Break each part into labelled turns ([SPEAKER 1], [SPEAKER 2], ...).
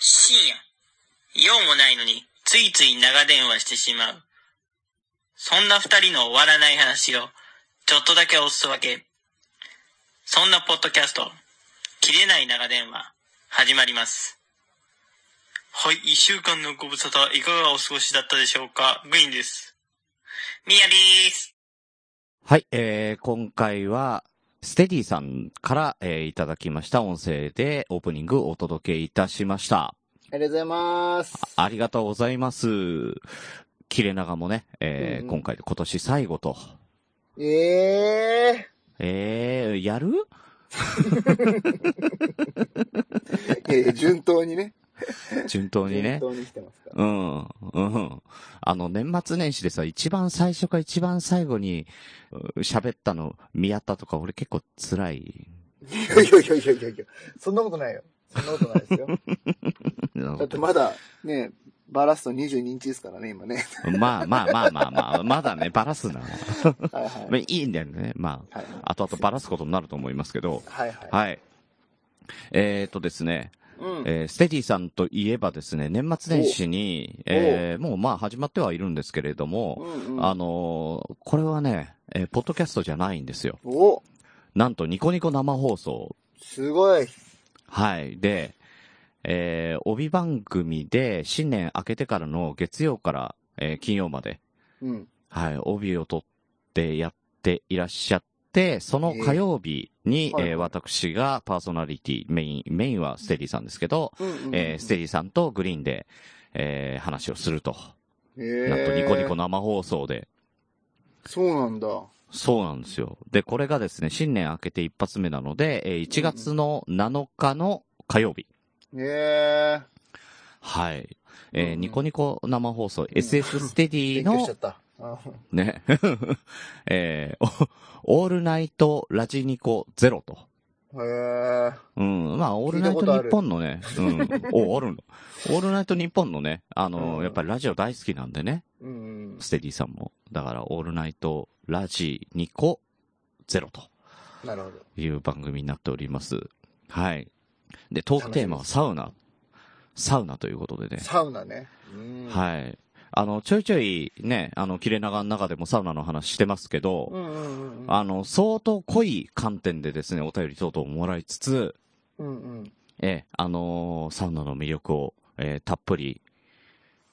[SPEAKER 1] 深夜。用もないのに、ついつい長電話してしまう。そんな二人の終わらない話を、ちょっとだけおすそ分け。そんなポッドキャスト、切れない長電話、始まります。はい、一週間のご無沙汰、いかがお過ごしだったでしょうかグインです。ミヤでーす。
[SPEAKER 2] はい、えー、今回は、ステディさんから、えーいただきました音声でオープニングをお届けいたしました。
[SPEAKER 3] ありがとうございます。
[SPEAKER 2] ありがとうございます。切れ長もね、えー
[SPEAKER 3] うん
[SPEAKER 2] 今回で今年最後と。
[SPEAKER 3] ええ
[SPEAKER 2] えー、やる
[SPEAKER 3] ー。いやいや順当にね。
[SPEAKER 2] 順当にね
[SPEAKER 3] 順。当に来てますから。
[SPEAKER 2] うん、うん。あの、年末年始でさ、一番最初か一番最後にう喋ったの見合ったとか、俺結構辛い。
[SPEAKER 3] いやいやいやいやいやいや、そんなことないよ。そんなことない ですよ。だってまだ、ね、バラスト22日ですからね、今ね。
[SPEAKER 2] まあまあまあまあまあ、まだね、バラすな。
[SPEAKER 3] はい はい。
[SPEAKER 2] まあいいんだよね。ま
[SPEAKER 3] はい
[SPEAKER 2] あ、後々バラすことになると思いますけど。
[SPEAKER 3] はいはい。
[SPEAKER 2] はい。えっ、とですね、
[SPEAKER 3] うん。
[SPEAKER 2] えーステディさんといえばですね、年末年始に、えーもうまあ始まってはいるんですけれど
[SPEAKER 3] う
[SPEAKER 2] も、
[SPEAKER 3] んうん、
[SPEAKER 2] あのーこれはね、えーポッドキャストじゃないんですよ。
[SPEAKER 3] お
[SPEAKER 2] なんとニコニコ生放送。
[SPEAKER 3] すごい。
[SPEAKER 2] はい。で、えー帯番組で新年明けてからの月曜から、えー金曜まで、
[SPEAKER 3] うん。
[SPEAKER 2] はい、帯を取ってやっていらっしゃって、その火曜日に、え
[SPEAKER 3] えー
[SPEAKER 2] ー私がパーソナリティ、メイン、メインはステディさんですけど、
[SPEAKER 3] うんうんうん、
[SPEAKER 2] えーステディさんとグリーンで、えー話をすると。
[SPEAKER 3] えー
[SPEAKER 2] なんとニコニコ。生放送で。
[SPEAKER 3] そうなんだ。
[SPEAKER 2] そうなんですよ。で、これがですね、新年明けて一発目なので、えー1月の7日の火曜日。
[SPEAKER 3] え
[SPEAKER 2] はい。えー
[SPEAKER 3] うん
[SPEAKER 2] ニコニコ生放送、SF ステデ
[SPEAKER 3] え
[SPEAKER 2] ィ
[SPEAKER 3] 勉強し
[SPEAKER 2] の
[SPEAKER 3] ちゃった。あ
[SPEAKER 2] ね。 えーおオールナイトラジニコゼロと。
[SPEAKER 3] へえ。
[SPEAKER 2] うん。まあ、オールナイト日本のね、うん。お、あるんだ。オールナイト日本のね、あの、
[SPEAKER 3] うん
[SPEAKER 2] やっぱりラジオ大好きなんでね、
[SPEAKER 3] うん。
[SPEAKER 2] ステディさんも。だから、オールナイトラジニコゼロと
[SPEAKER 3] なるほど。
[SPEAKER 2] いう番組になっております。はい。で、トークテーマはサウナ。サウナということでね。
[SPEAKER 3] サウナね。うん。い。
[SPEAKER 2] はい。あの、ちょいちょいね、あの、切れ長の中でもサウナの話してますけど、
[SPEAKER 3] うんうんうん。
[SPEAKER 2] あの、相当濃い観点でですね、お便り等々もらいつつ、
[SPEAKER 3] うんうん。
[SPEAKER 2] ええ、あのーサウナの魅力を、えーたっぷり、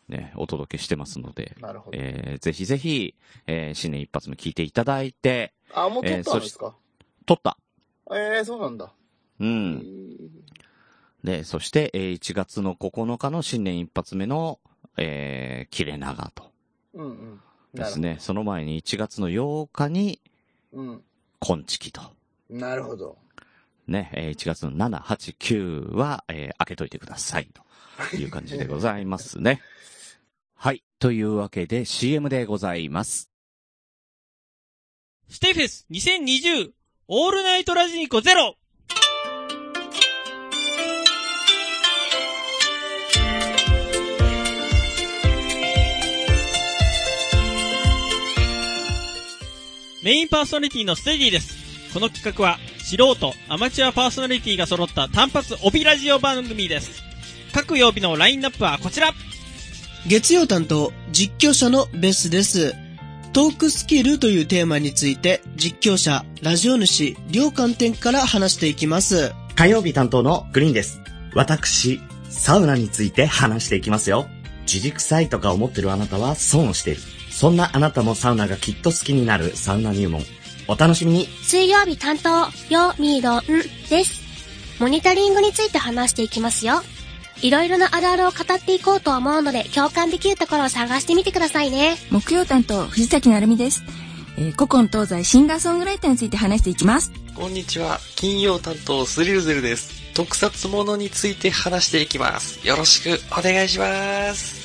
[SPEAKER 2] ね、お届けしてますので、
[SPEAKER 3] なるほど。
[SPEAKER 2] えーぜひぜひ、えー新年一発目聞いていただいて、
[SPEAKER 3] あ、もう撮
[SPEAKER 2] えー
[SPEAKER 3] っ
[SPEAKER 2] そ
[SPEAKER 3] たん
[SPEAKER 2] し
[SPEAKER 3] ですか
[SPEAKER 2] 撮った
[SPEAKER 3] ええそうなんだ。
[SPEAKER 2] う。
[SPEAKER 3] うん
[SPEAKER 2] で、そして、えー1月の9日の新年一発目の、えー、切れ長と。
[SPEAKER 3] うんうん。
[SPEAKER 2] で
[SPEAKER 3] なる
[SPEAKER 2] す
[SPEAKER 3] ほど。
[SPEAKER 2] ね。その前に1月の8日に、
[SPEAKER 3] うん。
[SPEAKER 2] 今月と。
[SPEAKER 3] なるほど。
[SPEAKER 2] ね、えー1月の7、8、9は、えー開けといてください。という感じでございますね。はい。というわけで CM でございます。
[SPEAKER 4] ステフェス2020オールナイトラジニコゼロメインパーソナリティのステディです。この企画は素人、アマチュアパーソナリティが揃った単発帯ラジオ番組です。各曜日のラインナップはこちら
[SPEAKER 5] 月曜担当、実況者のベスです。トークスキルというテーマについて、実況者、ラジオ主、両観点から話していきます。
[SPEAKER 6] 火曜日担当のグリーンです。私、サウナについて話していきますよ。自力臭いとか思ってるあなたは損をしている。そんなあなたもサウナがきっと好きになるサウナ入門。お楽しみに
[SPEAKER 7] 水曜日担当、よみどんです。モニタリングについて話していきますよ。いろいろなあるあるを語っていこうと思うので、共感できるところを探してみてくださいね。
[SPEAKER 8] 木曜担当、藤崎なるみです。えー、古今東西シンガーソングライターについて話していきます。
[SPEAKER 9] こんにちは。金曜担当、スリルズルです。特撮ものについて話していきます。よろしくお願いします。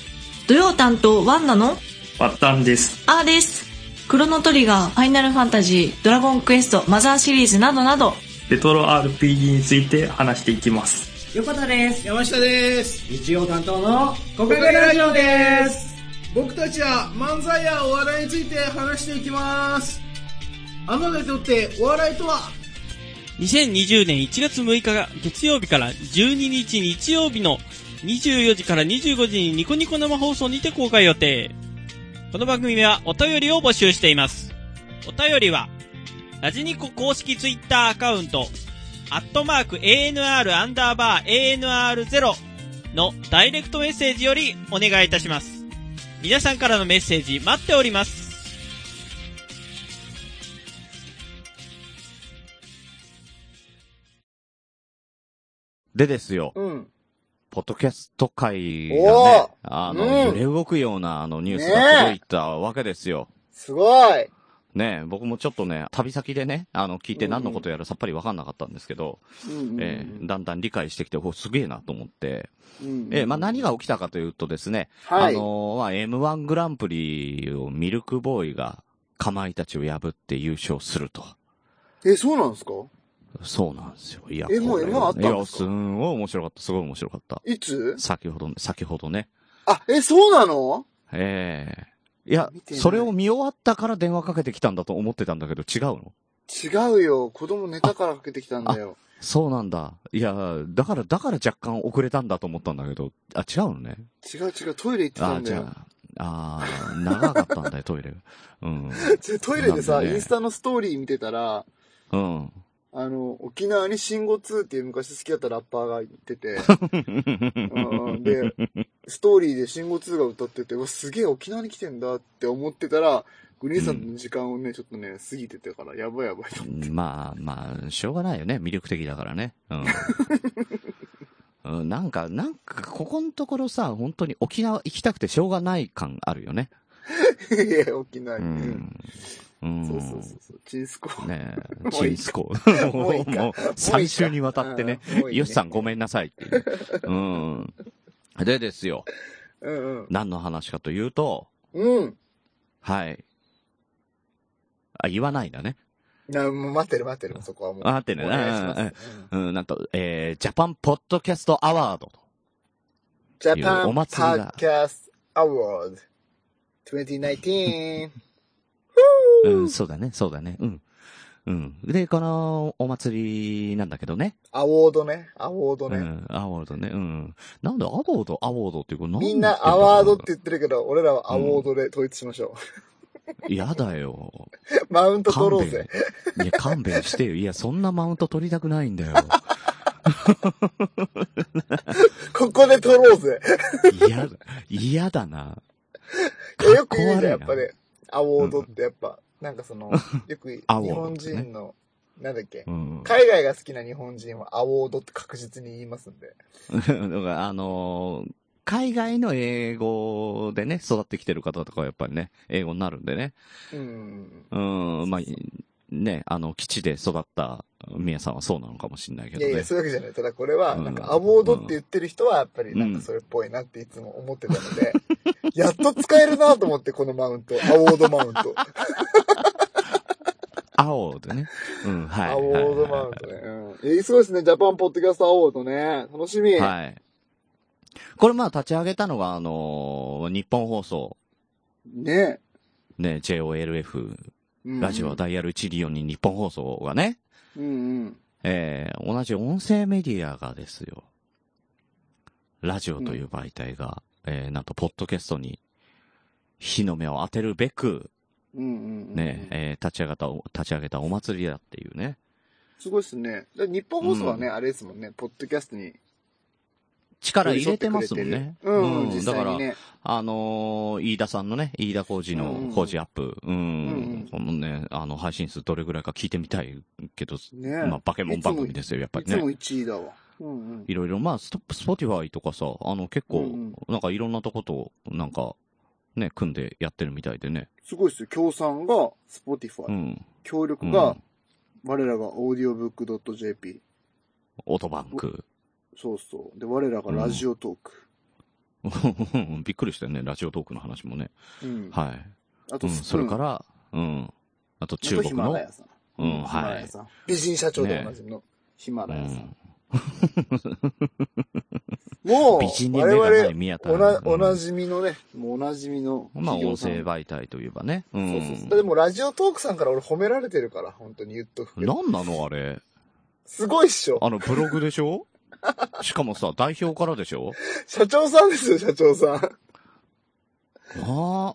[SPEAKER 10] 土曜担当ワンなの
[SPEAKER 11] ワッタンです。
[SPEAKER 10] あーですクロノトリガーファイナルファンタジードラゴンクエストマザーシリーズなどなど
[SPEAKER 11] レトロ RPG について話していきます。
[SPEAKER 5] 横田です。山下です。日曜担当の、
[SPEAKER 10] 国会ラジオです
[SPEAKER 5] 僕たちは漫才やお笑いについて話していきます。あなたにとってお笑いとは
[SPEAKER 4] 2020年1月6日が月曜日から12日日曜日の24時から25時にニコニコ生放送にて公開予定。この番組はお便りを募集しています。お便りは、ラジニコ公式ツイッターアカウント、アットマーク ANR アンダーバー ANR0 のダイレクトメッセージよりお願いいたします。皆さんからのメッセージ待っております。
[SPEAKER 2] でですよ、
[SPEAKER 3] うん。
[SPEAKER 2] ポッドキャスト界が
[SPEAKER 3] おー
[SPEAKER 2] ね、あの、
[SPEAKER 3] うん
[SPEAKER 2] 揺れ動くようなあのニュースが届いたわけですよ。
[SPEAKER 3] すごい。
[SPEAKER 2] ねえ僕もちょっとね、旅先でね、あの、聞いて何のことやらさっぱりわかんなかったんですけど、
[SPEAKER 3] うんうんうん
[SPEAKER 2] ええだんだん理解してきて、おすげえなと思って、
[SPEAKER 3] うん
[SPEAKER 2] ええまあ何が起きたかというとですね、
[SPEAKER 3] はい
[SPEAKER 2] あのまあ M1 グランプリをミルクボーイが、かまいたちを破って優勝すると。
[SPEAKER 3] え、そうなんですか
[SPEAKER 2] そうなんですよ。いや、
[SPEAKER 3] えもう
[SPEAKER 2] これ
[SPEAKER 3] M1 あったんですか
[SPEAKER 2] いや、すんごい面白かった。すごい面白かった。
[SPEAKER 3] いつ
[SPEAKER 2] 先ほどね、先ほどね。
[SPEAKER 3] あ、え、そうなの
[SPEAKER 2] ええいや
[SPEAKER 3] て、ない
[SPEAKER 2] それを見終わったから電話かけてきたんだと思ってたんだけど、違うの
[SPEAKER 3] 違うよ。子供寝たからかけてきたんだよ。
[SPEAKER 2] そうなんだ。いや、だから、だから若干遅れたんだと思ったんだけど、あ、違うのね。
[SPEAKER 3] 違う違う、トイレ行ってた
[SPEAKER 2] あ、
[SPEAKER 3] んだ
[SPEAKER 2] じ
[SPEAKER 3] よ
[SPEAKER 2] ゃ。あ、あー長かったんだよ、トイレが。うん。
[SPEAKER 3] ちょ トイレでさ、
[SPEAKER 2] なんね
[SPEAKER 3] インスタのストーリー見てたら、
[SPEAKER 2] うん。
[SPEAKER 3] あの、沖縄にシンゴ2っていう昔好きだったラッパーが言ってて、うんでストーリーでシンゴ2が歌ってて、うわ、すげえ沖縄に来てんだって思ってたら、グリーンさんの時間をね、ちょっとね、過ぎてたから、やばいやばいと。
[SPEAKER 2] まあまあ、しょうがないよね。魅力的だからね。うん。うん、なんか、なんか、ここのところさ、本当に沖縄行きたくてしょうがない感あるよね。
[SPEAKER 3] いや、沖縄
[SPEAKER 2] う
[SPEAKER 3] に。うん
[SPEAKER 2] ん。うん。
[SPEAKER 3] そうそうそうそう、チンスコ。
[SPEAKER 2] ねえ、
[SPEAKER 3] も
[SPEAKER 2] チ
[SPEAKER 3] うい
[SPEAKER 2] ン
[SPEAKER 3] い
[SPEAKER 2] スコ。
[SPEAKER 3] も
[SPEAKER 2] も
[SPEAKER 3] うい
[SPEAKER 2] う、も
[SPEAKER 3] いかもういいうか
[SPEAKER 2] 3週にわたってね
[SPEAKER 3] うんもう、いいね
[SPEAKER 2] よしさんごめんなさいっていう。うん。でですよ、
[SPEAKER 3] うんうん。
[SPEAKER 2] 何の話かというと、
[SPEAKER 3] うん。
[SPEAKER 2] はい。あ、言わないんだね。
[SPEAKER 3] な、もう待ってる待ってる、そこはもう。
[SPEAKER 2] あってね。
[SPEAKER 3] お願いします。
[SPEAKER 2] うん、うんなんと、えー、ジャパンポッドキャストアワードと。
[SPEAKER 3] ジ
[SPEAKER 2] い
[SPEAKER 3] ャ
[SPEAKER 2] や
[SPEAKER 3] パ
[SPEAKER 2] お
[SPEAKER 3] ンパ
[SPEAKER 2] 祭りだ
[SPEAKER 3] ッキャストアワード2019。
[SPEAKER 2] うん、そうだね、そうだね。うん。うん。で、このお祭りなんだけどね。
[SPEAKER 3] アワードね。アワード
[SPEAKER 2] う
[SPEAKER 3] ね。
[SPEAKER 2] ん、アワードね。うん。なんでアワード、アワードっていうこれ。
[SPEAKER 3] みんなアワードってて言ってるけど、俺らはアワードで統一しましょ
[SPEAKER 2] やだよ。
[SPEAKER 3] う。マウント取ろうぜ。
[SPEAKER 2] いや、勘弁してよ。いや、そんなマウント取りたくないんだ よ。
[SPEAKER 3] ここで取ろうぜ。
[SPEAKER 2] 嫌だ、嫌だな。
[SPEAKER 3] よく言うじゃん、やっ
[SPEAKER 2] かっ
[SPEAKER 3] ぱ
[SPEAKER 2] こ悪いな
[SPEAKER 3] ね。アワードってやっぱ、なんかその、よく日
[SPEAKER 2] アワード
[SPEAKER 3] 本
[SPEAKER 2] ですね
[SPEAKER 3] 人の、なんだっけ
[SPEAKER 2] う。ん。
[SPEAKER 3] 海外が好きな日本人はアワードって確実に言いますんで。
[SPEAKER 2] だから、あのー海外の英語でね、育ってきてる方とかはやっぱりね、英語になるんでね。
[SPEAKER 3] うん。
[SPEAKER 2] うん、まあ、ね、あの、基地で育った宮さんはそうなのかもしれないけ
[SPEAKER 3] い
[SPEAKER 2] ど
[SPEAKER 3] やいや、
[SPEAKER 2] ね。
[SPEAKER 3] そういうわけじゃない。ただこれは、
[SPEAKER 2] うん
[SPEAKER 3] なんか、アボードって言ってる人は、やっぱり、なんかそれっぽいなっていつも思ってたので、 やっと使えるなと思って、このマウント。アボードマ ウント。
[SPEAKER 2] 青でね。うん、はい。
[SPEAKER 3] アボードマウントね。うん。えー、すごいですね。ジャパンポッドキャストアボードね。楽しみ。
[SPEAKER 2] はい。はいこれまあ立ち上げたのが、あのー日本放送、
[SPEAKER 3] ね。
[SPEAKER 2] ね、JOLF
[SPEAKER 3] うん
[SPEAKER 2] ラジオ。ダイヤル124に日本放送がね、
[SPEAKER 3] うんうん。
[SPEAKER 2] えー、同じ音声メディアがですよ、ラジオという媒体が、えー、なんと、ポッドキャストに、火の目を当てるべく、
[SPEAKER 3] うんうんうん。
[SPEAKER 2] ね、えー立ち上げた、立ち上げたお祭りだっていうね。
[SPEAKER 3] すごいですね。だ日本放送はね、
[SPEAKER 2] う
[SPEAKER 3] あれですもんね、ポッドキャストに。
[SPEAKER 2] 力入れてますもんね。
[SPEAKER 3] うん、
[SPEAKER 2] う
[SPEAKER 3] 実
[SPEAKER 2] んだか
[SPEAKER 3] 際
[SPEAKER 2] ら
[SPEAKER 3] に、ね。
[SPEAKER 2] あのー飯田さんのね、飯田浩二
[SPEAKER 3] うんうん
[SPEAKER 2] の浩二アップ、うん、
[SPEAKER 3] うんうん
[SPEAKER 2] このね、あの、配信数どれぐらいか聞いてみたいけど、
[SPEAKER 3] ね
[SPEAKER 2] まあ、バケモン番組ですよ、やっぱ
[SPEAKER 3] い
[SPEAKER 2] りね。
[SPEAKER 3] つも1位だわ。うんうん。
[SPEAKER 2] いろいろ、まあ、ストップ、スポティファイとかさ、あの、結
[SPEAKER 3] う
[SPEAKER 2] 構
[SPEAKER 3] ん、
[SPEAKER 2] なんかいろんなとこと、なんか、ね、組んでやってるみたいでね。
[SPEAKER 3] すごいですよ。協賛が、スポティフ
[SPEAKER 2] う
[SPEAKER 3] ァイ。
[SPEAKER 2] ん。
[SPEAKER 3] 協
[SPEAKER 2] う
[SPEAKER 3] 力
[SPEAKER 2] ん。
[SPEAKER 3] が、我らがオーディオブックドット JP。
[SPEAKER 2] オートバンク。
[SPEAKER 3] そうそう。で、我らがラジオトーク。
[SPEAKER 2] びっくりしたよね、ラジオトークの話もね。
[SPEAKER 3] うん。
[SPEAKER 2] はい。
[SPEAKER 3] あ
[SPEAKER 2] う
[SPEAKER 3] と
[SPEAKER 2] ん、
[SPEAKER 3] スプーン、
[SPEAKER 2] それから、うん。あと中
[SPEAKER 3] あ
[SPEAKER 2] 国
[SPEAKER 3] とヒマ
[SPEAKER 2] の
[SPEAKER 3] ラ、ヤさん。
[SPEAKER 2] うん、
[SPEAKER 3] ヒマ
[SPEAKER 2] は
[SPEAKER 3] ラ
[SPEAKER 2] い
[SPEAKER 3] ヤ。さん美人社長でおなじみのヒマ
[SPEAKER 2] う
[SPEAKER 3] ラヤさん。
[SPEAKER 2] ん。
[SPEAKER 3] もう、
[SPEAKER 2] 美人に目がない
[SPEAKER 3] 我
[SPEAKER 2] 宮田
[SPEAKER 3] 々、おな、
[SPEAKER 2] うん
[SPEAKER 3] おなじみのね、もうおなじみの
[SPEAKER 2] まあ、
[SPEAKER 3] 企業
[SPEAKER 2] 音
[SPEAKER 3] さん。
[SPEAKER 2] 声媒体といえばね。う
[SPEAKER 3] そ
[SPEAKER 2] ん。
[SPEAKER 3] うそうそう。でも、ラジオトークさんから俺褒められてるから、本当に言っとくけど。
[SPEAKER 2] なんなのあれ。
[SPEAKER 3] すごいっしょ。
[SPEAKER 2] あの、ブログでしょしかもさ、代表からでしょ
[SPEAKER 3] 社長さんですよ、社長さん。
[SPEAKER 2] ああ。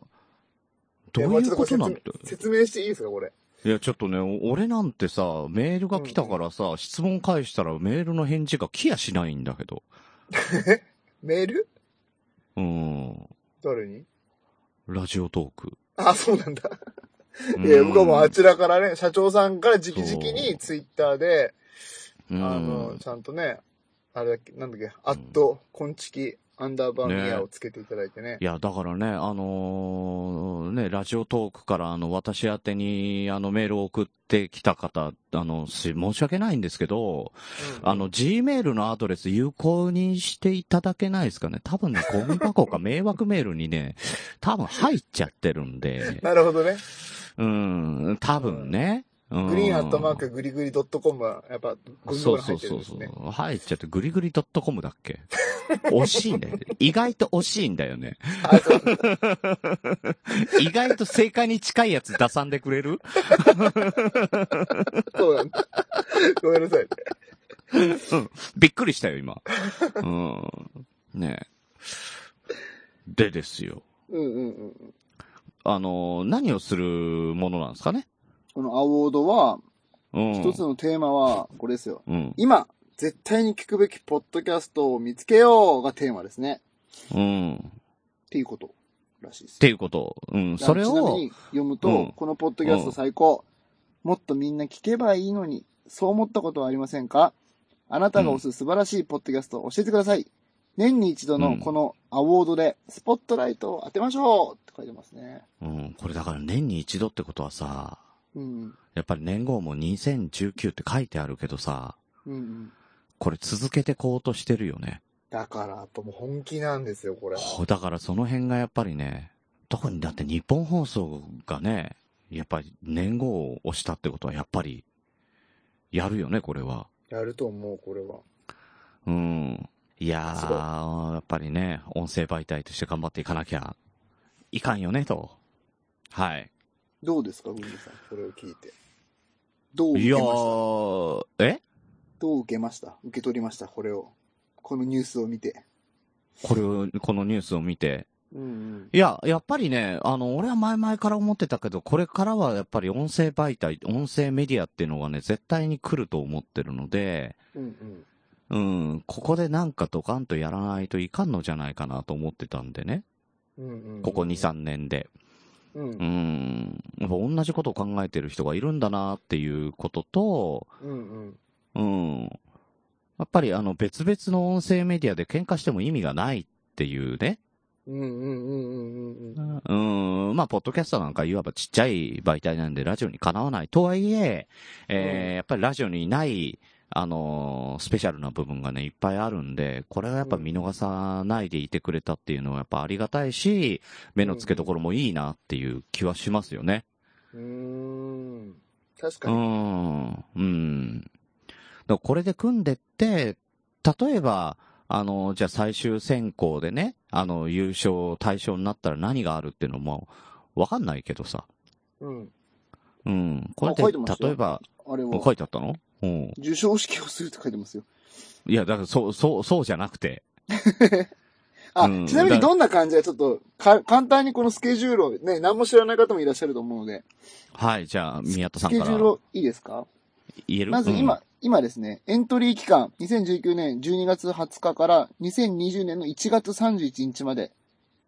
[SPEAKER 2] どういうことなんて。
[SPEAKER 3] 説明していいですか、これ。
[SPEAKER 2] いや、ちょっとね、俺なんてさ、メールが来たからさ、質問返したらメールの返事が来やしないんだけど。
[SPEAKER 3] メール
[SPEAKER 2] うん。
[SPEAKER 3] 誰に
[SPEAKER 2] ラジオトーク。
[SPEAKER 3] あ、そうなんだ。
[SPEAKER 2] うん
[SPEAKER 3] いや、僕はもうあちらからね、社長さんから直々にツイッターで、
[SPEAKER 2] う
[SPEAKER 3] あ
[SPEAKER 2] ん
[SPEAKER 3] の、ちゃんとね、あれだっけ、なんだっけ、アット、コンチキ、アンダーバーミアをつけていただいてね。
[SPEAKER 2] いや、だからね、あのーね、ラジオトークから、あの、私宛てに、あの、メールを送ってきた方、あの、し申し訳ないんですけど、あの、Gmail のアドレス有効にしていただけないですかね。多分ね、ゴミ箱か迷惑メールにね、多分入っちゃってるん で、
[SPEAKER 3] なるほどね。
[SPEAKER 2] うん、多分ね。うん
[SPEAKER 3] グリーンアットマークグリグリドットコムは、やっぱ、ゴミ
[SPEAKER 2] そ
[SPEAKER 3] 箱
[SPEAKER 2] う
[SPEAKER 3] に
[SPEAKER 2] そ
[SPEAKER 3] 入
[SPEAKER 2] うそう
[SPEAKER 3] ってるんです
[SPEAKER 2] そう
[SPEAKER 3] ね。。
[SPEAKER 2] 入っちゃって、グリグリ .com だっけ 惜しいね。意外と惜しいんだよね。意外と正解に近いやつ出さんでくれる
[SPEAKER 3] そうなん だ。ごめんなさい。
[SPEAKER 2] うんびっくりしたよ、今。うん。ねえでですよ。
[SPEAKER 3] うんうんうん。
[SPEAKER 2] あの、何をするものなんですかね
[SPEAKER 3] このアワードは、
[SPEAKER 2] うん。
[SPEAKER 3] 一つのテーマは、これですよ。
[SPEAKER 2] うん。
[SPEAKER 3] 今、絶対に聞くべきポッドキャストを見つけようがテーマですね。
[SPEAKER 2] うん。っ
[SPEAKER 3] っていうことらしいです。
[SPEAKER 2] ていうこと。うん。それ
[SPEAKER 3] ちな
[SPEAKER 2] を
[SPEAKER 3] み、に読むと、
[SPEAKER 2] うん
[SPEAKER 3] このポッドキャスト最高、もっとみんな聞けばいいのに、そう思ったことはありませんかあなたが推す素晴らしいポッドキャストを教えてください。年に一度
[SPEAKER 2] う
[SPEAKER 3] の
[SPEAKER 2] ん
[SPEAKER 3] このアワードで、スポットライトを当てましょうって書いてますね。
[SPEAKER 2] うん。これだから年に一度ってことはさ、
[SPEAKER 3] うん。
[SPEAKER 2] やっぱり年号も2019って書いてあるけどさ、
[SPEAKER 3] うんうん。
[SPEAKER 2] これ続けてこうとしてるよね。
[SPEAKER 3] だから、やっぱもう本気なんですよ、これ。
[SPEAKER 2] ほだからその辺がやっぱりね、特にだって日本放送がね、やっぱり年号を押したってことはやっぱり、やるよね、これは。
[SPEAKER 3] やると思う、これは。
[SPEAKER 2] うん。いやー、やっぱりね、音声媒体として頑張っていかなきゃいかんよね、と。はい。
[SPEAKER 3] どうですか、グミさん、これを聞いて。どう受
[SPEAKER 2] い
[SPEAKER 3] け
[SPEAKER 2] や
[SPEAKER 3] ました
[SPEAKER 2] ー、え
[SPEAKER 3] どう受けました受け取りました、これを。このニュースを見て。
[SPEAKER 2] これを、このニュースを見て、
[SPEAKER 3] うんうん。
[SPEAKER 2] いや、やっぱりね、あの、俺は前々から思ってたけど、これからはやっぱり音声媒体、音声メディアっていうのがね、絶対に来ると思ってるので、
[SPEAKER 3] うんうん。
[SPEAKER 2] うん、ここでなんかドカンとやらないといかんのじゃないかなと思ってたんでね。
[SPEAKER 3] うんうんうん
[SPEAKER 2] ここ2、3年で。
[SPEAKER 3] うん
[SPEAKER 2] う。ん、やっぱ同じことを考えてる人がいるんだなっていうことと、
[SPEAKER 3] うんうん。
[SPEAKER 2] うん、やっぱりあの、別々の音声メディアで喧嘩しても意味がないっていうね。
[SPEAKER 3] うんうんうんうんうん。
[SPEAKER 2] うん、まあ、ポッドキャストなんかいわばちっちゃい媒体なんで、ラジオにかなわない。とはいえ、えーやっぱりラジオにない、あのースペシャルな部分がね、いっぱいあるんで、これはやっぱ見逃さないでいてくれたっていうのはやっぱありがたいし、目の付けどころもいいなっていう気はしますよね。
[SPEAKER 3] うーん。確
[SPEAKER 2] う
[SPEAKER 3] かに。
[SPEAKER 2] ん、うん。だからこれで組んでって、例えば、あの、じゃあ最終選考でね、あの、優勝対象になったら何があるっていうのも、わかんないけどさ。
[SPEAKER 3] うん。
[SPEAKER 2] うん。これで、
[SPEAKER 3] あ書いてますよ
[SPEAKER 2] 例えば、
[SPEAKER 3] あれ
[SPEAKER 2] もう
[SPEAKER 3] は
[SPEAKER 2] 書、いてあったのうん。
[SPEAKER 3] 受賞式をするって書いてますよ。
[SPEAKER 2] いや、だから、そう、そう、そうじゃなくて。
[SPEAKER 3] あ、
[SPEAKER 2] うん
[SPEAKER 3] ちなみに
[SPEAKER 2] だ
[SPEAKER 3] どんな感じで、ちょっと、か、簡単にこのスケジュールを、ね、何も知らない方もいらっしゃると思うので、
[SPEAKER 2] はい、じゃあ、宮田
[SPEAKER 3] ス
[SPEAKER 2] さん
[SPEAKER 3] ケ
[SPEAKER 2] か
[SPEAKER 3] ジュー
[SPEAKER 2] ら
[SPEAKER 3] ルをいいですか
[SPEAKER 2] 言える
[SPEAKER 3] まず今、、今ですね、エントリー期間、2019年12月20日から2020年の1月31日まで、
[SPEAKER 2] うん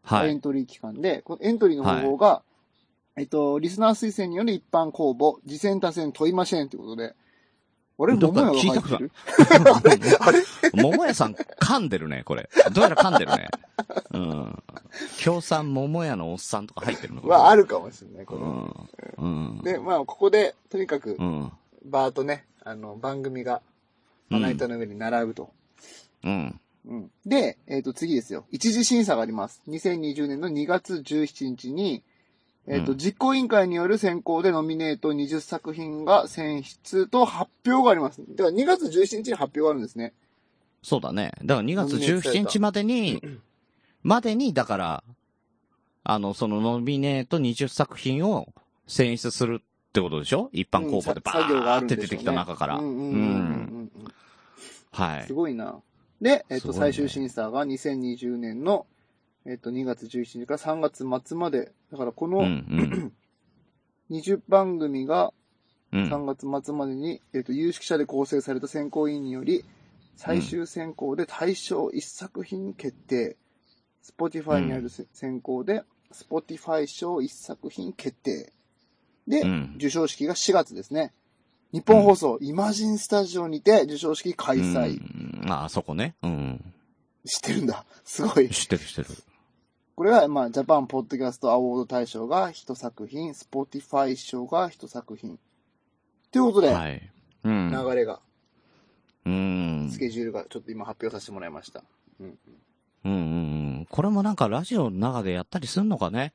[SPEAKER 2] は
[SPEAKER 3] エン
[SPEAKER 2] い。
[SPEAKER 3] トリー期間で、このエントリーの方法が、えっと、リスナー推薦による一般公募、次戦他戦問いませんということで、俺、
[SPEAKER 2] ど
[SPEAKER 3] 桃
[SPEAKER 2] っか
[SPEAKER 3] 屋
[SPEAKER 2] 聞い
[SPEAKER 3] が入
[SPEAKER 2] た
[SPEAKER 3] っ
[SPEAKER 2] こと
[SPEAKER 3] て
[SPEAKER 2] ある
[SPEAKER 3] る
[SPEAKER 2] あれ桃屋さん噛んでるね、これ。どうやら噛んでるね。うん。共産桃屋のおっさんとか入ってるの
[SPEAKER 3] はあ
[SPEAKER 2] る。
[SPEAKER 3] るかもしれない、こ
[SPEAKER 2] う
[SPEAKER 3] れ。
[SPEAKER 2] ん。うん。
[SPEAKER 3] で、まあ、ここで、とにかく
[SPEAKER 2] う、ん。
[SPEAKER 3] バーとね、あの、番組が、
[SPEAKER 2] う
[SPEAKER 3] ま
[SPEAKER 2] ん
[SPEAKER 3] な板の上に並ぶと。
[SPEAKER 2] うん。
[SPEAKER 3] うん。で、えっ、と、次ですよ。一次審査があります。2020年の2月17日に、えっ、と、
[SPEAKER 2] うん
[SPEAKER 3] 実行委員会による選考でノミネート20作品が選出と発表があります。だから2月17日に発表があるんですね。
[SPEAKER 2] そうだね。だから2月17日までに、までに、だから、あの、そのノミネート20作品を選出するってことでしょ一般公募でバ
[SPEAKER 3] うんさ作業があ
[SPEAKER 2] ー
[SPEAKER 3] る
[SPEAKER 2] っ
[SPEAKER 3] ん
[SPEAKER 2] て
[SPEAKER 3] でしょう
[SPEAKER 2] 出
[SPEAKER 3] ね
[SPEAKER 2] てきた中から。
[SPEAKER 3] う
[SPEAKER 2] うん
[SPEAKER 3] うんうんうん
[SPEAKER 2] ん。はい
[SPEAKER 3] す。ごいな。で、えっ、
[SPEAKER 2] す
[SPEAKER 3] と、
[SPEAKER 2] ごいね
[SPEAKER 3] 最終審査が2020年の、えっ、と、2月11日から3月末まで。だから、こ
[SPEAKER 2] う
[SPEAKER 3] の
[SPEAKER 2] ん
[SPEAKER 3] 20番組が
[SPEAKER 2] うん。うん
[SPEAKER 3] 3月末までに、えっ、と、有識者で構成された選考委員により、最終選考で大賞1作品決定。Spotify にあるせ選考で、Spotify 賞1作品決定。で、
[SPEAKER 2] うん
[SPEAKER 3] 受賞式が4月ですね。日本放送、イマジンスタジオにて受賞式開催。
[SPEAKER 2] うんあ、あそこね。うん。
[SPEAKER 3] 知ってるんだ。すごい。
[SPEAKER 2] 知ってる知ってる。
[SPEAKER 3] これは、まあ、ジャパンポッドキャストアワード大賞が1作品、Spotify 賞が1作品。ということで、
[SPEAKER 2] はい。うん。
[SPEAKER 3] 流れが、
[SPEAKER 2] うん。
[SPEAKER 3] スケジュールがちょっと今発表させてもらいました。うん
[SPEAKER 2] うんうんうん。これもなんかラジオの中でやったりすんのかね。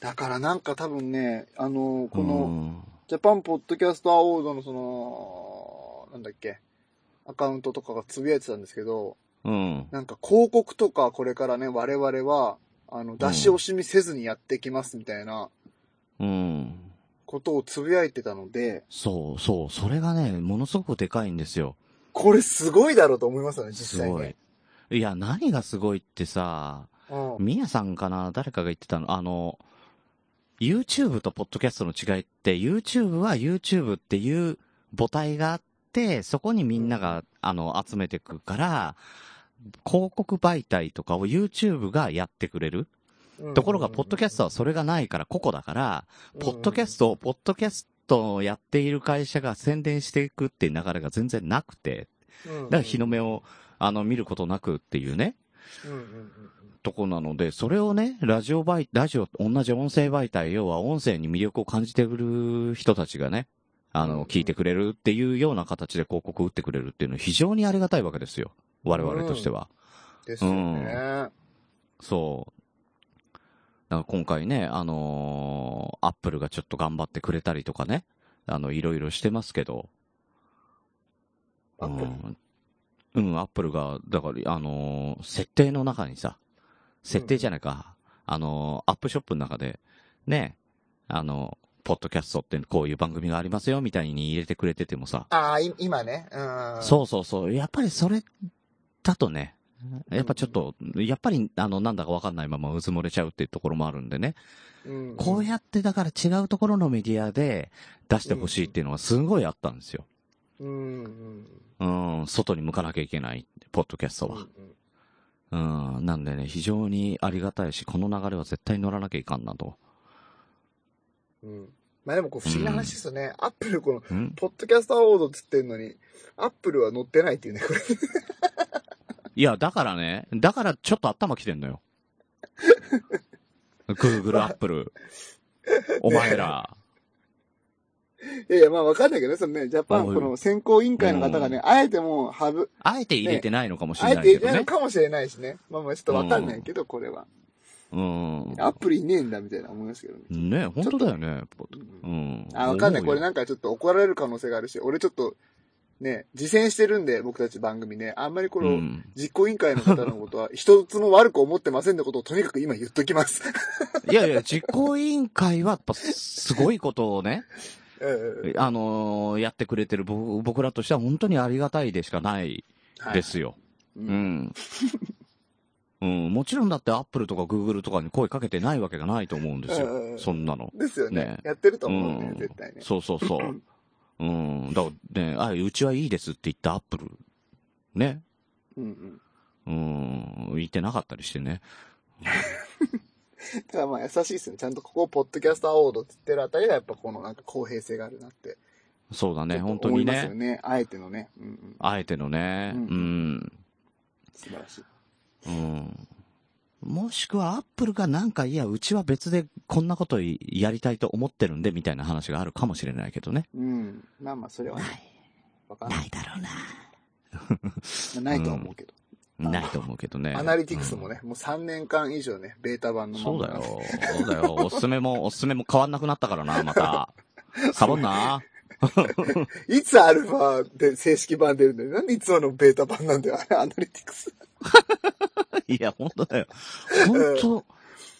[SPEAKER 3] だからなんか多分ね、あのーこ
[SPEAKER 2] う
[SPEAKER 3] の、
[SPEAKER 2] ん
[SPEAKER 3] ジャパンポッドキャストアワードのその、なんだっけ、アカウントとかがつぶやいてたんですけど、
[SPEAKER 2] うん。
[SPEAKER 3] なんか広告とかこれからね、我々は、あの、出し惜しみせずにやってきますみたいな
[SPEAKER 2] うん。
[SPEAKER 3] ことをつぶやいてたので、
[SPEAKER 2] そうそう。それがね、ものすごくでかいんですよ。
[SPEAKER 3] これすごいだろうと思いますよね、
[SPEAKER 2] す
[SPEAKER 3] 実際
[SPEAKER 2] ご
[SPEAKER 3] ね
[SPEAKER 2] い。。いや、何がすごいってさ、
[SPEAKER 3] うん
[SPEAKER 2] みやさんかな誰かが言ってたのあの、YouTube とポッドキャストの違いって、YouTube は YouTube っていう母体があって、そこにみんなが、あの、集めてくから、広告媒体とかを YouTube がやってくれる。ところが、ポッドキャストはそれがないから、個々だから、ポッドキャストを、ポッドキャストをやっている会社が宣伝していくっていう流れが全然なくて、
[SPEAKER 3] うん
[SPEAKER 2] だから日の目を、あの、見ることなくっていうね、
[SPEAKER 3] うんうんうん
[SPEAKER 2] とこなので、それをね、ラジオ媒、ラジオ、同じ音声媒体、要は音声に魅力を感じてくる人たちがね、あ
[SPEAKER 3] うん
[SPEAKER 2] の、聞いてくれるっていうような形で広告打ってくれるっていうのは非常にありがたいわけですよ。我々としては。
[SPEAKER 3] ですよね。
[SPEAKER 2] そう。だから今回ね、あのーアップルがちょっと頑張ってくれたりとかね、あの、いろいろしてますけど。
[SPEAKER 3] アップル
[SPEAKER 2] うん、うん、アップルが、だから、あのー設定の中にさ、設定じゃないか、あのーアップショップの中で、ね、あのポッドキャストってこういう番組がありますよ、みたいに入れてくれててもさ、
[SPEAKER 3] ああ、い今ね。うん。
[SPEAKER 2] そうそうそう。やっぱりそれだとね、やっぱちょっと、やっぱり、あの、なんだかわかんないままうずもれちゃうっていうところもあるんでね。
[SPEAKER 3] うん。
[SPEAKER 2] こうやってだから違うところのメディアで出してほしいっていうのがすごいあったんですよ。
[SPEAKER 3] うんうん。
[SPEAKER 2] うん、外に向かなきゃいけない、ポッドキャスト
[SPEAKER 3] うんう
[SPEAKER 2] は。
[SPEAKER 3] ん
[SPEAKER 2] うん、なんでね、非常にありがたいし、この流れは絶対乗らなきゃいかんなと。
[SPEAKER 3] うん。まあでも、こう、不思議な話ですよね。アップル、この、
[SPEAKER 2] うん
[SPEAKER 3] ポッドキャストアワードっつってんのに、アップルは乗ってないっていうね、これ。
[SPEAKER 2] いや、だからね、だからちょっと頭きてんの よ。Google、Apple。お前ら。
[SPEAKER 3] いやいや、まあわかんないけどね、そのね、ジャパン、
[SPEAKER 2] うん
[SPEAKER 3] この選考委員会の方がね、あえてもう、ハブ、
[SPEAKER 2] あえて入れてないのかもし
[SPEAKER 3] あ
[SPEAKER 2] れ
[SPEAKER 3] え
[SPEAKER 2] ない
[SPEAKER 3] て
[SPEAKER 2] け
[SPEAKER 3] い
[SPEAKER 2] ど
[SPEAKER 3] ない
[SPEAKER 2] ね
[SPEAKER 3] の。かもしれないしね。まあまあ、ちょっとわかんないけど、これは。
[SPEAKER 2] うん。
[SPEAKER 3] アップルいねえんだ、みたいな思いますけどね。
[SPEAKER 2] ね本当だよね。
[SPEAKER 3] う
[SPEAKER 2] う
[SPEAKER 3] ん
[SPEAKER 2] ん。
[SPEAKER 3] あ、わかんない。これ
[SPEAKER 2] な。
[SPEAKER 3] なんかちょっと怒られる可能性があるし、俺ちょっと、ね、自践してるんで、僕たち番組ね、あんまりこ
[SPEAKER 2] う
[SPEAKER 3] の、
[SPEAKER 2] ん。
[SPEAKER 3] 実行委員会の方のことは、 一つも悪く思ってませんってことをとにかく今言っときます。
[SPEAKER 2] いやいや、実行委員会は、やっぱ、すごいことをね、
[SPEAKER 3] うん
[SPEAKER 2] あのーやってくれてる僕僕らとしては本当にありがたいでしかないで。すよ。
[SPEAKER 3] はい
[SPEAKER 2] うん。うん、もちろんだってアップルとかグーグルとかに声かけてないわけがないと思うんです
[SPEAKER 3] うんうんう
[SPEAKER 2] よ。
[SPEAKER 3] ん
[SPEAKER 2] そんなの。
[SPEAKER 3] ですよね
[SPEAKER 2] ね。
[SPEAKER 3] やってると思うんだよ、
[SPEAKER 2] ん
[SPEAKER 3] 絶対ね。
[SPEAKER 2] そうそう そう。うん。だからね、あ、うちはいいですって言ったアップル。ね。
[SPEAKER 3] うんうん。
[SPEAKER 2] うん。言ってなかったりしてね。
[SPEAKER 3] だからまあ優しいですね。ちゃんとここをポッドキャストアワードって言ってるあたりがやっぱこのなんか公平性があるなって。
[SPEAKER 2] そうだね、
[SPEAKER 3] ちょ
[SPEAKER 2] 本
[SPEAKER 3] っ
[SPEAKER 2] 当
[SPEAKER 3] と思
[SPEAKER 2] に
[SPEAKER 3] いますよ
[SPEAKER 2] ね。
[SPEAKER 3] ね。あえてのね。うんうん。
[SPEAKER 2] あえてのね。
[SPEAKER 3] う
[SPEAKER 2] うんん。
[SPEAKER 3] 素晴らしい。
[SPEAKER 2] うん。もしくはアップルがなんか、いや、うちは別でこんなことやりたいと思ってるんで、みたいな話があるかもしれないけどね。
[SPEAKER 3] うん。まあまあ、それはね。わかんない。
[SPEAKER 8] ないだろうな。
[SPEAKER 3] ないとは思うけど。
[SPEAKER 2] ないと思うけどね。
[SPEAKER 3] アナリティクスもね、もう3年間以上ね、ベータ版
[SPEAKER 2] う
[SPEAKER 3] の
[SPEAKER 2] ん。そう
[SPEAKER 3] まま
[SPEAKER 2] だよ。そうだよ。おすすめも、おすすめも変わんなくなったからな、また。サボんな。
[SPEAKER 3] いつアルファで正式版出るんだよ。なんでいつものベータ版なんだよ、あれアナリティクス。
[SPEAKER 2] いや、本当だよ。本当、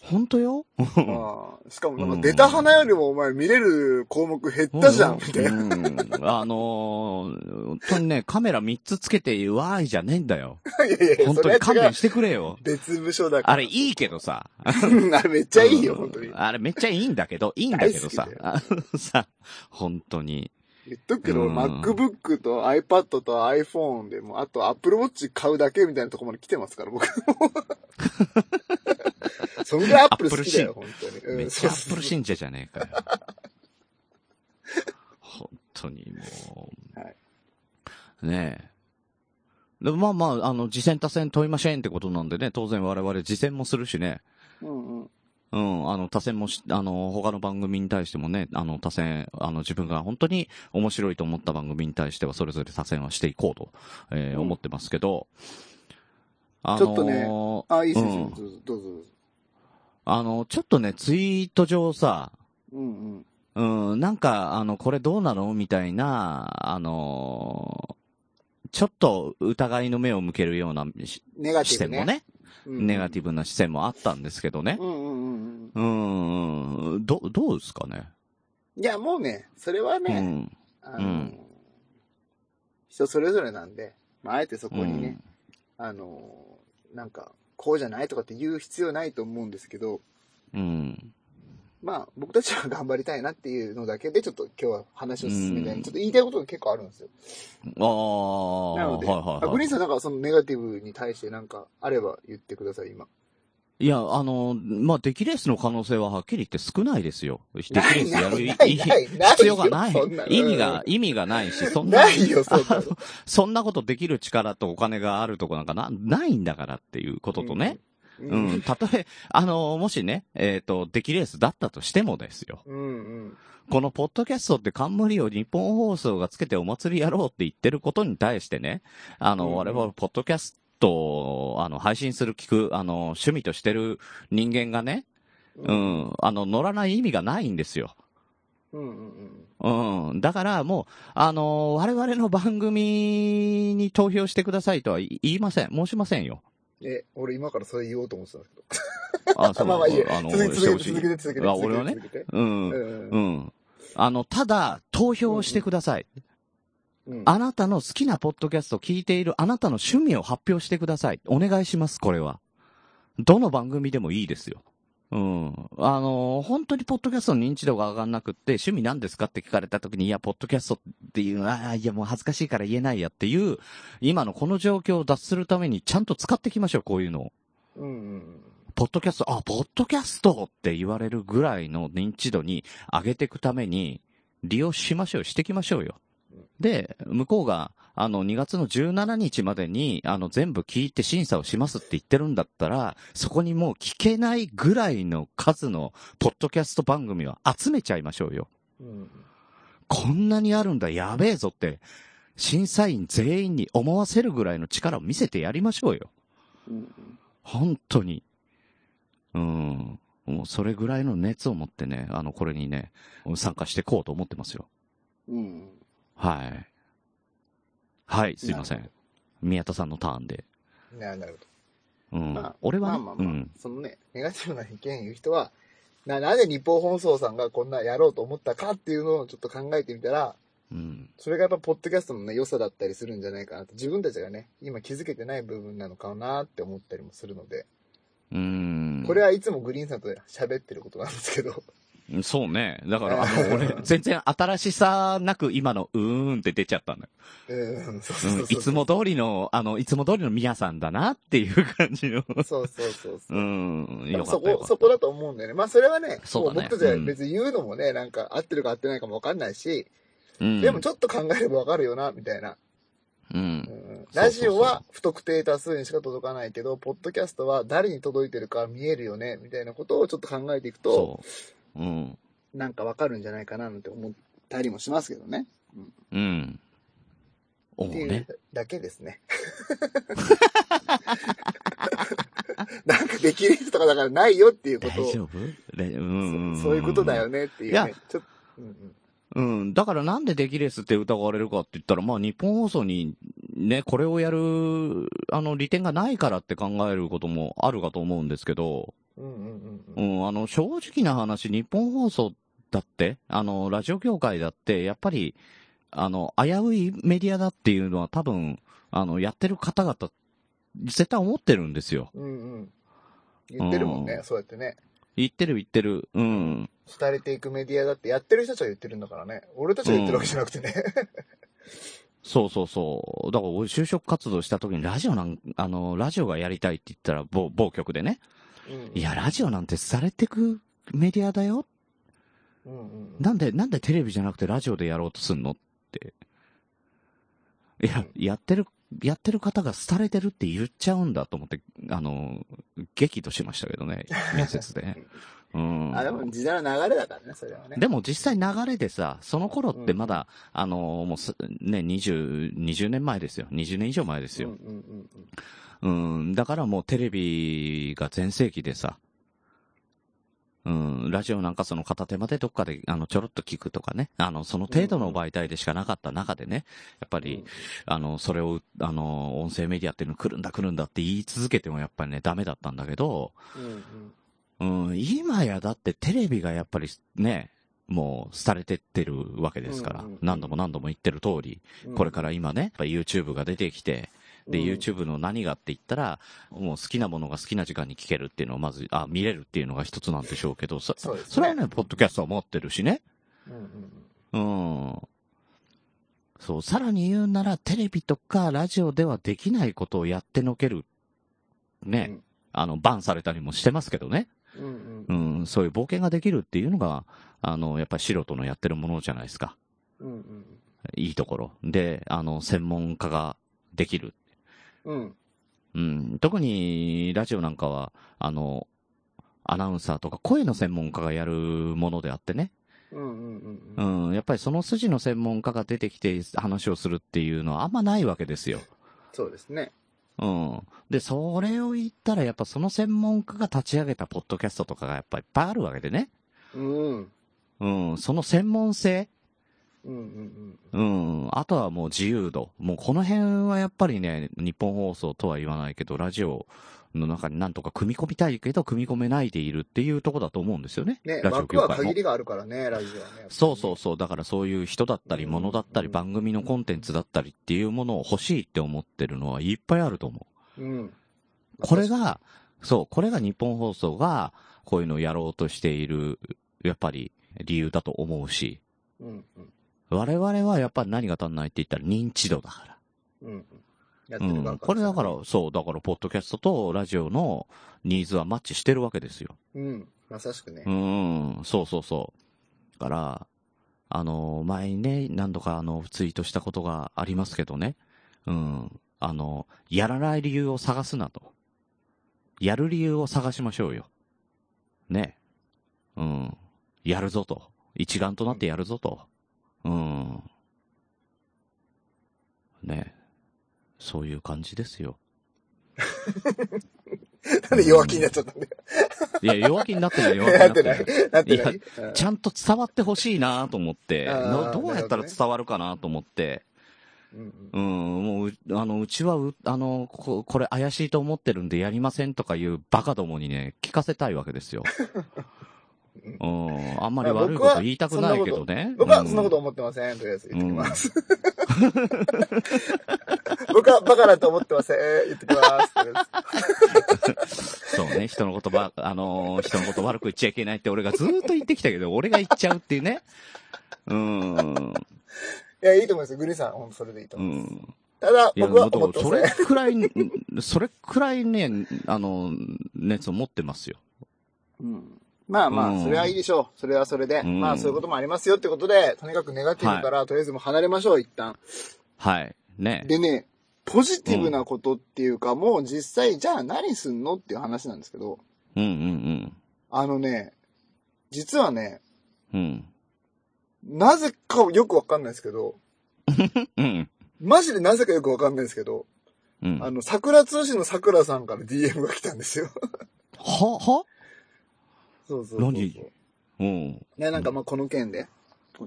[SPEAKER 2] 本当よ。
[SPEAKER 3] ああしかもなんか出た花よりもお前見れる項目減ったじゃん、みたいな。
[SPEAKER 2] うんあのー、本当にね、カメラ3つつけて、わーいじゃねえんだよ。
[SPEAKER 3] いやいや、
[SPEAKER 2] 本当に勘弁してくれよ。
[SPEAKER 3] 別部署だから。
[SPEAKER 2] あれいいけどさ。
[SPEAKER 3] あれめっちゃいいよ、本当に。
[SPEAKER 2] あれめっちゃいいんだけ ど、いいんだけどさ。あのさ、本当に。
[SPEAKER 3] 言っとくけど、
[SPEAKER 2] うん
[SPEAKER 3] MacBook と iPad と iPhone でもう、あと Apple Watch 買うだけみたいなとこまで来てますから、 僕もそんぐらい Apple 好きだよ、
[SPEAKER 2] ア
[SPEAKER 3] 本
[SPEAKER 2] ップ
[SPEAKER 3] 当
[SPEAKER 2] ル信め
[SPEAKER 3] に。
[SPEAKER 2] っちゃアップル信者じゃねえかよ。本当にもう。ねえ。でもまあまあ、あの、次戦多戦問いましぇんってことなんでね、当然我々次戦もするしね。
[SPEAKER 3] うんうん。
[SPEAKER 2] うん、あの、多選もし、あの、他の番組に対してもね、あの、多選、あの、自分が本当に面白いと思った番組に対しては、それぞれ多選はしていこうと、えー思ってますけど、あ
[SPEAKER 3] ちょっとね、あ、いいです
[SPEAKER 2] う
[SPEAKER 3] ね
[SPEAKER 2] ん、
[SPEAKER 3] どうぞどうぞ。
[SPEAKER 2] あの、ちょっとね、ツイート上さ、
[SPEAKER 3] うんうん。
[SPEAKER 2] うん、なんか、あの、これどうなのみたいな、あのーちょっと疑いの目を向けるようなし
[SPEAKER 3] ネガテ
[SPEAKER 2] 視
[SPEAKER 3] ィブ
[SPEAKER 2] 点
[SPEAKER 3] ね。
[SPEAKER 2] もね、
[SPEAKER 3] うん
[SPEAKER 2] ネガティブな視線もあったんですけどね
[SPEAKER 3] う。んうんうんうん。
[SPEAKER 2] うん、ん、ど、どうですかね。
[SPEAKER 3] いや、もうね、それは
[SPEAKER 2] う
[SPEAKER 3] ね、
[SPEAKER 2] ん。
[SPEAKER 3] あ
[SPEAKER 2] う
[SPEAKER 3] の、
[SPEAKER 2] ん。
[SPEAKER 3] 人それぞれなんで、まあ、あえてそこ
[SPEAKER 2] う
[SPEAKER 3] にね、
[SPEAKER 2] ん。
[SPEAKER 3] あの、なんか、こうじゃないとかって言う必要ないと思うんですけど、
[SPEAKER 2] うん。
[SPEAKER 3] まあ、僕たちは頑張りたいなっていうのだけで、ちょっと今日は話を進めたい。
[SPEAKER 2] うん
[SPEAKER 3] ちょっと言いたいことが結構あるんですよ。
[SPEAKER 2] ああ、
[SPEAKER 3] なので、
[SPEAKER 2] はい
[SPEAKER 3] あ
[SPEAKER 2] はい
[SPEAKER 3] グリ
[SPEAKER 2] は
[SPEAKER 3] ーンさんなんかそのネガティブに対してなんかあれば言ってください、今。
[SPEAKER 2] い。いや、あの、まあ、出来レースの可能性ははっきり言って少ないですよ。出来レースやる意
[SPEAKER 3] ないないないない
[SPEAKER 2] 必要がない
[SPEAKER 3] そんな。の
[SPEAKER 2] 意味が、意味がないし、そんな。
[SPEAKER 3] ないよ、そんなの。
[SPEAKER 2] そんなことできる力とお金があるとこなんかな、ないんだからっていうこととね。
[SPEAKER 3] う
[SPEAKER 2] うんん。。たとえ、あの、もしね、えっ、と、出来レースだったとしてもですよ。
[SPEAKER 3] うんうん。
[SPEAKER 2] このポッドキャストって冠を日本放送がつけてお祭りやろうって言ってることに対してね、あ
[SPEAKER 3] うん
[SPEAKER 2] の、我々、ポッドキャストを、あの、配信する、聞く、あの、趣味としてる人間がね、うん、あの、乗らない意味がないんですよ。
[SPEAKER 3] うんうん
[SPEAKER 2] うん。だからもう、あの我々の番組に投票してくださいとは言いません。申しませんよ。
[SPEAKER 3] うん。え、俺今からそれ言おうと思ってたんだけど。
[SPEAKER 2] あ、そう
[SPEAKER 3] まあまあいいよ
[SPEAKER 2] あの、
[SPEAKER 3] 続けて
[SPEAKER 2] してほしい
[SPEAKER 3] 続けて続けて
[SPEAKER 2] あ俺はね
[SPEAKER 3] 続けて続けて。
[SPEAKER 2] うん。
[SPEAKER 3] うん
[SPEAKER 2] うん。あの、ただ、投票をしてください。
[SPEAKER 3] うん
[SPEAKER 2] あなたの好きなポッドキャストを聞いているあなたの趣味を発表してください。お願いします、これは。どの番組でもいいですよ。うん。あのー本当にポッドキャストの認知度が上がんなくって、趣味なんですかって聞かれた時に、いや、ポッドキャストっていう、ああ、いや、もう恥ずかしいから言えないやっていう、今のこの状況を脱するためにちゃんと使っていきましょう、こういうのを。
[SPEAKER 3] うんうん
[SPEAKER 2] ポッドキャスト、あ、ポッドキャストって言われるぐらいの認知度に上げていくために、利用しましょう、していきましょうよ。で、向こうが、あの、2月の17日までに、あの、全部聞いて審査をしますって言ってるんだったら、そこにもう聞けないぐらいの数の、ポッドキャスト番組は集めちゃいましょうよ。
[SPEAKER 3] うん。
[SPEAKER 2] こんなにあるんだ、やべえぞって、審査員全員に思わせるぐらいの力を見せてやりましょうよ。
[SPEAKER 3] うん
[SPEAKER 2] 本当に。うん。もうそれぐらいの熱を持ってね、あの、これにね、参加していこうと思ってますよ。
[SPEAKER 3] うん。
[SPEAKER 2] はい。はい、すいません。宮田さんのターンで。
[SPEAKER 3] うん。ななるほど。
[SPEAKER 2] うん。
[SPEAKER 3] まあ
[SPEAKER 2] 俺はね、
[SPEAKER 3] まあまあまあ、
[SPEAKER 2] うん。
[SPEAKER 3] そのね、ネガティブな意見言う人は、な、なぜ日本放送さんがこんなやろうと思ったかっていうのをちょっと考えてみたら、
[SPEAKER 2] うん。
[SPEAKER 3] それがやっぱポッドキャストのね、良さだったりするんじゃないかなと。自分たちがね、今気づけてない部分なのかなって思ったりもするので、
[SPEAKER 2] うん。
[SPEAKER 3] これはいつもグリーンさんと喋ってることなんですけど、
[SPEAKER 2] そうね。だから、あの、俺、全然新しさなく今のうーんって出ちゃったんだよ。
[SPEAKER 3] うん、そうそう
[SPEAKER 2] うん。
[SPEAKER 3] そう
[SPEAKER 2] い
[SPEAKER 3] そう。
[SPEAKER 2] つも通りの、あの、いつも通りの宮さんだなっていう感じの。
[SPEAKER 3] そうそうそうそうう。
[SPEAKER 2] ん。
[SPEAKER 3] 多
[SPEAKER 2] よ
[SPEAKER 3] 分
[SPEAKER 2] か
[SPEAKER 3] そ
[SPEAKER 2] ったよかっ
[SPEAKER 3] こ、
[SPEAKER 2] た
[SPEAKER 3] そこだと思うんだよね。まあそれはね、
[SPEAKER 2] そうだね
[SPEAKER 3] も僕たちは
[SPEAKER 2] うん
[SPEAKER 3] 別に言うのもね、なんか合ってるか合ってないかもわかんないし、
[SPEAKER 2] うん。
[SPEAKER 3] でもちょっと考えればわかるよな、みたいな。
[SPEAKER 2] う。
[SPEAKER 3] うんん
[SPEAKER 2] そう
[SPEAKER 3] ラジオは不特定多数にしか届かないけど、ポッドキャストは誰に届いてるか見えるよね、みたいなことをちょっと考えていくと、
[SPEAKER 2] そう。うん。
[SPEAKER 3] なんかわかるんじゃないかななんて思ったりもしますけどね。
[SPEAKER 2] うん。思
[SPEAKER 3] っ
[SPEAKER 2] う
[SPEAKER 3] てい
[SPEAKER 2] ね
[SPEAKER 3] う。だけですね。なんかできる人とかだからないよっていうこ
[SPEAKER 2] 大
[SPEAKER 3] とを、
[SPEAKER 2] 丈 夫れうん
[SPEAKER 3] そういうことだよ。ねっていう、ね。
[SPEAKER 2] いや
[SPEAKER 3] ちょっと、うんうん
[SPEAKER 2] うん。だからなんでできレースって疑われるかって言ったら、まあ日本放送にね、これをやる、あの利点がないからって考えることもあるかと思うんですけど、うん、あの、正直な話、日本放送だって、あの、ラジオ業界だって、やっぱり、あの、危ういメディアだっていうのは多分、あの、やってる方々、絶対思ってるんですよ。
[SPEAKER 3] うんうん。言ってるもんね、
[SPEAKER 2] うん
[SPEAKER 3] そうやってね。
[SPEAKER 2] 言ってる言ってる。うん。
[SPEAKER 3] 廃れていくメディアだってやってる人たちは言ってるんだからね。俺たちは言ってるわけじゃなくてね。
[SPEAKER 2] そうそうそう。だから俺就職活動した時にラジオなん、あの、ラジオがやりたいって言ったら、某、某局でね。 いや、ラジオなんてされてくメディアだよ。なんで、なんでテレビじゃなくてラジオでやろうとすんのって。いや、やってる、やってる方が廃れてるって言っちゃうんだと思って、あの、激怒しましたけど ね、面接で。うん。
[SPEAKER 3] あ、でも時代の流れだからね、それはね。
[SPEAKER 2] でも実際流れでさ、その頃ってまだ、あの、もうす、ね、20、20年前ですよ。20年以上前ですよ。うん、だからもうテレビが全盛期でさ、うん、ラジオなんかその片手間でどっかで、あの、ちょろっと聞くとかね、あの、その程度の媒体でしかなかった中でね、やっぱり、あの、それを、あの、音声メディアっていうの来るんだ来るんだって言い続けてもやっぱりね、ダメだったんだけど、うん、今やだってテレビがやっぱりね、もう、廃れてってるわけですから、何度も何度も言ってる通り、
[SPEAKER 12] うん
[SPEAKER 2] これから今ね、やっぱ YouTube が出てきて、で、
[SPEAKER 12] うん
[SPEAKER 2] YouTube の何がって言ったら、もう好きなものが好きな時間に聞けるっていうのをまず、あ、見れるっていうのが一つなんでしょうけど、そ
[SPEAKER 3] そうですね
[SPEAKER 2] それはね、ポッドキャストは持ってるしね。
[SPEAKER 3] うんうん
[SPEAKER 2] うん。そう、さらに言うなら、テレビとかラジオではできないことをやってのける。ね。あの、バンされたりもしてますけどね。
[SPEAKER 3] うんうん。
[SPEAKER 2] うん、そういう冒険ができるっていうのが、あの、やっぱり素人のやってるものじゃないですか。
[SPEAKER 3] うんうん。
[SPEAKER 2] いいところ。で、あの、専門家ができる。
[SPEAKER 3] うん。
[SPEAKER 2] うん、特に、ラジオなんかは、あの、アナウンサーとか声の専門家がやるものであってね。
[SPEAKER 3] うんうんうん。
[SPEAKER 2] うん、やっぱりその筋の専門家が出てきて話をするっていうのはあんまないわけですよ。
[SPEAKER 3] そうですね。
[SPEAKER 2] うん。で、それを言ったら、やっぱその専門家が立ち上げたポッドキャストとかがやっぱいっぱいあるわけでね。
[SPEAKER 3] うん。
[SPEAKER 2] うん、その専門性
[SPEAKER 3] うんう
[SPEAKER 2] う
[SPEAKER 3] ん
[SPEAKER 2] ん。あとはもう自由度。もうこの辺はやっぱりね、日本放送とは言わないけど、ラジオの中になんとか組み込みたいけど、組み込めないでいるっていうところだと思うんですよね。
[SPEAKER 3] ね、
[SPEAKER 2] ラジオ
[SPEAKER 3] 枠
[SPEAKER 2] 業
[SPEAKER 3] は
[SPEAKER 2] 界も
[SPEAKER 3] 限り。があるからね、ラジオはね。
[SPEAKER 2] そうそうそう。だからそういう人だったり、ものだったり、番組のコンテンツだったりっていうものを欲しいって思ってるのはいっぱいあると思う。
[SPEAKER 3] うん。
[SPEAKER 2] これが、そう、これが日本放送が、こういうのをやろうとしている、やっぱり理由だと思うし、
[SPEAKER 3] うんうん。
[SPEAKER 2] 我々はやっぱり何が足んないって言ったら認知度だから。
[SPEAKER 3] うん。やって
[SPEAKER 2] う
[SPEAKER 3] るから
[SPEAKER 2] ん、これだから、そう、だから、ポッドキャストとラジオのニーズはマッチしてるわけですよ。
[SPEAKER 3] うん。まさしくね
[SPEAKER 2] う。ん、そうそうそう。だから、あの、前にね、何度かあの、ツイートしたことがありますけどね、うん、あの、やらない理由を探すなと。やる理由を探しましょうよ。ね。うん。やるぞと。一丸となってやるぞと。うん。ね。そういう感じですよ。
[SPEAKER 3] なんで弱気になっちゃったんだよ。
[SPEAKER 2] いや、弱気になってない、弱気になってない。
[SPEAKER 3] なってないなってない
[SPEAKER 2] や
[SPEAKER 3] うん
[SPEAKER 2] ちゃんと伝わってほしいなと思って、
[SPEAKER 3] あー
[SPEAKER 2] などうやった
[SPEAKER 3] なるほど
[SPEAKER 2] ら
[SPEAKER 3] ね
[SPEAKER 2] 伝わるかなと思って、うん、もう、うあの、うちはう、あの、こ、これ怪しいと思ってるんでやりませんとかいうバカどもにね、聞かせたいわけですよ。うん、あんまり悪いこ
[SPEAKER 3] 僕
[SPEAKER 2] と
[SPEAKER 3] は
[SPEAKER 2] 言いたくないけどね。
[SPEAKER 3] 僕はそんな
[SPEAKER 2] う
[SPEAKER 3] こ
[SPEAKER 2] ん
[SPEAKER 3] と思ってません。とりあえず言ってきます。僕はバカだと思ってません。言ってきます。とりあ
[SPEAKER 2] そうね、人のことば、あのー人のこと悪く言っちゃいけないって俺がずーっと言ってきたけど、俺が言っちゃうっていうね。うん。
[SPEAKER 3] えずいや、いいと思いますよ。グリーンさん、ほんとそれでいいと
[SPEAKER 2] う
[SPEAKER 3] 思います。
[SPEAKER 2] ん。
[SPEAKER 3] ただ、
[SPEAKER 2] いや、
[SPEAKER 3] 僕は
[SPEAKER 2] も
[SPEAKER 3] 思っ
[SPEAKER 2] う
[SPEAKER 3] て
[SPEAKER 2] そ
[SPEAKER 3] ません
[SPEAKER 2] れ。くらい、 それくらいね、あの、熱を持ってますよ。
[SPEAKER 3] うんまあ
[SPEAKER 2] う
[SPEAKER 3] まあ、
[SPEAKER 2] ん
[SPEAKER 3] それはいいでしょう。それはそれで。
[SPEAKER 2] うん
[SPEAKER 3] まあ、そういうこともありますよってことで、とにかくネガティブから、とりあえずもう離れましょう、一旦。
[SPEAKER 2] はい。ね。
[SPEAKER 3] でね、ポジティブなことっていうか、もう実際、じゃあ何すんのっていう話なんですけど、
[SPEAKER 2] うんうん
[SPEAKER 3] あのね、実はね、
[SPEAKER 2] うん。うん。
[SPEAKER 3] なぜかよくわかんないですけど、
[SPEAKER 2] うん。
[SPEAKER 3] マジでなぜかよくわかんないですけど、
[SPEAKER 2] うん。
[SPEAKER 3] あの、桜通信の桜さんから DM が来たんですよ。
[SPEAKER 2] は、は
[SPEAKER 3] そうそうそう。
[SPEAKER 2] 何うん。
[SPEAKER 3] ね、なんかまあこの件で、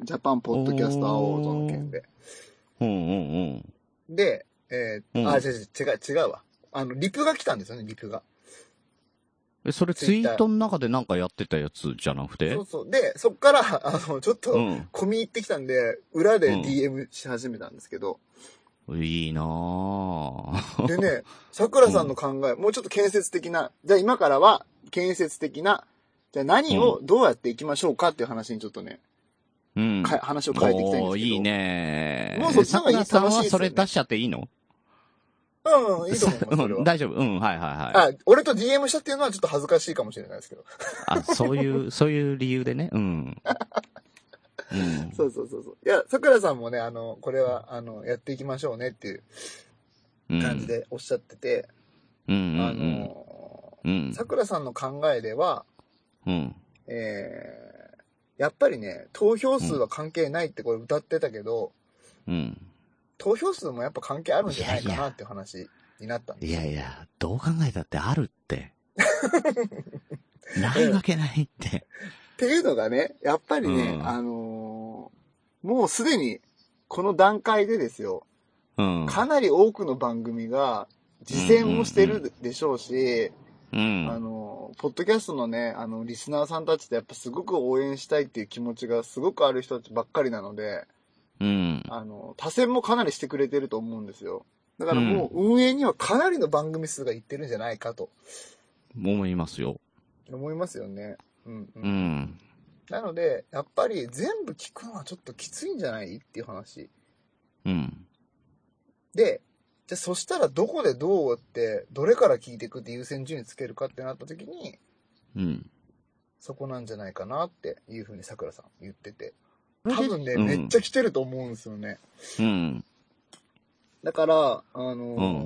[SPEAKER 3] ジャパンポッドキャストアワードの件で。
[SPEAKER 2] うんうんうん。
[SPEAKER 3] で、えー
[SPEAKER 2] うん
[SPEAKER 3] あ、違う違う違う違うわ。あの、リプが来たんですよね、リプが。
[SPEAKER 2] え、それツイートの中でなんかやってたやつじゃなくて
[SPEAKER 3] そうそう。で、そっから、あの、ちょっと
[SPEAKER 2] うん、
[SPEAKER 3] 込み入ってきたんで、裏で
[SPEAKER 2] うん
[SPEAKER 3] DM し始めたんですけ ど、
[SPEAKER 2] いいなぁ。
[SPEAKER 3] でね、桜さんの考え、もうちょっと建設的な、じゃあ今からは建設的な、じゃあ何をどうやっていきましょうかっていう話にちょっとね、
[SPEAKER 2] うん。
[SPEAKER 3] か話を変えていきたいん
[SPEAKER 2] おー
[SPEAKER 3] ですけど。
[SPEAKER 2] いいね
[SPEAKER 3] もうそっちの方がいい
[SPEAKER 2] さくらさん
[SPEAKER 3] 楽
[SPEAKER 2] は
[SPEAKER 3] しいっすよね
[SPEAKER 2] それ出しちゃっていいの
[SPEAKER 3] うん、いいと思い
[SPEAKER 2] う
[SPEAKER 3] ます、それ
[SPEAKER 2] ん
[SPEAKER 3] は。
[SPEAKER 2] 大丈夫。うん、はいはいはい。
[SPEAKER 3] あ、俺と DM したっていうのはちょっと恥ずかしいかもしれないですけど。
[SPEAKER 2] あ、そういう、そういう理由でね。 うん。うん。
[SPEAKER 3] そうそうそうそう。いや、桜さんもね、あの、これは、あの、やっていきましょうねっていう
[SPEAKER 2] うん
[SPEAKER 3] 感じでおっしゃってて、
[SPEAKER 2] うん
[SPEAKER 3] あ
[SPEAKER 2] うん
[SPEAKER 3] の、
[SPEAKER 2] うん。うん。
[SPEAKER 3] 桜さんの考えでは、
[SPEAKER 2] うん。
[SPEAKER 3] えー、やっぱりね、投票数は関係ないってこれ歌ってたけど、
[SPEAKER 2] うん。
[SPEAKER 3] 投票数もやっぱ関係あるんじゃないかなっていう話になったんです
[SPEAKER 2] い
[SPEAKER 3] よ
[SPEAKER 2] やいや、どう考えたってあるって。ないわけないって。
[SPEAKER 3] っていうのがね、やっぱりね、
[SPEAKER 2] うん
[SPEAKER 3] あのーもうすでに、この段階でですよ、
[SPEAKER 2] うん。
[SPEAKER 3] かなり多くの番組が、実践もしてるでしょうし、
[SPEAKER 2] う
[SPEAKER 3] あ
[SPEAKER 2] ん。
[SPEAKER 3] のー、ポッドキャストのね、あの、リスナーさんたちってやっぱすごく応援したいっていう気持ちがすごくある人たちばっかりなので、
[SPEAKER 2] うん。
[SPEAKER 3] あの、多選もかなりしてくれてると思うんですよ。だからもう運営にはかなりの番組数がいってるんじゃないかと
[SPEAKER 2] 思いますよ。
[SPEAKER 3] 思いますよね。うんうん。
[SPEAKER 2] うん。
[SPEAKER 3] なので、やっぱり全部聞くのはちょっときついんじゃないっていう話。
[SPEAKER 2] うん。
[SPEAKER 3] で、じゃあそしたらどこでどうやって、どれから聞いていくって優先順位つけるかってなった時に、
[SPEAKER 2] うん。
[SPEAKER 3] そこなんじゃないかなっていうふうにさくらさん言ってて。
[SPEAKER 2] れ
[SPEAKER 3] 多分ね、
[SPEAKER 2] うん
[SPEAKER 3] めっちゃ来てると思うんですよね。
[SPEAKER 2] うん。
[SPEAKER 3] だから、あのー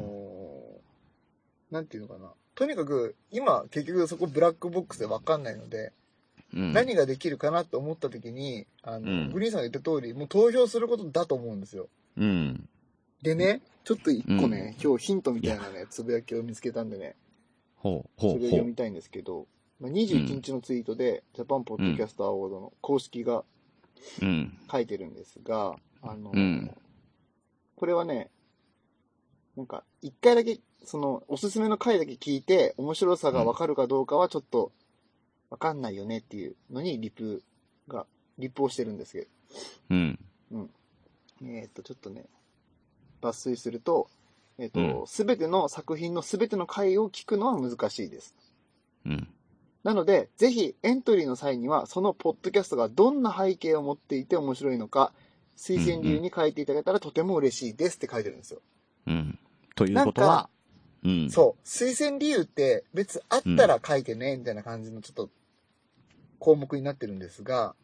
[SPEAKER 3] なんていうのかな。とにかく、今、結局そこブラックボックスでわかんないので、
[SPEAKER 2] うん。
[SPEAKER 3] 何ができるかなと思った時に、あの、
[SPEAKER 2] うん
[SPEAKER 3] グリーンさんが言った通り、もう投票することだと思うんですよ。
[SPEAKER 2] うん。
[SPEAKER 3] でね、ちょっと一個ね、今日ヒントみたいなね、つぶやきを見つけたんでね、
[SPEAKER 2] ほう、
[SPEAKER 3] そ
[SPEAKER 2] ほ
[SPEAKER 3] れを
[SPEAKER 2] う、ほ
[SPEAKER 3] 読
[SPEAKER 2] う
[SPEAKER 3] み。たいんですけど、まあ、21日のツイートで、ジャパンポッドキャストアワードの公式が
[SPEAKER 2] うん。
[SPEAKER 3] 書いてるんですが、あの、
[SPEAKER 2] うん
[SPEAKER 3] これはね、なんか、一回だけ、その、おすすめの回だけ聞いて、面白さがわかるかどうかはちょっと、わかんないよねっていうのに、リプが、リプをしてるんですけど、
[SPEAKER 2] うん。
[SPEAKER 3] えーっと、ちょっとね、抜粋すると、えーっ
[SPEAKER 2] う
[SPEAKER 3] と、すべ、ての作品のすべての回を聞くのは難しいです。
[SPEAKER 2] うん。
[SPEAKER 3] なので、ぜひエントリーの際には、そのポッドキャストがどんな背景を持っていて面白いのか、推薦理由に書いていただけたらとても嬉しいですって書いてるんですよ。
[SPEAKER 2] うん。ということは、うん。
[SPEAKER 3] そう。推薦理由って別あったら書いてね、みたいな感じのちょっと項目になってるんですが、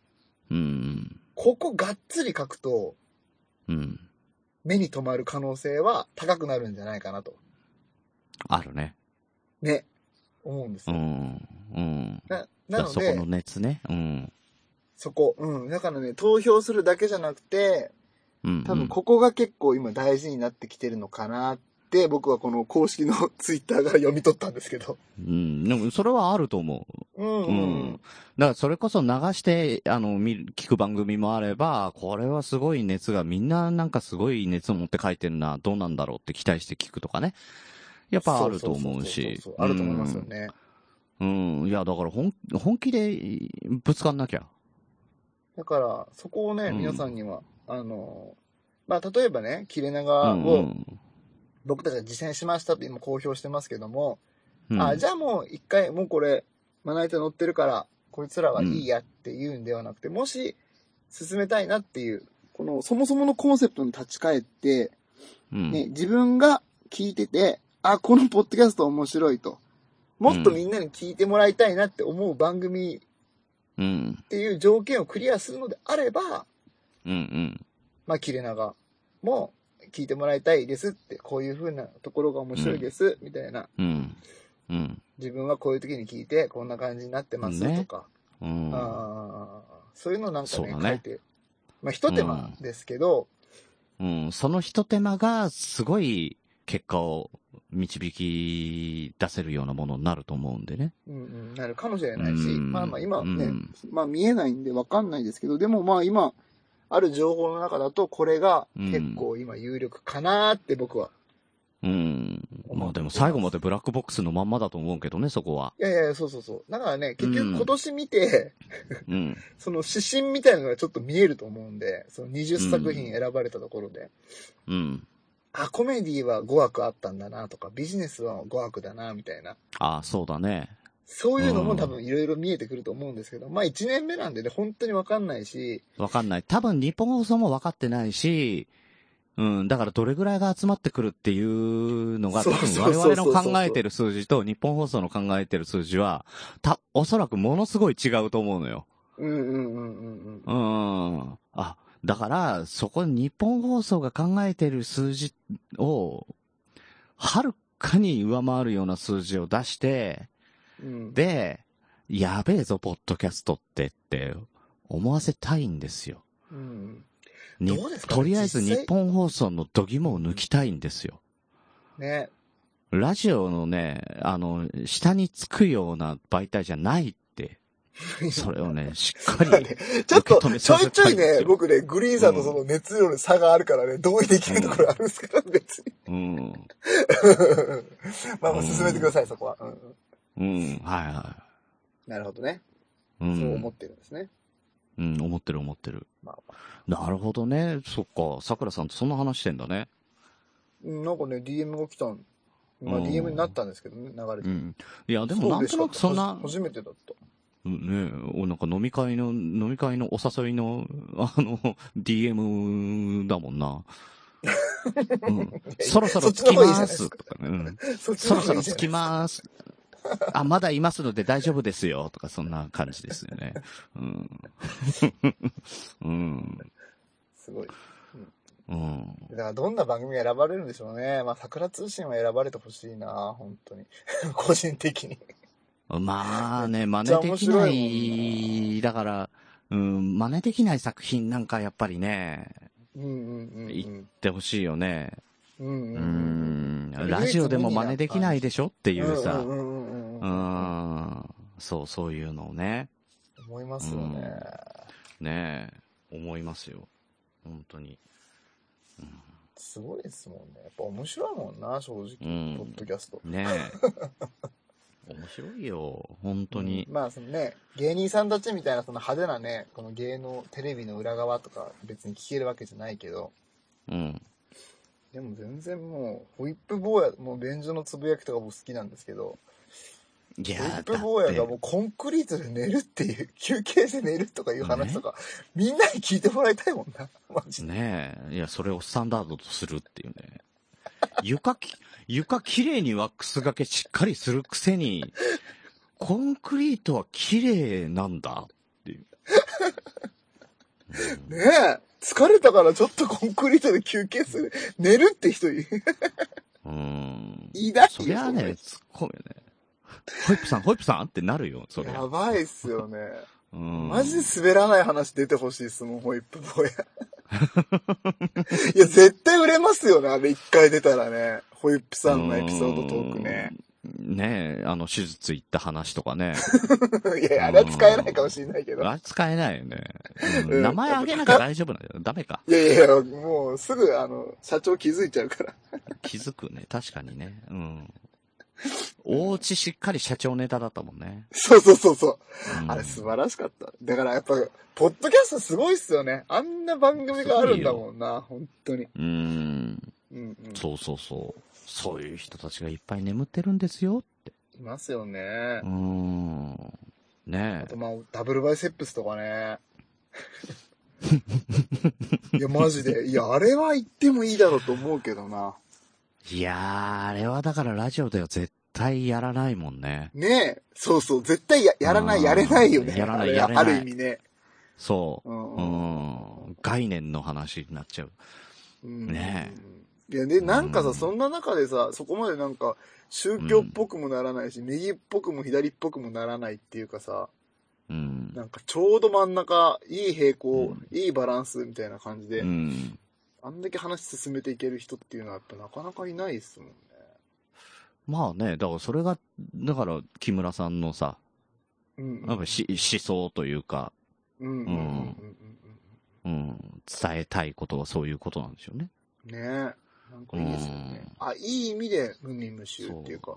[SPEAKER 2] う。うん。
[SPEAKER 3] ここがっつり書くと
[SPEAKER 2] うん。
[SPEAKER 3] 目に留まる可能性は高くなるんじゃないかなと。
[SPEAKER 2] あるね。
[SPEAKER 3] ね。思うんです
[SPEAKER 2] う
[SPEAKER 3] よ。
[SPEAKER 2] ん。うん。
[SPEAKER 3] な
[SPEAKER 2] だか
[SPEAKER 3] な
[SPEAKER 2] ら
[SPEAKER 3] の
[SPEAKER 2] そこ
[SPEAKER 3] で
[SPEAKER 2] の、熱ね。うん。
[SPEAKER 3] そこ、うん。だからね、投票するだけじゃなくて、
[SPEAKER 2] うん。
[SPEAKER 3] 多分ここが結構今大事になってきてるのかなって、僕はこの公式の ツイッターが読み取ったんですけど。
[SPEAKER 2] うん。でも、それはあると思う。
[SPEAKER 3] うん
[SPEAKER 2] う
[SPEAKER 3] うん
[SPEAKER 2] ん。だから、それこそ流して、あの、見る、聞く番組もあれば、これはすごい熱が、みんななんかすごい熱を持って書いてるな、どうなんだろうって期待して聞くとかね。やっぱあると思うし
[SPEAKER 3] そそそ。そうあると思いますよね。
[SPEAKER 2] うん。うん。いや、だから本、本気でぶつかんなきゃ。
[SPEAKER 3] だから、そこをね、
[SPEAKER 2] うん
[SPEAKER 3] 皆さんには、あの、まあ、例えばね、切れ長
[SPEAKER 2] うん
[SPEAKER 3] を僕たちが実践しましたって今公表してますけども、
[SPEAKER 2] うん。
[SPEAKER 3] あ、じゃあもう一回、もうこれ、まな板乗ってるから、こいつらはいいやって言うんではなくて、もし、進めたいなっていう、この、そもそものコンセプトに立ち返って、
[SPEAKER 2] うん。
[SPEAKER 3] ね、自分が聞いてて、あ、このポッドキャスト面白いと。もっとみんなに聞いてもらいたいなって思う番組
[SPEAKER 2] うん。
[SPEAKER 3] っていう条件をクリアするのであれば、
[SPEAKER 2] うんうん。
[SPEAKER 3] まあ、切れ長も聞いてもらいたいですって、こういう風なところが面白いです、みたいな。
[SPEAKER 2] うん。うん。
[SPEAKER 3] 自分はこういう時に聞いて、こんな感じになってます
[SPEAKER 2] ね
[SPEAKER 3] とか、
[SPEAKER 2] うん。
[SPEAKER 3] あーそういうのなんか
[SPEAKER 2] そう
[SPEAKER 3] ね、
[SPEAKER 2] だね
[SPEAKER 3] 書いて。まあ、一手間ですけど、
[SPEAKER 2] うん。その一手間が、すごい結果を導き出せるようなものになると思うんでね。
[SPEAKER 3] うんうん、なるかもしれないし、
[SPEAKER 2] うん
[SPEAKER 3] まあまあ今ね、
[SPEAKER 2] うん
[SPEAKER 3] まあ見えないんでわかんないですけど、でもまあ今、ある情報の中だとこれが結構今有力かなーって僕は
[SPEAKER 2] うん。まあでも最後までブラックボックスのまんまだと思うけどね、そこは。
[SPEAKER 3] いやいやいや、そうそうそう。だからね、
[SPEAKER 2] う
[SPEAKER 3] 結
[SPEAKER 2] ん
[SPEAKER 3] 局今年見て、
[SPEAKER 2] うん。
[SPEAKER 3] その指針みたいなのがちょっと見えると思うんで、その20作品選ばれたところで、
[SPEAKER 2] うん。
[SPEAKER 3] あ、コメディは5枠あったんだなとか、ビジネスは5枠だな、みたいな。
[SPEAKER 2] ああ、そうだね。
[SPEAKER 3] そういうのも多分いろいろ見えてくると思うんですけど、まあ1年目なんでね、本当にわかんないし、
[SPEAKER 2] わかんない。多分日本放送もわかってないし、うん、だからどれぐらいが集まってくるっていうのが、
[SPEAKER 3] そ
[SPEAKER 2] 多
[SPEAKER 3] うそう
[SPEAKER 2] 分
[SPEAKER 3] そう
[SPEAKER 2] 我
[SPEAKER 3] そう
[SPEAKER 2] 々の考えてる数字と日本放送の考えてる数字は、た、おそらくものすごい違うと思うのよ。
[SPEAKER 3] うんうんうんうんうん。
[SPEAKER 2] うん。あ、だから、そこに日本放送が考えてる数字を、はるかに上回るような数字を出して、
[SPEAKER 3] うん、
[SPEAKER 2] で、やべえぞ、ポッドキャストってって思わせたいんですよ。
[SPEAKER 3] うん。
[SPEAKER 2] に
[SPEAKER 3] どうですかね
[SPEAKER 2] とりあえず
[SPEAKER 3] 実際
[SPEAKER 2] 日本放送の度肝を抜きたいんですよ。
[SPEAKER 3] ね。
[SPEAKER 2] ラジオのね、あの、下につくような媒体じゃないって、それ をね、しっかり受
[SPEAKER 3] ちょっ
[SPEAKER 2] け
[SPEAKER 3] と、
[SPEAKER 2] 止め
[SPEAKER 3] ち
[SPEAKER 2] さ
[SPEAKER 3] ょい
[SPEAKER 2] せ
[SPEAKER 3] ち
[SPEAKER 2] た
[SPEAKER 3] ょ
[SPEAKER 2] い
[SPEAKER 3] い
[SPEAKER 2] んです
[SPEAKER 3] ね、
[SPEAKER 2] よ。
[SPEAKER 3] 僕ね、グリーンさんのその熱量の差があるからね、同意できるところあるんですけど、別
[SPEAKER 2] う
[SPEAKER 3] に。
[SPEAKER 2] ん。
[SPEAKER 3] まあまあ進めてください、そこは。うんうん、
[SPEAKER 2] うん、はいは
[SPEAKER 3] なるほどね。
[SPEAKER 2] い。うん、
[SPEAKER 3] そう思ってるんですね。
[SPEAKER 2] うん、思ってる思ってる。
[SPEAKER 3] まあ
[SPEAKER 2] なるほどね。そっか。桜さんとそんな話してんだね。
[SPEAKER 3] うんなんかね、DM が来たん。まあ
[SPEAKER 2] うん
[SPEAKER 3] DM になったんですけどね、流れて。
[SPEAKER 2] うん。いや、でもなんとなくそんな、
[SPEAKER 3] そうでしょ初めてだった。
[SPEAKER 2] ねおなんか飲み会の、飲み会のお誘いの、あの、DM だもんな。 うん、そろそろ着きますとかね、うん、
[SPEAKER 3] そっち
[SPEAKER 2] そ
[SPEAKER 3] の
[SPEAKER 2] ろ
[SPEAKER 3] 方
[SPEAKER 2] そ
[SPEAKER 3] がい
[SPEAKER 2] ろ
[SPEAKER 3] いじゃ
[SPEAKER 2] 着
[SPEAKER 3] ん
[SPEAKER 2] きます。あ、まだいますので大丈夫ですよとか、そんな感じですよね。うん。うん。
[SPEAKER 3] すごい。
[SPEAKER 2] うん。
[SPEAKER 3] だからどんな番組が選ばれるんでしょうね。まあ、桜通信は選ばれてほしいな、本当に。 個人的に。
[SPEAKER 2] まあね、真
[SPEAKER 3] ちゃ
[SPEAKER 2] 似
[SPEAKER 3] 面
[SPEAKER 2] でき
[SPEAKER 3] 白
[SPEAKER 2] ない、
[SPEAKER 3] もんない
[SPEAKER 2] だから、うん、真似できない作品なんかやっぱりね、
[SPEAKER 3] うんうんうんう
[SPEAKER 2] い
[SPEAKER 3] ん。
[SPEAKER 2] ってほしいよね。
[SPEAKER 3] うんうん
[SPEAKER 2] う
[SPEAKER 3] うん
[SPEAKER 2] ー
[SPEAKER 3] うん。
[SPEAKER 2] ん、ラジオでも真似できないでしょっていうさ、
[SPEAKER 3] うん
[SPEAKER 2] う
[SPEAKER 3] うんうんうん
[SPEAKER 2] ーん、そう、そういうのをね、
[SPEAKER 3] 思いますよね。
[SPEAKER 2] ねえ、思いますよ。本当に。
[SPEAKER 3] すごいですもんね。やっぱ面白いもんな、正直。
[SPEAKER 2] うん
[SPEAKER 3] ポッドキャスト。
[SPEAKER 2] ね え。面白いよ、本当に。
[SPEAKER 3] まあそのね、芸人さんたちみたいなその派手なね、この芸能、テレビの裏側とか別に聞けるわけじゃないけど、
[SPEAKER 2] うん。
[SPEAKER 3] でも全然もう、ホイップ坊や、もう便所のつぶやきとか僕好きなんですけど、
[SPEAKER 2] い
[SPEAKER 3] ホイ
[SPEAKER 2] や
[SPEAKER 3] ッ
[SPEAKER 2] ー、だ
[SPEAKER 3] プ坊やが
[SPEAKER 2] っ
[SPEAKER 3] も
[SPEAKER 2] て、
[SPEAKER 3] うコンクリートで寝るっていう、休憩で寝るとかいう話とか、みんなに聞いてもらいたいもんな、マジで。
[SPEAKER 2] ねえ、いや、それをスタンダードとするっていうね。床き、 床きれいにワックスがけしっかりするくせに、コンクリートは綺麗なんだっていう。
[SPEAKER 3] ねえ、疲れたからちょっとコンクリートで休憩する、寝るって人 い
[SPEAKER 2] うーん。
[SPEAKER 3] いないよ
[SPEAKER 2] そりゃあね、突っ込むよね。ホイップさん、ホイップさんってなるよ、それ。
[SPEAKER 3] やばいっすよね。
[SPEAKER 2] うん。
[SPEAKER 3] マジで滑らない話出てほしいですもん、ホイップ坊や。いや、絶対売れますよね、あれ一回出たらね。ホイップさんのエピソードトークね。
[SPEAKER 2] うん。ねえ、あの、手術行った話とか ね。
[SPEAKER 3] いやいや、あれは使えないかもしれないけど。
[SPEAKER 2] あれ使えないよね。うん
[SPEAKER 3] うん
[SPEAKER 2] 名前あげなきゃ大丈夫なんだよ。ダメか。
[SPEAKER 3] いやいやいや、もうすぐ、あの、社長気づいちゃうから。
[SPEAKER 2] 気づくね。確かにね。うん。おうちしっかり社長ネタだったもんね。
[SPEAKER 3] そうそうそうそう。
[SPEAKER 2] うん
[SPEAKER 3] あれ素晴らしかった。だからやっぱ、ポッドキャストすごいっすよね。あんな番組があるんだもんな、本当に。
[SPEAKER 2] うん。
[SPEAKER 3] うんうん。
[SPEAKER 2] そうそうそう。そういう人たちがいっぱい眠ってるんですよ。
[SPEAKER 3] いますよね
[SPEAKER 2] う。ん。ね
[SPEAKER 3] あ
[SPEAKER 2] え
[SPEAKER 3] と。まあ、ダブルバイセップスとか ね。いや、マジで。いや、あれは言ってもいいだろうと思うけどな。
[SPEAKER 2] いやー、あれはだからラジオでは絶対やらないもんね。
[SPEAKER 3] ねえ。そうそう。絶対ややらな
[SPEAKER 2] う
[SPEAKER 3] い、
[SPEAKER 2] ん
[SPEAKER 3] やれないよね。
[SPEAKER 2] やらない
[SPEAKER 3] あ
[SPEAKER 2] やれない
[SPEAKER 3] ある意味ね。
[SPEAKER 2] そう。
[SPEAKER 3] うん
[SPEAKER 2] うん。概念の話になっちゃう。
[SPEAKER 3] うん
[SPEAKER 2] ね
[SPEAKER 3] いや、で、なんか
[SPEAKER 2] う
[SPEAKER 3] さ、
[SPEAKER 2] ん
[SPEAKER 3] そんな中でさ、そこまでなんか、宗教っぽくもならないし、右っぽくも左っぽくもならないっていうかさ、
[SPEAKER 2] うん。
[SPEAKER 3] なんかちょうど真ん中、いい平行、いいバランスみたいな感じで、
[SPEAKER 2] うん。
[SPEAKER 3] あんだけ話進めていける人っていうのはやっぱなかなかいないですもんね。
[SPEAKER 2] まあね、だからそれが、だから木村さんのさ、
[SPEAKER 3] うん
[SPEAKER 2] やっぱし思想というか、
[SPEAKER 3] うんうんうんうん
[SPEAKER 2] うん、伝えたいことはそういうことなんでしょうね。
[SPEAKER 3] うん。ねえ。なんかいいですよね。あ、いい意味で無味無臭っていうか、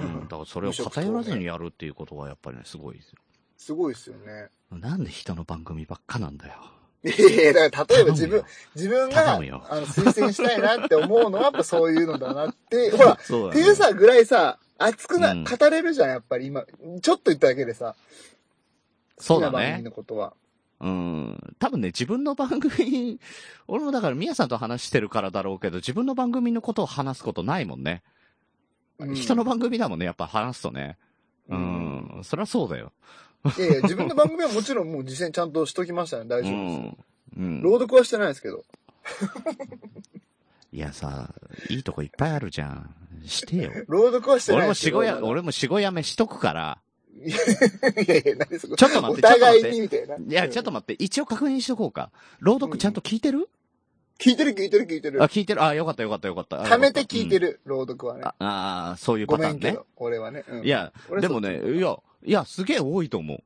[SPEAKER 2] うん、だからそれを偏らずにやるっていうことはやっぱりね、すごいですよ。
[SPEAKER 3] すごいですよね。
[SPEAKER 2] なんで人の番組ばっかなんだよ。
[SPEAKER 3] いやいや、だから例えば自
[SPEAKER 2] 頼む
[SPEAKER 3] 分
[SPEAKER 2] よ、
[SPEAKER 3] 自分が、あ
[SPEAKER 2] 頼むよ
[SPEAKER 3] の、推薦したいなって思 うのは、やっぱそういうのだなって、ほら、っ
[SPEAKER 2] そうだ
[SPEAKER 3] て
[SPEAKER 2] ね
[SPEAKER 3] いうさ、ぐらいさ、熱くな、
[SPEAKER 2] うん
[SPEAKER 3] 語れるじゃん、やっぱり今、ちょっと言っただけでさ、
[SPEAKER 2] そう
[SPEAKER 3] 好
[SPEAKER 2] だ
[SPEAKER 3] きな番組
[SPEAKER 2] ね
[SPEAKER 3] の。ことは。
[SPEAKER 2] うん。多分ね、自分の番組、俺もだから、宮さんと話してるからだろうけど、自分の番組のことを話すことないもんね。
[SPEAKER 3] うん
[SPEAKER 2] 人の番組だもんね、やっぱ話すとね。うん。そりゃそうだよ。
[SPEAKER 3] いやいや、自分の番組はもちろんもう実践ちゃんとしときましたね、大
[SPEAKER 2] う
[SPEAKER 3] 丈夫です。
[SPEAKER 2] ん。うん。
[SPEAKER 3] 朗読はしてないですけど。
[SPEAKER 2] いやさ、いいとこいっぱいあるじゃん。して よ。
[SPEAKER 3] 朗読はしてな
[SPEAKER 2] 俺
[SPEAKER 3] い
[SPEAKER 2] も
[SPEAKER 3] です
[SPEAKER 2] し
[SPEAKER 3] けど。
[SPEAKER 2] ごや、俺もしごやめしとくから。
[SPEAKER 3] いやいや、何そこ。
[SPEAKER 2] ちょっと待って
[SPEAKER 3] お互い
[SPEAKER 2] ちょっと待って
[SPEAKER 3] にみたいな。
[SPEAKER 2] いや、ちょっと待って、一応確認しとこうか。朗読ちゃんと聞いてる、
[SPEAKER 3] 聞いてる聞いてる聞いてる
[SPEAKER 2] あ、。聞いてる。あ、よかったよかったよかった。あ
[SPEAKER 3] 溜めて聞いて。
[SPEAKER 2] よかっ
[SPEAKER 3] る、朗読はね
[SPEAKER 2] た。うんああ、そういう
[SPEAKER 3] ご
[SPEAKER 2] パター
[SPEAKER 3] め
[SPEAKER 2] ン
[SPEAKER 3] んけ
[SPEAKER 2] ね
[SPEAKER 3] ど。、俺はね。うん
[SPEAKER 2] いや、
[SPEAKER 3] 俺
[SPEAKER 2] で
[SPEAKER 3] そ
[SPEAKER 2] も
[SPEAKER 3] っち
[SPEAKER 2] ね、いや、いや、すげえ多いと思う。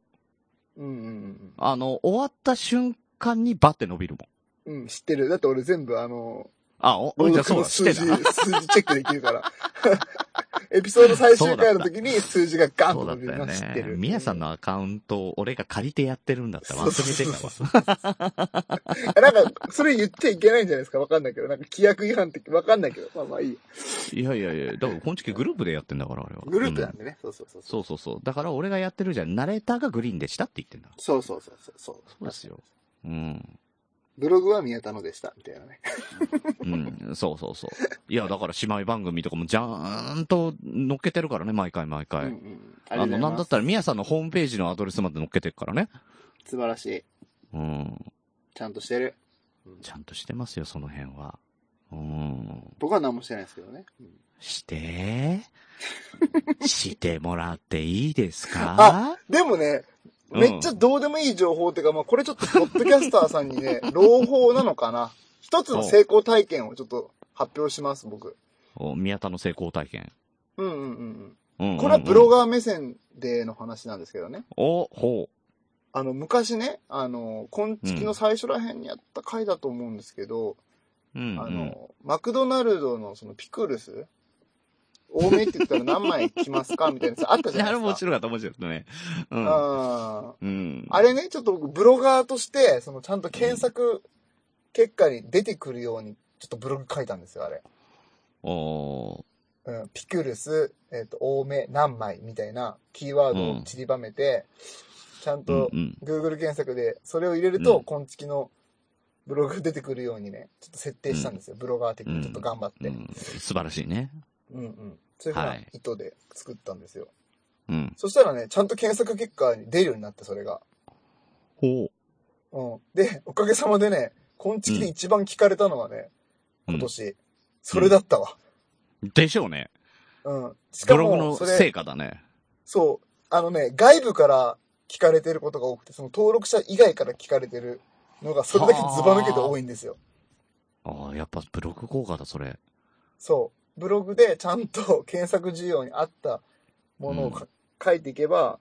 [SPEAKER 3] うんうん
[SPEAKER 2] あの、終わった瞬間にバッて伸びるもん。
[SPEAKER 3] うん。うん、知ってる。だって俺全部あの、
[SPEAKER 2] あ、お、お
[SPEAKER 3] 朗
[SPEAKER 2] じゃあ
[SPEAKER 3] 読
[SPEAKER 2] そう
[SPEAKER 3] の
[SPEAKER 2] だ、し
[SPEAKER 3] 数字、
[SPEAKER 2] てた。
[SPEAKER 3] 数字 チェックできるから。エピソード最終回の時に数字がガン
[SPEAKER 2] そうだ
[SPEAKER 3] と
[SPEAKER 2] っ
[SPEAKER 3] 出る
[SPEAKER 2] た
[SPEAKER 3] の
[SPEAKER 2] よ
[SPEAKER 3] は知っ
[SPEAKER 2] ね。
[SPEAKER 3] てる。
[SPEAKER 2] みやさんのアカウントを俺が借りてやってるんだったら忘れてたわ。
[SPEAKER 3] あなんか、それ言っちゃいけないんじゃないですかわかんないけど。なんか規約違反ってわかんないけど。まあまあいい。
[SPEAKER 2] いやいやいや、だから、こんちきグループでやってんだから、あれは。
[SPEAKER 3] グループなん
[SPEAKER 2] うん
[SPEAKER 3] でね。そうそうそう。
[SPEAKER 2] そうそうそう。だから俺がやってるじゃん。ナレーターがグリーンでしたって言ってんだ。
[SPEAKER 3] そうそうそうそう。そう
[SPEAKER 2] そうですよ。うん。
[SPEAKER 3] ブログは宮田のでした。みたいなね。
[SPEAKER 2] うん。そうそうそう。いや、だから姉妹番組とかもじゃーんと乗っけてるからね、毎回毎回。
[SPEAKER 3] うんうん。あり
[SPEAKER 2] あの、
[SPEAKER 3] がとうござ
[SPEAKER 2] ないんだ
[SPEAKER 3] ま
[SPEAKER 2] っ
[SPEAKER 3] す。
[SPEAKER 2] たら、みやさんのホームページのアドレスまで乗っけてるからね。
[SPEAKER 3] 素晴らしい。
[SPEAKER 2] うん。
[SPEAKER 3] ちゃんとしてる。
[SPEAKER 2] ちゃんとしてますよ、その辺は。うん。
[SPEAKER 3] 僕は何もしてないですけどね。うん
[SPEAKER 2] して してもらっていいですか
[SPEAKER 3] あでもね、
[SPEAKER 2] うん
[SPEAKER 3] めっちゃどうでもいい情報っていうか、まあこれちょっとポッドキャスターさんにね、 朗報なのかな。一つの成功体験をちょっと発表します、僕。
[SPEAKER 2] お宮田の成功体験。
[SPEAKER 3] うんうんうん
[SPEAKER 2] うんうん
[SPEAKER 3] う。
[SPEAKER 2] うんん
[SPEAKER 3] これはブロガー目線での話なんですけどね。
[SPEAKER 2] お、ほ
[SPEAKER 3] あの、昔ね、あの、今月の最初ら辺にやった回だと思うんですけど、
[SPEAKER 2] う。うん、うん。
[SPEAKER 3] あの、マクドナルドのそのピクルス多めって言ったら何枚来ますかみたいなやつあったじ
[SPEAKER 2] あ
[SPEAKER 3] ゃ ない
[SPEAKER 2] れ面
[SPEAKER 3] ですか。
[SPEAKER 2] 白かった、面白かったね。うん。
[SPEAKER 3] あー
[SPEAKER 2] うん。
[SPEAKER 3] あれね、ちょっと僕、ブロガーとして、その、ちゃんと検索結果に出てくるように、ちょっとブログ書いたんですよ、あれ。
[SPEAKER 2] おー
[SPEAKER 3] うん、ピクルス、えっ、と、多め、何枚みたいなキーワードを散りばめて、ちゃんと
[SPEAKER 2] うんうん、
[SPEAKER 3] Google 検索で、それを入れると、
[SPEAKER 2] うん
[SPEAKER 3] 今月のブログが出てくるようにね、ちょっと設定したんですよ、ブロガー的にちょっと頑張って。
[SPEAKER 2] う
[SPEAKER 3] うん
[SPEAKER 2] ん。素晴らしいね。
[SPEAKER 3] うん、そういうふう
[SPEAKER 2] は
[SPEAKER 3] ない意図で作ったんですよ。
[SPEAKER 2] うん。
[SPEAKER 3] そしたらね、ちゃんと検索結果に出るようになって、それが。
[SPEAKER 2] ほう。
[SPEAKER 3] うん。で、おかげさまでね、今月で一番聞かれたのはね、
[SPEAKER 2] うん
[SPEAKER 3] 今年、それだったわ。
[SPEAKER 2] でしょうね。
[SPEAKER 3] うん。し
[SPEAKER 2] ブ
[SPEAKER 3] か
[SPEAKER 2] ログの
[SPEAKER 3] も、そ
[SPEAKER 2] 成
[SPEAKER 3] れ、
[SPEAKER 2] 果だね。
[SPEAKER 3] そう、あのね、外部から聞かれてることが多くて、その登録者以外から聞かれてるのが、それだけズバ抜けて多いんですよ。
[SPEAKER 2] ああ、やっぱブログ効果だ、それ。
[SPEAKER 3] そう。ブログでちゃんと検索需要に合ったものをか、書いていけば、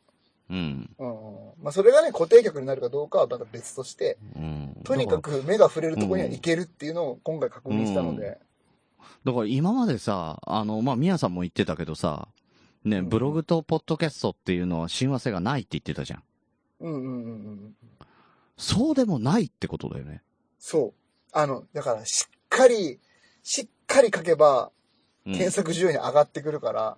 [SPEAKER 2] うん。
[SPEAKER 3] うんうんまあ、それがね、固定客になるかどうかはまた別として、
[SPEAKER 2] うん。
[SPEAKER 3] とにか
[SPEAKER 2] だら。
[SPEAKER 3] く目が触れるところにはいけるっていうのを今回確認したので、
[SPEAKER 2] だから今までさ、あの、まあ、みやさんも言ってたけどさ、ね、
[SPEAKER 3] うん
[SPEAKER 2] ブログとポッドキャストっていうのは親和性がないって言ってたじゃん。
[SPEAKER 3] うんうんうんうん。
[SPEAKER 2] そうでもないってことだよね。
[SPEAKER 3] そう。あの、だから、しっかり、しっかり書けば、
[SPEAKER 2] うん
[SPEAKER 3] 検索需要に上がってくるから。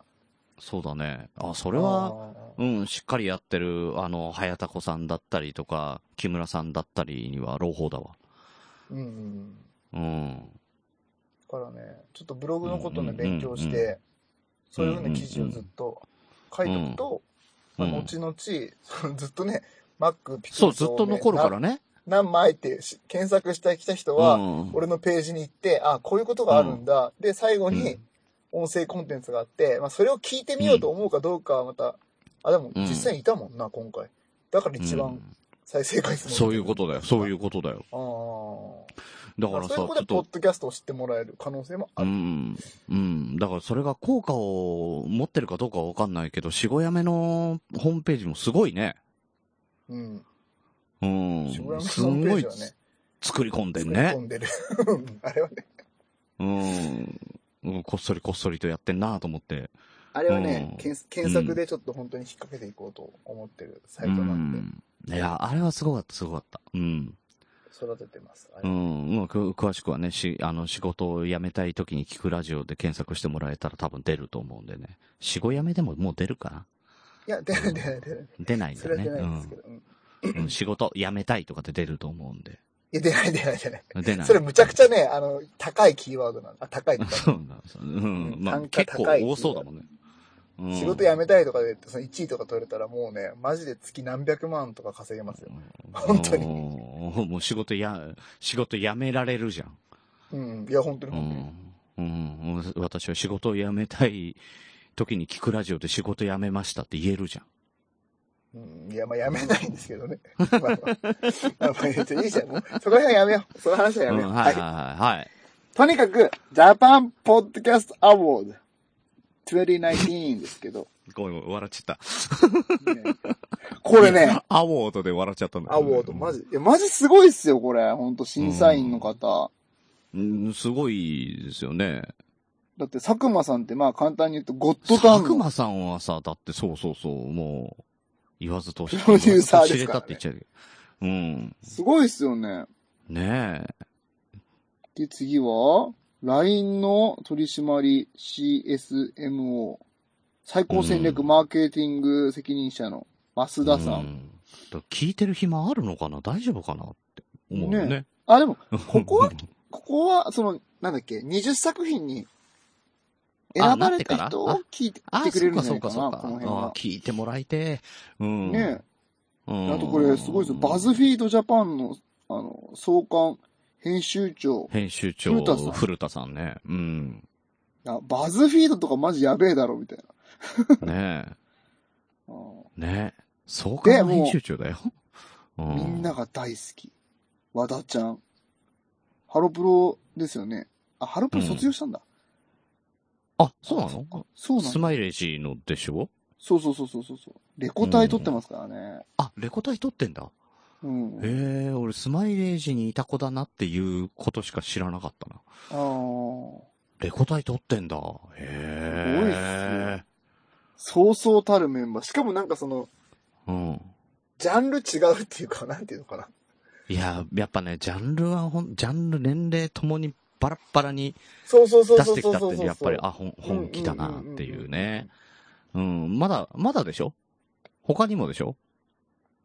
[SPEAKER 2] そうだね。あ、そ
[SPEAKER 3] こ
[SPEAKER 2] れは、うん、しっかりやってる、あの、早田子さんだったりとか、木村さんだったりには朗報だわ。
[SPEAKER 3] うんう
[SPEAKER 2] う
[SPEAKER 3] ん。
[SPEAKER 2] ん。
[SPEAKER 3] だからね、ちょっとブログのことね、
[SPEAKER 2] うんうんうんうん
[SPEAKER 3] 勉強して、そういうふうな記事をずっと書いておくと、
[SPEAKER 2] うん
[SPEAKER 3] まあ後々、そのずっとね、マック、ピク
[SPEAKER 2] そう、
[SPEAKER 3] ル
[SPEAKER 2] ずっと残るから
[SPEAKER 3] ね。
[SPEAKER 2] ね。
[SPEAKER 3] な何枚ってし検索してきた人
[SPEAKER 2] う
[SPEAKER 3] は、
[SPEAKER 2] ん
[SPEAKER 3] 俺のページに行って、あ、こういうことがあるんだ。で、最後に、音声コンテンツがあって、まあ、それを聞いてみようと思うかどうかはまた、あ、でも
[SPEAKER 2] うん
[SPEAKER 3] 実際にいたもんな、今回。だから一
[SPEAKER 2] う
[SPEAKER 3] 番
[SPEAKER 2] ん
[SPEAKER 3] 再生回数も
[SPEAKER 2] そういうことだよ、そういうことだよ。
[SPEAKER 3] あ
[SPEAKER 2] だか
[SPEAKER 3] あ。
[SPEAKER 2] らさ、
[SPEAKER 3] そういう
[SPEAKER 2] ちょ
[SPEAKER 3] こと
[SPEAKER 2] っ
[SPEAKER 3] で、ポ
[SPEAKER 2] と
[SPEAKER 3] ッ、ドキャストを知ってもらえる可能性もあ
[SPEAKER 2] う
[SPEAKER 3] る。
[SPEAKER 2] ん、うん。だからそれが効果を持ってるかどうかはわかんないけど、しごやめのホームページもすごいね。
[SPEAKER 3] うん。
[SPEAKER 2] う
[SPEAKER 3] 渋谷
[SPEAKER 2] ん。
[SPEAKER 3] の
[SPEAKER 2] す
[SPEAKER 3] ホーム
[SPEAKER 2] ん
[SPEAKER 3] ペー
[SPEAKER 2] ご
[SPEAKER 3] ジ
[SPEAKER 2] い
[SPEAKER 3] はね、
[SPEAKER 2] 作り込んでる
[SPEAKER 3] 作り込
[SPEAKER 2] ね。
[SPEAKER 3] んでる。あれはね。
[SPEAKER 2] うん。うんこっそりこっそりとやってんなと思って。
[SPEAKER 3] あれはね、
[SPEAKER 2] うん
[SPEAKER 3] 検検索でちょっと本当に引っ掛けていこうと思ってるサイトなんで、
[SPEAKER 2] うんいや、あれはすごかった、すごかった。うん。
[SPEAKER 3] 育ててます。あれ
[SPEAKER 2] うん、まあく詳しくはね、し、あの、仕事を辞めたい時に聞くラジオで検索してもらえたら多分出ると思うんでね。仕事辞めでももう出るかない
[SPEAKER 3] や、出ない出ない出ない。
[SPEAKER 2] 出ないんだ
[SPEAKER 3] そ
[SPEAKER 2] よ
[SPEAKER 3] れ
[SPEAKER 2] ね。
[SPEAKER 3] は出ないんですけど。うんい
[SPEAKER 2] うん うん仕事辞めたいとかって出ると思うんで。
[SPEAKER 3] や、出ない出ない出ない。
[SPEAKER 2] 出ない。
[SPEAKER 3] それむちゃくちゃね、あの、高いキーワードなんだ。あ高いってか
[SPEAKER 2] そうなんですようん。まあ
[SPEAKER 3] 単価
[SPEAKER 2] 結構
[SPEAKER 3] 高い
[SPEAKER 2] 多そうだもんね。うん
[SPEAKER 3] 仕事辞めたいとかで、その1位とか取れたらもうね、マジで月何百万とか稼げますよ。本当に。
[SPEAKER 2] うんもう仕事や、仕事辞められるじゃん。
[SPEAKER 3] うん。いや、本当に
[SPEAKER 2] う
[SPEAKER 3] 本当に。
[SPEAKER 2] ん。うん。私は仕事を辞めたい時に聞くラジオで仕事辞めましたって言えるじゃん。
[SPEAKER 3] うんいや、まあ、やめないんですけどね。 まあまあ、まあまあ、いいじゃん。もうそこら辺はやめよう。その話はやめよう。
[SPEAKER 2] うん
[SPEAKER 3] は
[SPEAKER 2] はいいはいはいはい。
[SPEAKER 3] とにかく、ジャパンポッドキャストアワード2019ですけど、
[SPEAKER 2] ごめん、笑っちゃった。
[SPEAKER 3] これね、
[SPEAKER 2] アワードで笑っちゃったんだ
[SPEAKER 3] アワード、マジ、いや、マジすごいっすよ、これ。ほんと、審査員の方。
[SPEAKER 2] うん、すごいですよね。
[SPEAKER 3] だって、佐久間さんって、まあ、簡単に言うと、ゴッドタ
[SPEAKER 2] 佐
[SPEAKER 3] ウン
[SPEAKER 2] 久
[SPEAKER 3] の
[SPEAKER 2] 間さんはさ、だってそうそうそう、もう、言わずと知れ
[SPEAKER 3] プロデューサーですか
[SPEAKER 2] 知れた
[SPEAKER 3] らね
[SPEAKER 2] って言っちゃうけど。うん。
[SPEAKER 3] すごいっすよね。
[SPEAKER 2] ねえ。
[SPEAKER 3] で、次は、LINE の取締り CSMO、最高戦略マーケティング責任者の増田さん。
[SPEAKER 2] うんだから聞いてる暇あるのかな大丈夫かなって思うよね。
[SPEAKER 3] あ、でも、ここは、ここは、その、なんだっけ、20作品に選ばれた人
[SPEAKER 2] あな
[SPEAKER 3] を
[SPEAKER 2] って
[SPEAKER 3] 聞いて
[SPEAKER 2] あ
[SPEAKER 3] 聞いてくれるんじゃ
[SPEAKER 2] そ
[SPEAKER 3] な
[SPEAKER 2] う
[SPEAKER 3] いか
[SPEAKER 2] か
[SPEAKER 3] な、
[SPEAKER 2] そうかそ
[SPEAKER 3] この
[SPEAKER 2] う
[SPEAKER 3] 辺
[SPEAKER 2] か。あ
[SPEAKER 3] は。
[SPEAKER 2] 聞いてもらいてえ。うん。
[SPEAKER 3] ね
[SPEAKER 2] うん、
[SPEAKER 3] あとこれ、すごいですよ。バズフィードジャパンの、あの、総監、編集長。
[SPEAKER 2] 編集長、
[SPEAKER 3] 古田さん
[SPEAKER 2] 古田さんね。 うん。
[SPEAKER 3] あバズフィードとかマジやべえだろ、みたいな。
[SPEAKER 2] ね
[SPEAKER 3] あ
[SPEAKER 2] え。ねえ。そうか、
[SPEAKER 3] でもう
[SPEAKER 2] 編集長だよ。う
[SPEAKER 3] みんなが大好き。和田ちゃん。ハロプロですよね。あ、ハロプロ卒業したんだ。
[SPEAKER 2] あ、そうなの
[SPEAKER 3] そうなん
[SPEAKER 2] ス
[SPEAKER 3] だ。
[SPEAKER 2] マイレージのでしょ
[SPEAKER 3] そうそうそうそうそう。レコ隊撮ってますからね。
[SPEAKER 2] あ、レコ大撮ってんだ。
[SPEAKER 3] うん。
[SPEAKER 2] へえ、俺スマイレージにいた子だなっていうことしか知らなかったな。
[SPEAKER 3] ああ。
[SPEAKER 2] レコ大撮ってんだ。へえ。
[SPEAKER 3] そうそうたるメンバー。しかもなんかその、
[SPEAKER 2] うん。
[SPEAKER 3] ジャンル違うっていうか、なんていうのかな。
[SPEAKER 2] いや、やっぱね、ジャンルはほん、ジャンル、年齢ともにバラッバラに
[SPEAKER 3] そうそうそ
[SPEAKER 2] 出
[SPEAKER 3] うそ
[SPEAKER 2] して
[SPEAKER 3] うそ
[SPEAKER 2] き
[SPEAKER 3] う
[SPEAKER 2] た
[SPEAKER 3] そ
[SPEAKER 2] って
[SPEAKER 3] うそ
[SPEAKER 2] ね、
[SPEAKER 3] う。
[SPEAKER 2] やっぱり、あ、ほん本気だなっていうね。うん、まだ、まだでしょ他にもでしょ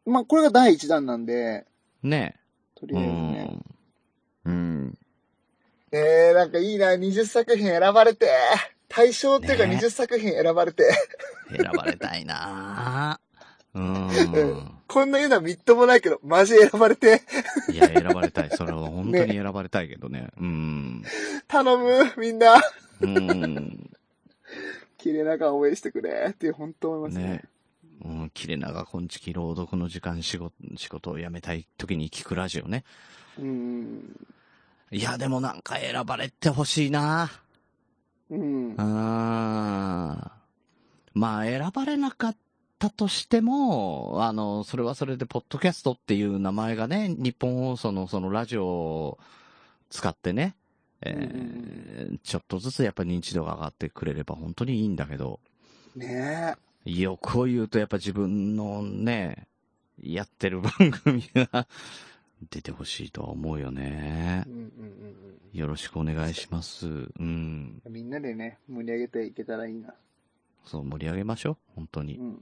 [SPEAKER 3] まあ、これが第一弾なんで、
[SPEAKER 2] ね
[SPEAKER 3] とり
[SPEAKER 2] え。う
[SPEAKER 3] あえずね。
[SPEAKER 2] ん。うん。
[SPEAKER 3] えー、なんかいいな、20作品選ばれて。対象っていうか
[SPEAKER 2] ね
[SPEAKER 3] 20作品選ばれて。
[SPEAKER 2] 選ばれたいなぁ。うん。
[SPEAKER 3] こんな言うのはみっともないけど、マジ選ばれて。
[SPEAKER 2] いや、選ばれたい。それは本当に選ばれたいけどね。うん。
[SPEAKER 3] 頼む、みんな。
[SPEAKER 2] うん。
[SPEAKER 3] 綺麗な顔応援してくれ。って本当思いますね。
[SPEAKER 2] ね。うん、切れ長こんちき朗読の時間仕事、仕事を辞めたい時に聞くラジオね。
[SPEAKER 3] うん。
[SPEAKER 2] いや、でもなんか選ばれてほしいな
[SPEAKER 3] う
[SPEAKER 2] う。
[SPEAKER 3] ん
[SPEAKER 2] ん。まあ、選ばれなかったとしても、あの、それはそれで、ポッドキャストっていう名前がね、日本放送のそのラジオを使ってね、えー
[SPEAKER 3] うん
[SPEAKER 2] ちょっとずつやっぱ認知度が上がってくれれば本当にいいんだけど、
[SPEAKER 3] ね
[SPEAKER 2] 欲を言うとやっぱ自分のね、やってる番組が 出てほしいとは思うよね
[SPEAKER 3] え。うん。うんうん
[SPEAKER 2] よろしくお願いします。うん。
[SPEAKER 3] うん。みんなでね、盛り上げていけたらいいな。
[SPEAKER 2] そう、盛り上げましょう。本当
[SPEAKER 3] う
[SPEAKER 2] に。
[SPEAKER 3] ん。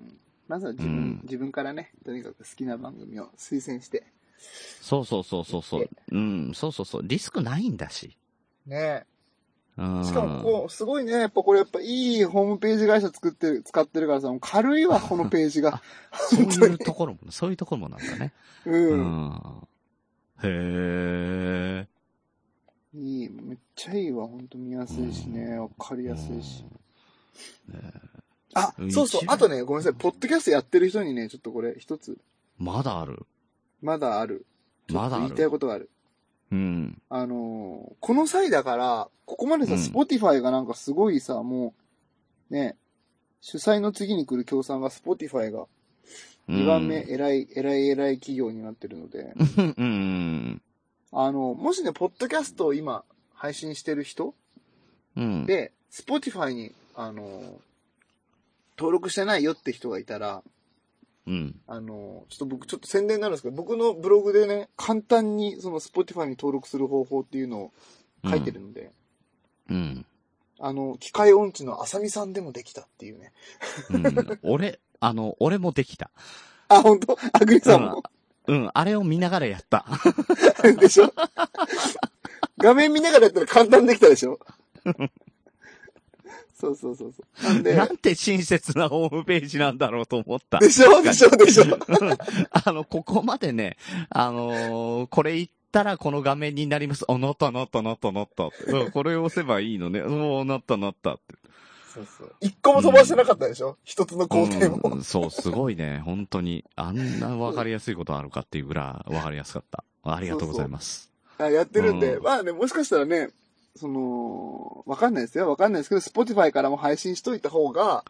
[SPEAKER 3] まずは自分、
[SPEAKER 2] うん
[SPEAKER 3] 自分からね、とにかく好きな番組を推薦して。
[SPEAKER 2] そうそうそうそうそう。うん、そうそうそう。リスクないんだし。
[SPEAKER 3] ね
[SPEAKER 2] うん。
[SPEAKER 3] しかもこう、すごいね。やっぱこれやっぱいいホームページ会社作ってる、使ってるからさ、もう軽 いわ、このページが。
[SPEAKER 2] そういうところも、そういうところもなんだね。う
[SPEAKER 3] うん。
[SPEAKER 2] ん。へえ。
[SPEAKER 3] いい、めっちゃいいわ、ほんと見やすいしね。わかりやすいし。あ
[SPEAKER 2] う、ん
[SPEAKER 3] そうそう。
[SPEAKER 2] 一番
[SPEAKER 3] あとね、ごめんなさい。ポッドキャストやってる人にね、ちょっとこれ一つ、
[SPEAKER 2] まだある。
[SPEAKER 3] まだある。
[SPEAKER 2] まだ
[SPEAKER 3] 言
[SPEAKER 2] あ
[SPEAKER 3] いたい
[SPEAKER 2] る。
[SPEAKER 3] ことがある。
[SPEAKER 2] うん。
[SPEAKER 3] あのーこの際だから、ここまでさ、
[SPEAKER 2] うん
[SPEAKER 3] スポティファイがなんかすごいさ、もう、ね、主催の次に来る協賛が、スポティファイが、2番目、偉い、偉い偉い企業になってるので、
[SPEAKER 2] うん。うん。
[SPEAKER 3] あの、もしね、ポッドキャストを今、配信してる人
[SPEAKER 2] うん。
[SPEAKER 3] で、Spotify に、あの、登録してないよって人がいたら、
[SPEAKER 2] うん。
[SPEAKER 3] あの、ちょっと僕、ちょっと宣伝になるんですけど、僕のブログでね、簡単にその Spotify に登録する方法っていうのを書いてるので、
[SPEAKER 2] うん。
[SPEAKER 3] あの、機械音痴のあさみさんでもできたっていうね。
[SPEAKER 2] うん、俺、あの、俺もできた。
[SPEAKER 3] あ、本当あグリさんも、
[SPEAKER 2] うん、うんあれを見ながらやった。
[SPEAKER 3] でしょ画面見ながらやったら簡単にできたでしょそうそうそうそう。なんで、
[SPEAKER 2] なんて親切なホームページなんだろうと思った。
[SPEAKER 3] でしょでしょでしょ
[SPEAKER 2] うん あの、ここまでね、あのーこれ言ったらこの画面になります。お、なったなったなったなったって。うんこれを押せばいいの ね。お、なったなったって。
[SPEAKER 3] そうそう。一個も飛ばしてなかったでしょ、一つの工程も。
[SPEAKER 2] うん、そう、すごいね。本当に。あんなわかりやすいことあるかっていうぐらいわかりやすかった。ありがとうございます。
[SPEAKER 3] あやってるんで、
[SPEAKER 2] うん
[SPEAKER 3] まあね、もしかしたらね、その、わかんないですよ。わかんないですけど、Spotify からも配信しといた方が、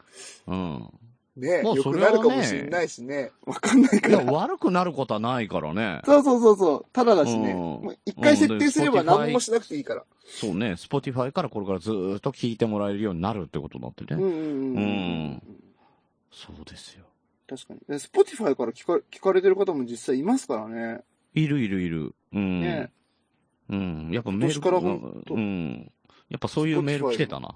[SPEAKER 2] うん。
[SPEAKER 3] ね、
[SPEAKER 2] まあ
[SPEAKER 3] 良
[SPEAKER 2] そ
[SPEAKER 3] く
[SPEAKER 2] れは
[SPEAKER 3] な
[SPEAKER 2] ね
[SPEAKER 3] るかもしれないしね。わかんない
[SPEAKER 2] い
[SPEAKER 3] か
[SPEAKER 2] や、
[SPEAKER 3] ら。
[SPEAKER 2] 悪くなることはないからね。
[SPEAKER 3] そうそうそうそう。ただだしね。
[SPEAKER 2] うん
[SPEAKER 3] もう一回設定すれば
[SPEAKER 2] うんで Spotify
[SPEAKER 3] 何もしなくていいから。
[SPEAKER 2] そうね、Spotify からこれからずーっと聞いてもらえるようになるってことだって
[SPEAKER 3] うんう
[SPEAKER 2] ね。うん
[SPEAKER 3] うん。
[SPEAKER 2] そうですよ。
[SPEAKER 3] 確かに。で Spotify から聞か聞かれてる方も実際いますからね。
[SPEAKER 2] いるいるいる。うん。
[SPEAKER 3] ね
[SPEAKER 2] うん。やっぱメール
[SPEAKER 3] 今年からほんと
[SPEAKER 2] うん。やっぱそういうメール来てたな。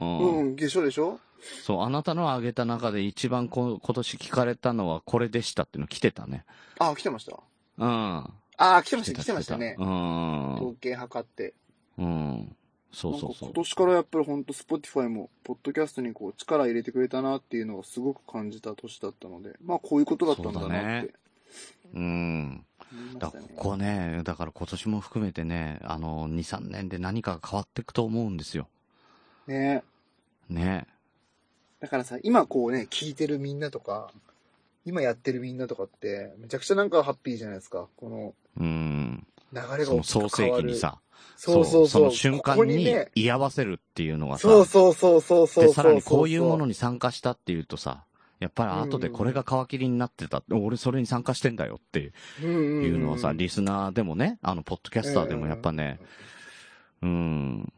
[SPEAKER 2] うん。
[SPEAKER 3] うん、うん、でしょでしょ
[SPEAKER 2] そう、あなたのあげた中で一番こ今年聞かれたのはこれでしたっていうの来てたね。
[SPEAKER 3] あ、来てました。
[SPEAKER 2] うん。
[SPEAKER 3] あ、来てました、来てましたね
[SPEAKER 2] う。ん
[SPEAKER 3] 統。計測って。
[SPEAKER 2] うん。そうそうそ
[SPEAKER 3] 今
[SPEAKER 2] う。
[SPEAKER 3] 年からやっぱりほんと Spotify も、ポッドキャストにこう力入れてくれたなっていうのをすごく感じた年だったので、まあこういうことだったんだなって
[SPEAKER 2] うん。
[SPEAKER 3] 思いま
[SPEAKER 2] だ
[SPEAKER 3] し
[SPEAKER 2] から
[SPEAKER 3] た
[SPEAKER 2] こ
[SPEAKER 3] ね。
[SPEAKER 2] こね、だから今年も含めてね、あの、2、3年で何かが変わっていくと思うんですよ。
[SPEAKER 3] ね
[SPEAKER 2] ね。
[SPEAKER 3] だからさ、今こうね、聞いてるみんなとか、今やってるみんなとかって、めちゃくちゃなんかハッピーじゃないですか。この
[SPEAKER 2] うん。
[SPEAKER 3] 流れが
[SPEAKER 2] そ
[SPEAKER 3] 大
[SPEAKER 2] の
[SPEAKER 3] きく
[SPEAKER 2] 創
[SPEAKER 3] 変
[SPEAKER 2] 世
[SPEAKER 3] わ
[SPEAKER 2] 記
[SPEAKER 3] る。
[SPEAKER 2] にさ、
[SPEAKER 3] そうそう
[SPEAKER 2] そ
[SPEAKER 3] そう。
[SPEAKER 2] の瞬
[SPEAKER 3] ここ
[SPEAKER 2] 間
[SPEAKER 3] に
[SPEAKER 2] に
[SPEAKER 3] ね、
[SPEAKER 2] 居合わせるっていうのがさ、
[SPEAKER 3] そうそうそうそうそうそうそう。
[SPEAKER 2] で、さらにこういうものに参加したっていうとさ、やっぱり後でこれが皮切りになってた、俺それに参加してんだよって
[SPEAKER 3] うんうんうん、
[SPEAKER 2] いうのはさ、リスナーでもね、あの、ポッドキャスターでもやっぱね、うん、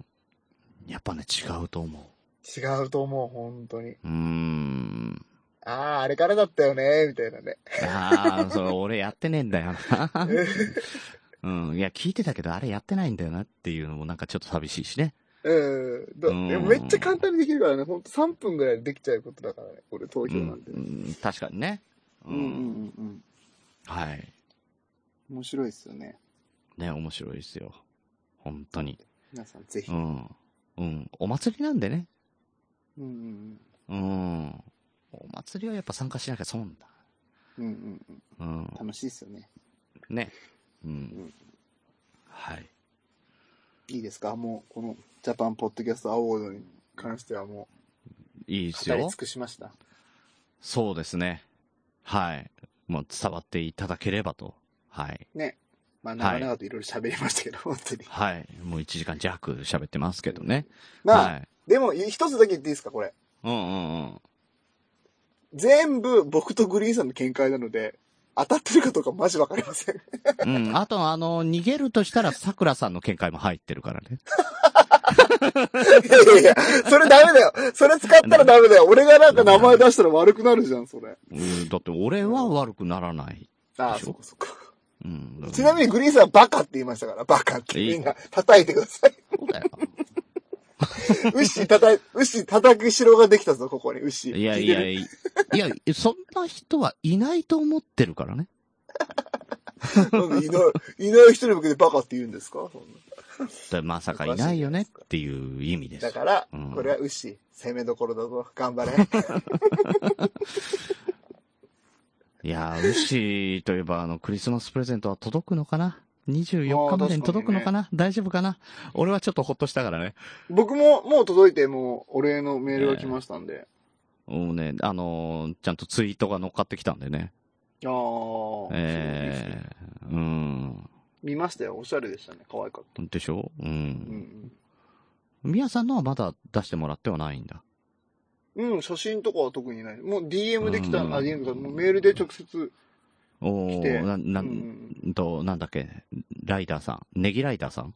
[SPEAKER 2] やっぱね、違うと思
[SPEAKER 3] 違うと思う、本当に。
[SPEAKER 2] う。うーん。
[SPEAKER 3] ああ、あれからだったよね、みたいなね。
[SPEAKER 2] ああ、そ れ俺やってねえんだよな。うん、いや、聞いてたけど、あれやってないんだよなっていうのもなんかちょっと寂しいしね。
[SPEAKER 3] うん。だ
[SPEAKER 2] うん
[SPEAKER 3] でもめっちゃ簡単にできるからね、ほんと3分ぐらいでできちゃうことだからね、これ投
[SPEAKER 2] う
[SPEAKER 3] 票なん
[SPEAKER 2] ん
[SPEAKER 3] て。、
[SPEAKER 2] うん確かにね。
[SPEAKER 3] うんうんうんうん。
[SPEAKER 2] はい。
[SPEAKER 3] 面白いっすよね。
[SPEAKER 2] ね、面白いですよ。本当に。
[SPEAKER 3] 皆さんぜひ。
[SPEAKER 2] う
[SPEAKER 3] うん
[SPEAKER 2] ん。うん。お祭りなんでね。
[SPEAKER 3] うん
[SPEAKER 2] うん。お祭りはやっぱ参加しなきゃ損だ。
[SPEAKER 3] うん。うんうんうん。
[SPEAKER 2] うん。
[SPEAKER 3] 楽しいっすよね。
[SPEAKER 2] ね。うん。
[SPEAKER 3] ん
[SPEAKER 2] はい。
[SPEAKER 3] いいですかもう、このジャパンポッドキャストアワードに関してはも、
[SPEAKER 2] いいうです
[SPEAKER 3] 語り
[SPEAKER 2] よ
[SPEAKER 3] 尽。くしました。
[SPEAKER 2] そうですね。はい。もう伝わっていただければと。はい。
[SPEAKER 3] まあ、長々といろいろ喋りま したけど、本当に。
[SPEAKER 2] はい。もう1時間弱喋ってますけどね。
[SPEAKER 3] ま
[SPEAKER 2] は
[SPEAKER 3] あ、
[SPEAKER 2] い。
[SPEAKER 3] でも、一つだけ言っていいですか、これ。
[SPEAKER 2] うんうんうん。
[SPEAKER 3] 全部、僕とグリーンさんの見解なので、当たってるかどうかマジわかりません。
[SPEAKER 2] うん。あと、あの、逃げるとしたら、桜さんの見解も入ってるからね。
[SPEAKER 3] いやいやいや、それダメだよ。それ使ったらダメだよ。俺がなんか名前出したら悪くなるじゃん、それ。
[SPEAKER 2] うん。だって、俺は悪くならない。
[SPEAKER 3] ああ、
[SPEAKER 2] でし
[SPEAKER 3] そっ
[SPEAKER 2] ょ
[SPEAKER 3] かそっか。
[SPEAKER 2] うん。だから
[SPEAKER 3] ちなみにグリーンさんはバカって言いましたから、バカって。
[SPEAKER 2] いい
[SPEAKER 3] みんな叩いてください。
[SPEAKER 2] そうだよ。
[SPEAKER 3] ウッシー叩い、ウッシー叩く城ができたぞ、ここに。ウッシー。
[SPEAKER 2] いやい
[SPEAKER 3] 聞て
[SPEAKER 2] や
[SPEAKER 3] る。
[SPEAKER 2] いや、いや、そんな人はいないと思ってるからね。
[SPEAKER 3] なんでいない、いない人に向けてバカって言うんですかそんな
[SPEAKER 2] でまさかいないよねっていう意味です
[SPEAKER 3] だ。から
[SPEAKER 2] うん、
[SPEAKER 3] これはウッシー、攻めどころだぞ。頑張れ。
[SPEAKER 2] いやー、牛といえば、あの、クリスマスプレゼントは届くのかな ?24 日までに届くのかな大丈夫かな俺はちょっとほっとしたからね。
[SPEAKER 3] 僕も、もう届いて、もう、お礼のメールが来ましたんで。
[SPEAKER 2] もうね、あのーちゃんとツイートが乗っかってきたんでね。
[SPEAKER 3] ああ、
[SPEAKER 2] ええー、うん。
[SPEAKER 3] 見ましたよ。おしゃれでしたね。可愛かっ
[SPEAKER 2] でしょう。
[SPEAKER 3] た。うんん
[SPEAKER 2] みやさんのはまだ出してもらってはないんだ。
[SPEAKER 3] うん。うん、写真とかは特にない。もう DM できた、
[SPEAKER 2] うん
[SPEAKER 3] あ、DM か、もうメールで直接
[SPEAKER 2] お
[SPEAKER 3] 来て。
[SPEAKER 2] ー、な、な
[SPEAKER 3] うん
[SPEAKER 2] んと、なんだっけ、ライダーさん。ネギライダーさん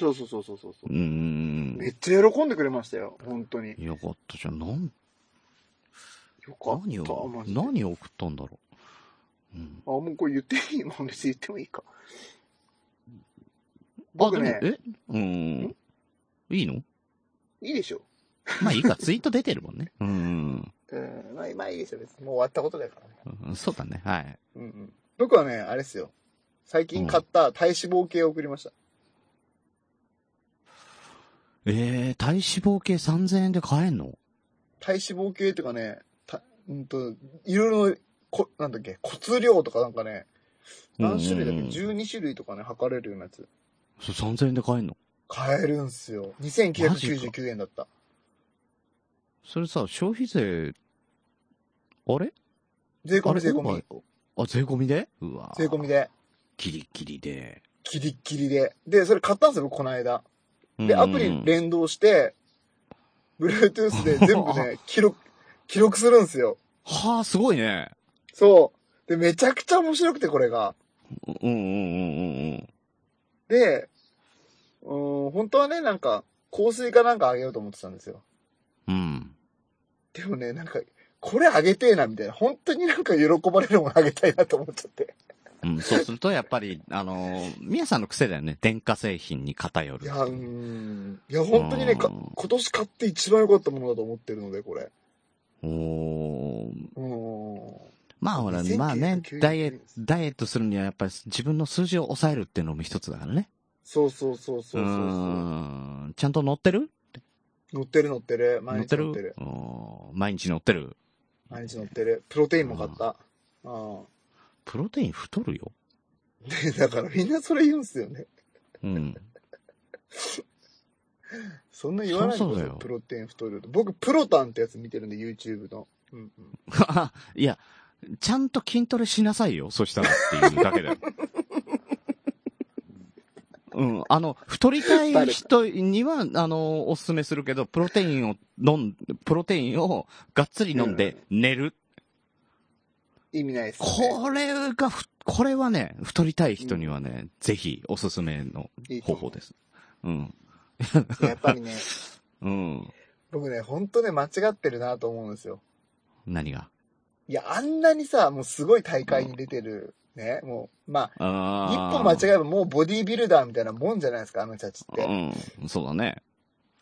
[SPEAKER 3] そうそうそうそうそうそう
[SPEAKER 2] うーん。
[SPEAKER 3] めっちゃ喜んでくれましたよ、本当に。
[SPEAKER 2] よかったじゃん。なん
[SPEAKER 3] よかっ
[SPEAKER 2] 何
[SPEAKER 3] た、
[SPEAKER 2] を
[SPEAKER 3] マ、ジで。あ、
[SPEAKER 2] 何を送ったんだろ
[SPEAKER 3] もうこれ言っていいもう別に言ってもいいか。
[SPEAKER 2] う。あ、
[SPEAKER 3] 僕ね
[SPEAKER 2] でも、えうーん。いいの
[SPEAKER 3] いいでしょ。
[SPEAKER 2] まあいい か、ツイート出てるもんね。うーん。
[SPEAKER 3] うん、まあ、まあいいですよ、別に。もう終わったことだからね。
[SPEAKER 2] うんそうだね、はい。
[SPEAKER 3] うんうん。僕はね、あれですよ。最近買った体脂肪計を送りました。
[SPEAKER 2] えー、体脂肪計3000円で買えんの
[SPEAKER 3] 体脂肪計っていうかね、たうんと、いろいろ、こなんだっけ、骨量とかなんかね、何種類だ
[SPEAKER 2] う
[SPEAKER 3] っけ、
[SPEAKER 2] んうんうん
[SPEAKER 3] ?12 種類とかね、測れるようなやつ。
[SPEAKER 2] そう ?3000 円で買えんの
[SPEAKER 3] 買えるんすよ。2999円だった。
[SPEAKER 2] それさ、消費税、あれ
[SPEAKER 3] 税込
[SPEAKER 2] あれ
[SPEAKER 3] み、税込
[SPEAKER 2] オー
[SPEAKER 3] み。
[SPEAKER 2] バーあ、税込みでうわ
[SPEAKER 3] 税込みで。
[SPEAKER 2] キリキリで。
[SPEAKER 3] キリッキリで。で、それ買ったんですよ、僕この間。で、アプリ連動して、Bluetooth で全部ね、記録、記録するんですよ。
[SPEAKER 2] はあ、すごいね。
[SPEAKER 3] そう。で、めちゃくちゃ面白くて、これが。
[SPEAKER 2] うんうんうんうんうん。
[SPEAKER 3] で、うーん、本当はね、なんか、香水かなんかあげようと思ってたんですよ。
[SPEAKER 2] うん。
[SPEAKER 3] でもね、なんか、これあげてえな、みたいな。本当になんか喜ばれるものあげたいなと思っちゃって。
[SPEAKER 2] うん、そうすると、やっぱり、あのー、みやさんの癖だよね。電化製品に偏
[SPEAKER 3] い
[SPEAKER 2] る。
[SPEAKER 3] や、うーん。いや、本当にね、か
[SPEAKER 2] うん
[SPEAKER 3] 今年買って一番良かったものだと思ってるので、これ。
[SPEAKER 2] おー
[SPEAKER 3] うーん。
[SPEAKER 2] まあほら、
[SPEAKER 3] 2900
[SPEAKER 2] まあね、
[SPEAKER 3] 円
[SPEAKER 2] ダイエット、ダイエットするにはやっぱり自分の数字を抑えるっていうのも一つだからね。
[SPEAKER 3] そうそうそうそうそう
[SPEAKER 2] う
[SPEAKER 3] そう。
[SPEAKER 2] ーん。ちゃんと乗ってる
[SPEAKER 3] 乗ってる乗ってる。
[SPEAKER 2] 乗
[SPEAKER 3] 毎
[SPEAKER 2] って
[SPEAKER 3] 日
[SPEAKER 2] る
[SPEAKER 3] 乗ってる。
[SPEAKER 2] おー毎日乗ってる。
[SPEAKER 3] 毎日乗ってる。プロテインも買った。あ
[SPEAKER 2] プロテイン太るよ。
[SPEAKER 3] あ。で、だからみんなそれ言うんすよね。
[SPEAKER 2] うん。
[SPEAKER 3] そんな言わないで
[SPEAKER 2] そりゃそうだ
[SPEAKER 3] す
[SPEAKER 2] よ
[SPEAKER 3] プロテイン太ると。僕、プロタンってやつ見てるんで、YouTube の。うんうん。
[SPEAKER 2] あ いや、ちゃんと筋トレしなさいよ、そしたらっていうだけ で。うん、あの、太りたい人には、あの、おすすめするけど、プロテインを飲ん、プロテインをがっつり飲んで寝る。
[SPEAKER 3] 意味ないです、ね。
[SPEAKER 2] これがふ、これはね、太りたい人にはね、ぜひおすすめの
[SPEAKER 3] いいと
[SPEAKER 2] 方
[SPEAKER 3] 思う
[SPEAKER 2] 法です。うん。
[SPEAKER 3] やっぱりね、
[SPEAKER 2] うん。
[SPEAKER 3] 僕ね、ほんとね、間違ってるなと思うんですよ。
[SPEAKER 2] 何が
[SPEAKER 3] いや、あんなにさ、もうすごい大会に出てる、ね、もう、まあ、一
[SPEAKER 2] あ
[SPEAKER 3] 歩間違えばもうボディービルダーみたいなもんじゃないですか、あの人たちって。
[SPEAKER 2] うん、そうだね。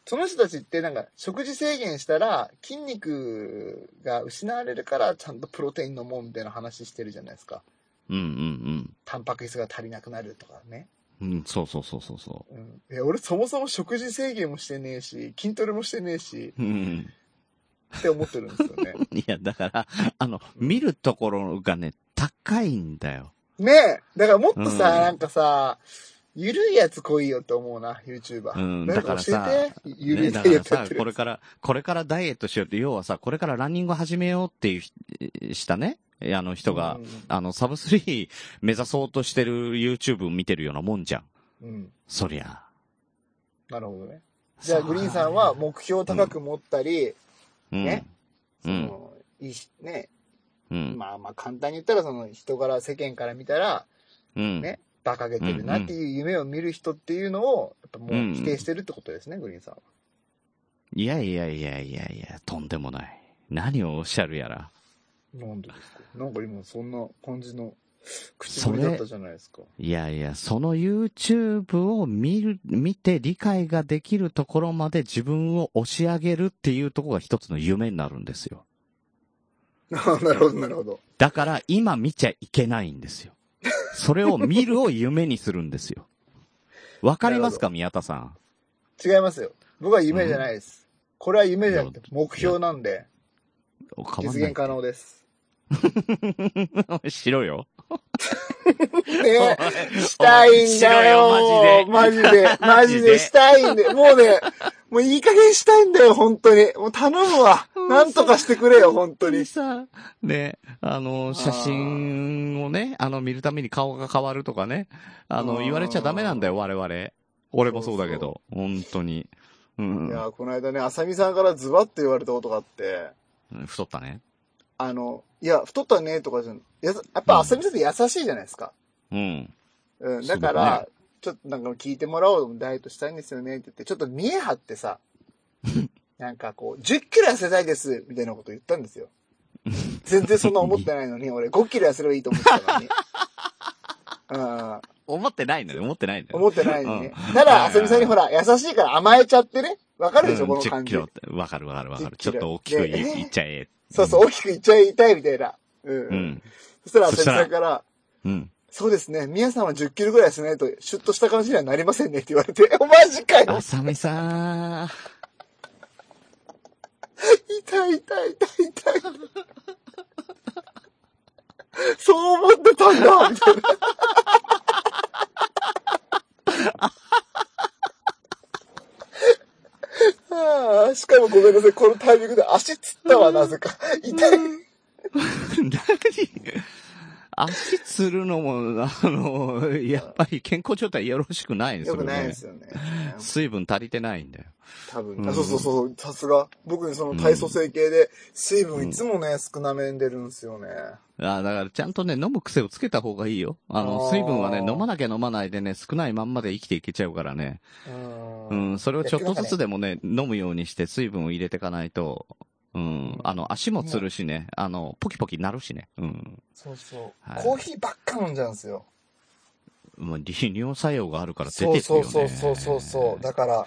[SPEAKER 3] その人たちってなんか食事制限したら筋肉が失われるからちゃんとプロテイン飲もうみたいな話してるじゃないですか。
[SPEAKER 2] うんうん
[SPEAKER 3] タンパク質が足りなくなるとかね。
[SPEAKER 2] うん。うん、そうそうそうそうそ
[SPEAKER 3] うん、いや俺そもそも食事制限もしてねえし、筋トレもしてねえし、
[SPEAKER 2] う。うん。
[SPEAKER 3] って思ってるんですよね。
[SPEAKER 2] いや、だから、あの、見るところがね、高いんだよ。
[SPEAKER 3] ねえだからもっとさ、
[SPEAKER 2] うん
[SPEAKER 3] なんかさ、ゆるいやつ来いよと思うな、YouTuber。
[SPEAKER 2] うん、
[SPEAKER 3] な
[SPEAKER 2] だ
[SPEAKER 3] ん
[SPEAKER 2] から
[SPEAKER 3] か教
[SPEAKER 2] さ
[SPEAKER 3] えて、、ゆる
[SPEAKER 2] ね
[SPEAKER 3] い
[SPEAKER 2] だ
[SPEAKER 3] ダ
[SPEAKER 2] か
[SPEAKER 3] イエ
[SPEAKER 2] ら
[SPEAKER 3] ットや
[SPEAKER 2] さ
[SPEAKER 3] って、る
[SPEAKER 2] これから、これからダイエットしようって、要はさ、これからランニングを始めようっていうひしたね、あの人が、あの、サブスリー目指そうとしてる YouTube 見てるようなもんじゃん。
[SPEAKER 3] うん。うん。
[SPEAKER 2] そりゃ。
[SPEAKER 3] なるほどね。じゃあ
[SPEAKER 2] さ
[SPEAKER 3] グリーンさんは、目標を高く持ったり、
[SPEAKER 2] うん、
[SPEAKER 3] ね
[SPEAKER 2] う
[SPEAKER 3] そ
[SPEAKER 2] ん
[SPEAKER 3] の、いいしね、
[SPEAKER 2] うん、
[SPEAKER 3] まあまあ簡単に言ったら、その人から、世間から見たら、
[SPEAKER 2] うん。
[SPEAKER 3] ね馬鹿げてるなっていう夢を見る人っていうのを、やっぱもう否定してるってことですね、グリーンさんは。
[SPEAKER 2] いやいやいやいやいや、とんでもない。何をおっしゃるやら。
[SPEAKER 3] なんでですかなんか今そんな感じの口ぶりだったじゃないですか。
[SPEAKER 2] いやいや、その YouTube を見る、見て理解ができるところまで自分を押し上げるっていうところが一つの夢になるんですよ。
[SPEAKER 3] あ なるほど、なるほど。
[SPEAKER 2] だから今見ちゃいけないんですよ。それを見るを夢にするんですよ。わかりますか、宮田さん。
[SPEAKER 3] 違いますよ。僕は夢じゃないです。これは夢じゃなくて目標なんで、
[SPEAKER 2] 変わん
[SPEAKER 3] 実
[SPEAKER 2] ない
[SPEAKER 3] 現。可能です。
[SPEAKER 2] しろよ。
[SPEAKER 3] ねしたいんだよ
[SPEAKER 2] お前
[SPEAKER 3] マ
[SPEAKER 2] し
[SPEAKER 3] ジ
[SPEAKER 2] ろよ
[SPEAKER 3] で、マジでしたいんで、もうね、もういい加減したいんだよ、本当に。もう頼むわ。なんとかしてくれよ、本当に。
[SPEAKER 2] さ、ね、あの、写真をね、あの、見るために顔が変わるとかね、あ
[SPEAKER 3] あ
[SPEAKER 2] の、
[SPEAKER 3] ー
[SPEAKER 2] 言われちゃダメなんだよ、我々。俺もそうだけど、本当に。うん
[SPEAKER 3] いや、この間ね、あさみさんからズバッと言われたことがあって、
[SPEAKER 2] うん。太ったね。
[SPEAKER 3] あの、いや、太ったね、とかじゃん。やさやっぱあさみさんって優しいじゃないですか。
[SPEAKER 2] うん。
[SPEAKER 3] うん、
[SPEAKER 2] そ
[SPEAKER 3] だ
[SPEAKER 2] う
[SPEAKER 3] か
[SPEAKER 2] だね
[SPEAKER 3] ら、ちょっとなんか聞いてもらおう、ダイエットしたいんですよねって言って、ちょっと見え張っ てさ、なんかこう、10キロ痩せたいですみたいなこと言った んですよ。全然そんな思ってないのに、俺5キロ痩せればいいと思ってた のに。うん。
[SPEAKER 2] 思ってないのよ、思ってないのよ。
[SPEAKER 3] 思ってないのにね。
[SPEAKER 2] うん
[SPEAKER 3] ただ、あさみさんにほら、優しいから甘えちゃってね。わかるでしょ、この
[SPEAKER 2] 10
[SPEAKER 3] 感
[SPEAKER 2] キ
[SPEAKER 3] じ
[SPEAKER 2] ロ。って、わかるわかるわかる。
[SPEAKER 3] 10キ
[SPEAKER 2] ちょ
[SPEAKER 3] ロ
[SPEAKER 2] っと大きく
[SPEAKER 3] で
[SPEAKER 2] 言い言っちゃえ。
[SPEAKER 3] そうそう、大きく言っちゃいたいみたいな。う。
[SPEAKER 2] うんん。
[SPEAKER 3] そしたら、あさみさんから、
[SPEAKER 2] うん。
[SPEAKER 3] そうですね、みやさんは10キロぐらいしないと、シュッとした感じにはなりませんねって言われて、 おマジかよ
[SPEAKER 2] あさみ さん。
[SPEAKER 3] 痛い痛い痛い痛い。そう思ってたんだみたいな。ああしかもごめんなさい、このタイミングで足つったわ、なぜか。痛い。
[SPEAKER 2] 足つるのも、あの、やっぱり健康状態よろしくないですよね。
[SPEAKER 3] 良くないですよね。
[SPEAKER 2] 水分足りてないんだよ。
[SPEAKER 3] 多分、
[SPEAKER 2] うん
[SPEAKER 3] あそうそうそう、さすが。僕ね、その体組成系で、水分いつもね、少なめに出るんですよね。
[SPEAKER 2] あだからちゃんとね、飲む癖をつけた方がいいよ。あの、
[SPEAKER 3] あー
[SPEAKER 2] 水分はね、飲まなきゃ飲まないでね、少ないまんまで生きていけちゃうからね。うん、それをちょっとずつでもね、飲むようにして水分を入れていかないと、うん、あの、足もつるしね、あの、ポキポキなるしね。うん。
[SPEAKER 3] そうそう。
[SPEAKER 2] はい
[SPEAKER 3] コーヒーばっか飲んじゃうんですよ。
[SPEAKER 2] もう利尿作用があるから出てく
[SPEAKER 3] そ
[SPEAKER 2] るよ
[SPEAKER 3] う
[SPEAKER 2] ね。
[SPEAKER 3] そうそうそうそうそう。だから、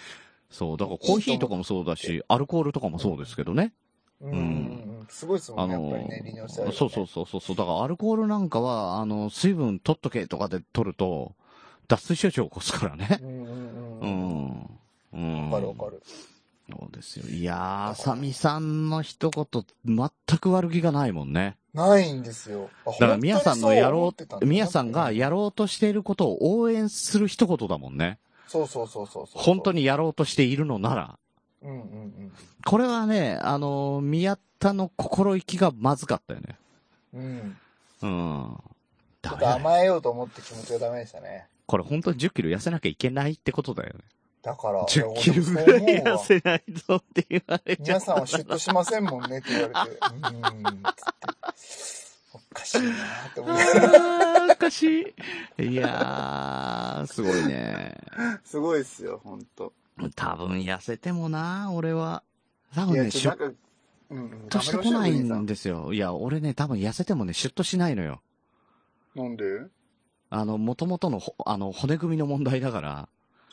[SPEAKER 2] そう、だからコーヒーとかもそうだし、アルコールとかもそうですけどね。
[SPEAKER 3] うんうんうん、すごいですもんね、やっぱりね、利尿したり。
[SPEAKER 2] そうそうそうそうそう。だからアルコールなんかは、あの、水分取っとけとかで取ると、脱水症状を起こすからね。うん。うん。
[SPEAKER 3] わかるわかる。
[SPEAKER 2] そうですよ。いやー、さみさんの一言、全く悪気がないもんね。
[SPEAKER 3] ないんですよ。あ
[SPEAKER 2] だから、みやさんのやろう、みやさん。
[SPEAKER 3] 本当
[SPEAKER 2] が
[SPEAKER 3] にそう思ってただ
[SPEAKER 2] やろうとしていることを応援する一言だもんね。
[SPEAKER 3] そうそうそうそうそう。
[SPEAKER 2] 本当にやろうとしているのなら。
[SPEAKER 3] うんうんうん。
[SPEAKER 2] これはね、あの、宮田の心意気がまずかったよね。
[SPEAKER 3] うん。
[SPEAKER 2] うん。
[SPEAKER 3] ちょっと甘えようと思って気持ちがダメでしたね。
[SPEAKER 2] これ本当に10キロ痩せなきゃいけないってことだよね。
[SPEAKER 3] だから、
[SPEAKER 2] 10キロぐらい
[SPEAKER 3] 俺
[SPEAKER 2] 痩
[SPEAKER 3] もそう
[SPEAKER 2] せないぞって言われちゃ
[SPEAKER 3] 皆
[SPEAKER 2] っ
[SPEAKER 3] さ
[SPEAKER 2] た
[SPEAKER 3] んはシュッとしませんもんねって言われて、うーん、つって。おかしいなって思って。
[SPEAKER 2] あーおかしい。いやー、すごいね。
[SPEAKER 3] すごいっすよ、ほんと。
[SPEAKER 2] 多分痩せてもな、俺は。多
[SPEAKER 3] い
[SPEAKER 2] 分
[SPEAKER 3] や、
[SPEAKER 2] ね、
[SPEAKER 3] ち
[SPEAKER 2] シ
[SPEAKER 3] ょ
[SPEAKER 2] ュ
[SPEAKER 3] っ
[SPEAKER 2] ッ
[SPEAKER 3] となんか、うんうん、
[SPEAKER 2] としてこない
[SPEAKER 3] 頑張りましょうよ
[SPEAKER 2] んですよ。いや、俺ね、多分痩せてもね、シュッとしないのよ。
[SPEAKER 3] なんで
[SPEAKER 2] あの、元々のほ、あの、骨組みの問題だから。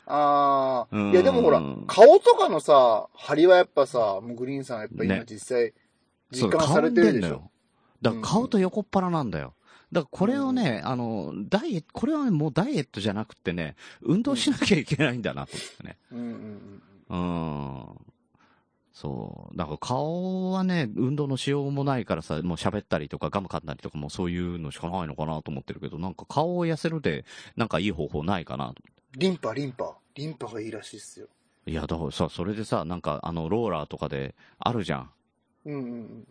[SPEAKER 3] ああ、
[SPEAKER 2] うん
[SPEAKER 3] いやでもほら、顔とかのさ、張りはやっぱさ、もうグリーンさんはやっぱ今
[SPEAKER 2] ね
[SPEAKER 3] 実際、
[SPEAKER 2] そう
[SPEAKER 3] 実感されてる
[SPEAKER 2] 顔に出ん
[SPEAKER 3] でしょ。。
[SPEAKER 2] のよだから顔と横っ腹なんだよ。だからこれをね、あの、ダイエット、これはね、もうダイエットじゃなくてね、運動しなきゃいけないんだなと思ってね。
[SPEAKER 3] うんうんう
[SPEAKER 2] う
[SPEAKER 3] ん。
[SPEAKER 2] ん。そう。だから顔はね、運動のしようもないからさ、もう喋ったりとかガム噛んだりとかもうそういうのしかないのかなと思ってるけど、なんか顔を痩せるで、なんかいい方法ないかなと。
[SPEAKER 3] リンパ、リンパ。リンパがいいらしいっすよ。
[SPEAKER 2] いや、だからさ、それでさ、なんかあの、ローラーとかであるじゃん。
[SPEAKER 3] うんうんうんうん。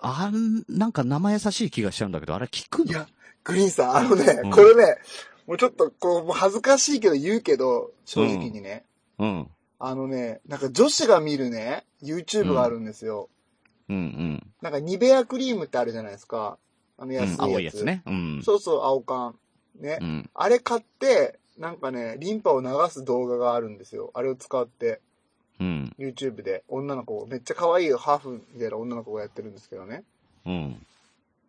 [SPEAKER 2] あん、なんか生優しい気がしちゃうんだけど、あれ効くの
[SPEAKER 3] いや、グリーンさん、あのね、
[SPEAKER 2] うん
[SPEAKER 3] これね、もうちょっと、こう、もう恥ずかしいけど言うけど、正直にね、
[SPEAKER 2] うん。
[SPEAKER 3] あのね、なんか女子が見るね、YouTube があるんですよ。
[SPEAKER 2] うんうん。
[SPEAKER 3] なんかニベアクリームってあるじゃないですか。あの
[SPEAKER 2] う
[SPEAKER 3] 安いや
[SPEAKER 2] ん
[SPEAKER 3] つ。
[SPEAKER 2] 青いやつね。うん。
[SPEAKER 3] そうそう、青缶。ね。
[SPEAKER 2] うん。
[SPEAKER 3] あれ買って、なんかね、リンパを流す動画があるんですよ。あれを使って、
[SPEAKER 2] うん。
[SPEAKER 3] YouTube で、女の子、めっちゃ可愛いハーフみたいな女の子がやってるんですけどね。
[SPEAKER 2] うん。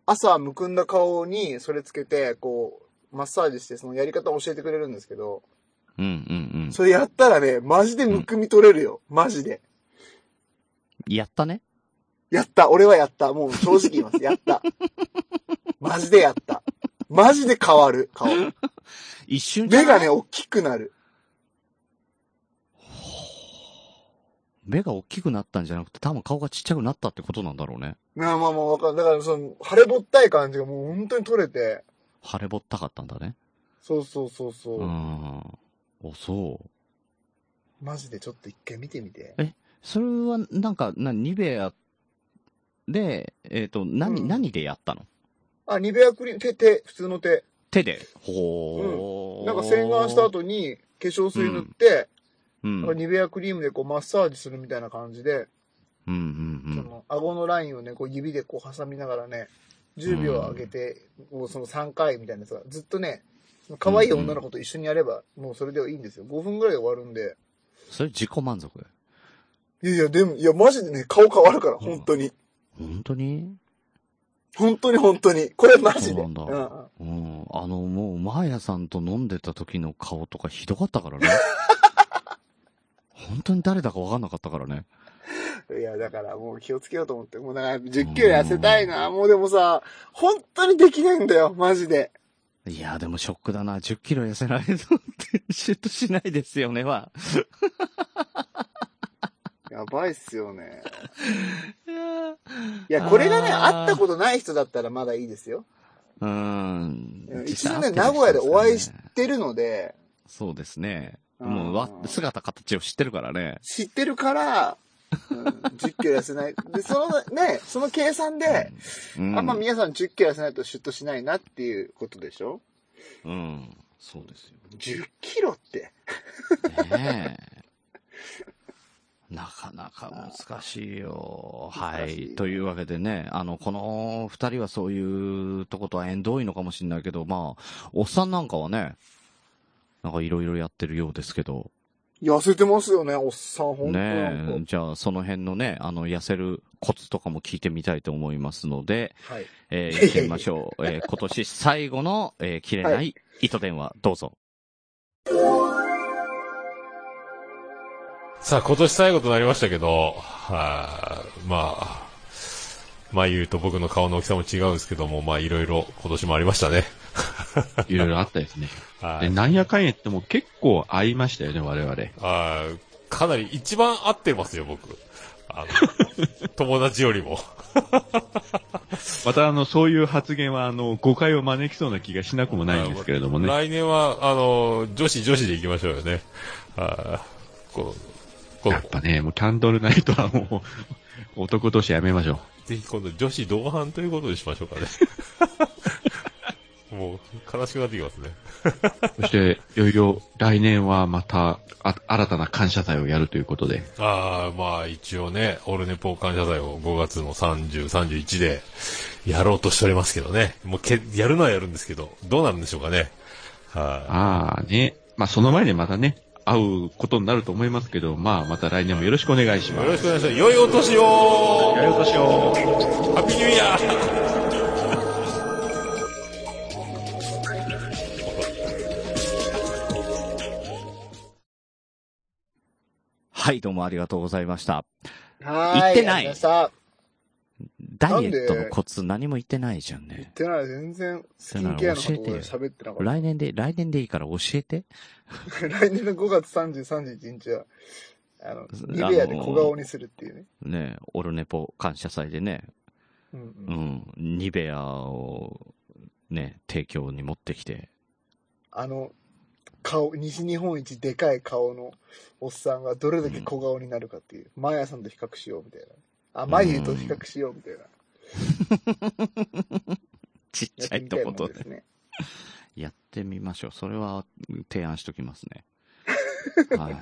[SPEAKER 3] 朝、むくんだ顔にそれつけて、こう、マッサージして、そのやり方を教えてくれるんですけど、
[SPEAKER 2] うん。うん。
[SPEAKER 3] それやったらね、マジでむくみ取れるよ。マジで。
[SPEAKER 2] やったね。
[SPEAKER 3] やった。俺はやった。もう正直言います。やった。マジでやった。マジで変わる。顔。
[SPEAKER 2] 一瞬じゃ
[SPEAKER 3] 目
[SPEAKER 2] な
[SPEAKER 3] が
[SPEAKER 2] い
[SPEAKER 3] ね、大きくなる。
[SPEAKER 2] 目が大きくなったんじゃなくて、多分顔がちっちゃくなったってことなんだろうね。
[SPEAKER 3] まあまあまあ、わかる。だから、その、腫れぼったい感じがもう本当に取れて。
[SPEAKER 2] 腫れぼったかったんだね。
[SPEAKER 3] そうそうそうそうう。
[SPEAKER 2] ん。お、そう。
[SPEAKER 3] マジでちょっと一回見てみて。
[SPEAKER 2] それは、なんか、な、ニベアで、えっ、と、何、
[SPEAKER 3] うん
[SPEAKER 2] 何でやったの
[SPEAKER 3] あ、ニベアクリーム、手、手、普通の手。
[SPEAKER 2] 手で。ほー。
[SPEAKER 3] なんか洗顔した。後に化粧水塗って、
[SPEAKER 2] うん。う
[SPEAKER 3] なんか
[SPEAKER 2] ん
[SPEAKER 3] ニベアクリームでこうマッサージするみたいな感じで、
[SPEAKER 2] うんう
[SPEAKER 3] そ
[SPEAKER 2] ん。
[SPEAKER 3] の顎のラインをね、こう指でこう挟みながらね、10秒上げて、もうその3回みたいなやつが、ずっとね、可愛い女の子と一緒にやれば、もうそれではいいんですよ。5分ぐらいで終わるんで。
[SPEAKER 2] それ自己満足。
[SPEAKER 3] いやいや、でも、いや、マジでね、顔変わるから、本当に。
[SPEAKER 2] 本当に
[SPEAKER 3] 本当に本当に。これマジで。
[SPEAKER 2] そうなんだ
[SPEAKER 3] うん
[SPEAKER 2] うん。あの、もう、マーヤさんと飲んでた時の顔とかひどかった からね。本当に誰だかわかんなかったからね。
[SPEAKER 3] いや、だからもう気をつけようと思って。もうだから10キロ痩せたいな。もうでもさ、本当にできないんだよ、マジで。
[SPEAKER 2] いや、でもショックだな。10キロ痩せられるのって、シュッとしないですよね、は。
[SPEAKER 3] やばいっすよね。いや、これがね、
[SPEAKER 2] あー
[SPEAKER 3] 会ったことない人だったらまだいいですよ。
[SPEAKER 2] うーん。
[SPEAKER 3] 一度
[SPEAKER 2] 実際会
[SPEAKER 3] ね、
[SPEAKER 2] ってる
[SPEAKER 3] 名
[SPEAKER 2] 人
[SPEAKER 3] 古屋でお会い
[SPEAKER 2] す
[SPEAKER 3] し
[SPEAKER 2] からね
[SPEAKER 3] てるので、
[SPEAKER 2] そうですね。もうわ、姿形を知ってるからね。
[SPEAKER 3] 知ってるから、うん、10キロ痩せない。で、そのね、その計算で、
[SPEAKER 2] うん
[SPEAKER 3] あんま皆さん10キロ痩せないとシュッとしないなっていうことでしょ
[SPEAKER 2] うん。そうですよ。
[SPEAKER 3] ?10 キロって。
[SPEAKER 2] ねえ。なかなか難しいよ。はい。というわけでね、あの、この二人はそういうとことは縁遠いのかもしれないけど、まあ、おっさんなんかはね、なんかいろいろやってるようですけど、
[SPEAKER 3] 痩せてますよね、おっさん、本当
[SPEAKER 2] ね
[SPEAKER 3] に。
[SPEAKER 2] え、じゃあその辺のね、あの、痩せるコツとかも聞いてみたいと思いますので、
[SPEAKER 3] はい。
[SPEAKER 2] えー、行ってみましょ う。えー今年最後の、えー切れな
[SPEAKER 3] はい
[SPEAKER 2] 糸電話、どうぞ。
[SPEAKER 12] さあ、今年最後となりましたけど、はあ、まあ、まあ言うと僕の顔の大きさも違うんですけども、まあいろいろ今年もありましたね。
[SPEAKER 13] いろいろあったですね。
[SPEAKER 12] は
[SPEAKER 13] で
[SPEAKER 12] い。
[SPEAKER 13] なんやかんや言っても結構会いましたよね、我々。
[SPEAKER 12] あーかなり一番合ってますよ、僕。あ の、友達よりも。
[SPEAKER 13] またあの、そういう発言はあの、誤解を招きそうな気がしなくもないんですけれどもね。
[SPEAKER 12] 来年は、あの、女子女子で行きましょうよね。あーこうこう
[SPEAKER 13] やっぱね、もうキャンドルナイトはもう、 男としてやめましょう。
[SPEAKER 12] ぜひ今度女子同伴ということにしましょうか ね。もう、悲しくなってきますね。
[SPEAKER 13] そして、いよいよ来年はまた、あ新たな感謝祭をやるということで。
[SPEAKER 12] ああ、まあ一応ね、オルネポ感謝祭を5月の30、31でやろうとしておりますけどね。もうけ、やるのはやるんですけど、どうなるんでしょうかね。は
[SPEAKER 13] ああね。まあその前にまたね、会うことになると思いますけど、まあまた来年もよろしくお願いし
[SPEAKER 12] い。
[SPEAKER 13] ま
[SPEAKER 12] よ
[SPEAKER 13] す。
[SPEAKER 12] ろしくお願いします。良いお年を
[SPEAKER 13] 良いお年を
[SPEAKER 12] ハッピーニューイヤー
[SPEAKER 2] はい、どうもありがとうございました。
[SPEAKER 3] はー
[SPEAKER 2] 行ってない
[SPEAKER 3] ありがとうござました
[SPEAKER 2] ダイエットのコツ何も言ってないじゃんね。
[SPEAKER 3] 言ってない、全然、スキンケ
[SPEAKER 2] だか
[SPEAKER 3] アのこと
[SPEAKER 2] ら教えてよ
[SPEAKER 3] 喋ってなかった。
[SPEAKER 2] 来年で、来年でいいから教えて。
[SPEAKER 3] 来年の5月30、31日は、あの、リベアで小顔にするっていうね。
[SPEAKER 2] ねえオルネポ感謝祭でね、
[SPEAKER 3] うん
[SPEAKER 2] うん、ニベアをね、提供に持ってきて、
[SPEAKER 3] あの、顔、西日本一でかい顔のおっさんがどれだけ小顔になるかっていう。マヤさんと比較しようみたいな。あ、マユと比較しようみたいな。
[SPEAKER 2] ちっちゃいとこと
[SPEAKER 3] やってみたいもんですね
[SPEAKER 2] で。やってみましょう。それは提案しときます ね。はい。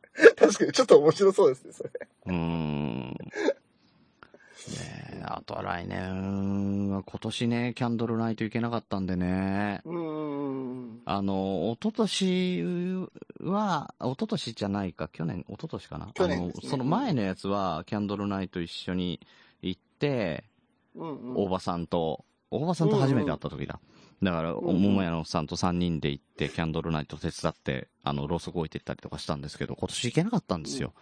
[SPEAKER 3] 確かにちょっと面白そうですね、それ。
[SPEAKER 2] うーん。ねえあとは来年は、今年ね、キャンドルナイト行けなかったんでね。
[SPEAKER 3] うん。
[SPEAKER 2] あの、一昨年は、一昨年じゃないか、去年、一昨年かな。
[SPEAKER 3] 去年です
[SPEAKER 2] あ
[SPEAKER 3] ね
[SPEAKER 2] の、その前のやつは、キャンドルナイト一緒に行って、
[SPEAKER 3] うん
[SPEAKER 2] 大場さんと、大場さんと初めて会った時だ。だから、
[SPEAKER 3] うんうん
[SPEAKER 2] 桃屋のおっさんと3人で行って、キャンドルナイト手伝って、あの、ろうそく置いてったりとかしたんですけど、今年行けなかったんですよ。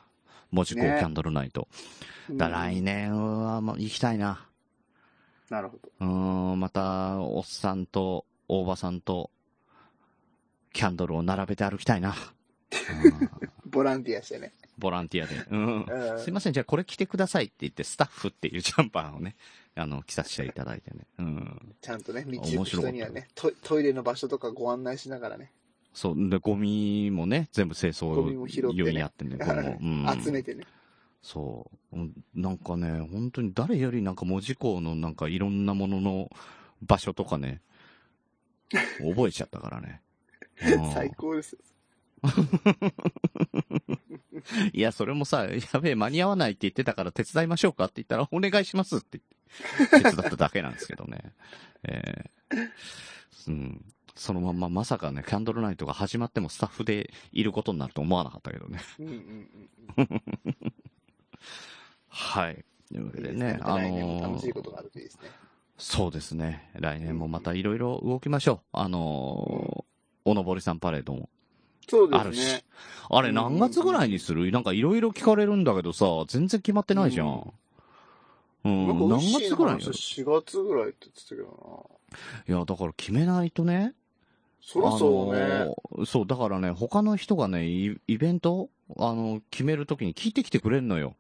[SPEAKER 2] 文字工キ
[SPEAKER 3] ね
[SPEAKER 2] ャンドルナイト。だから来年は、まあ、行きたいな。
[SPEAKER 3] なるほど。
[SPEAKER 2] うーん、また、おっさんと、大場さんと、キャンドルを並べて歩きたいな。
[SPEAKER 3] ボランティアしてね。
[SPEAKER 2] ボランティアで。 うん
[SPEAKER 3] う。ん
[SPEAKER 2] すいません、じゃあこれ着てくださいって言って、スタッフっていうジャンパーをね、 あの、着させていただいてね。うん。
[SPEAKER 3] ちゃんとね、道行く人にはね、トイトイレの場所とかご案内しながらね、
[SPEAKER 2] そう、で、ゴミもね、全部清掃
[SPEAKER 3] ゴミも拾って
[SPEAKER 2] ように
[SPEAKER 3] ね
[SPEAKER 2] やってんね、ゴミ も。うん
[SPEAKER 3] 集めてね。
[SPEAKER 2] そう。うんなんかね、本当に誰よりなんか文字工のなんかいろんなものの場所とかね、覚えちゃったからね。うん
[SPEAKER 3] 最高ですよ。
[SPEAKER 2] いや、それもさ、やべえ、間に合わないって言ってたから手伝いましょうかって言ったら、お願いします って言って、手伝っただけなんですけどね。えーうん。そのまんままさかね、キャンドルナイトが始まってもスタッフでいることになると思わなかったけどね。
[SPEAKER 3] うんうんうん。
[SPEAKER 2] はい。というわけで
[SPEAKER 3] いい
[SPEAKER 2] ね
[SPEAKER 3] で、すね
[SPEAKER 2] あ
[SPEAKER 3] 来年
[SPEAKER 2] の
[SPEAKER 3] も
[SPEAKER 2] ー
[SPEAKER 3] 楽しいことがあるといいですね。
[SPEAKER 2] そうですね。来年もまたいろいろ動きましょう。あのーおのぼりさんパレードも。
[SPEAKER 3] そうで
[SPEAKER 2] あ
[SPEAKER 3] す
[SPEAKER 2] るし。
[SPEAKER 3] ね。
[SPEAKER 2] あれ何月ぐらいにするなんかいろいろ聞かれるんだけどさ、全然決まってないじゃん。うん、
[SPEAKER 3] なんかウッ
[SPEAKER 2] 何
[SPEAKER 3] シー
[SPEAKER 2] 月
[SPEAKER 3] の
[SPEAKER 2] ぐらいに
[SPEAKER 3] 話
[SPEAKER 2] や
[SPEAKER 3] は
[SPEAKER 2] る
[SPEAKER 3] 4月ぐらいって言ってたけどな。
[SPEAKER 2] いや、だから決めないとね。
[SPEAKER 3] そろそろね
[SPEAKER 2] あのーそう、だからね、他の人がね、イイベント、あの、決めるときに聞いてきてくれんのよ。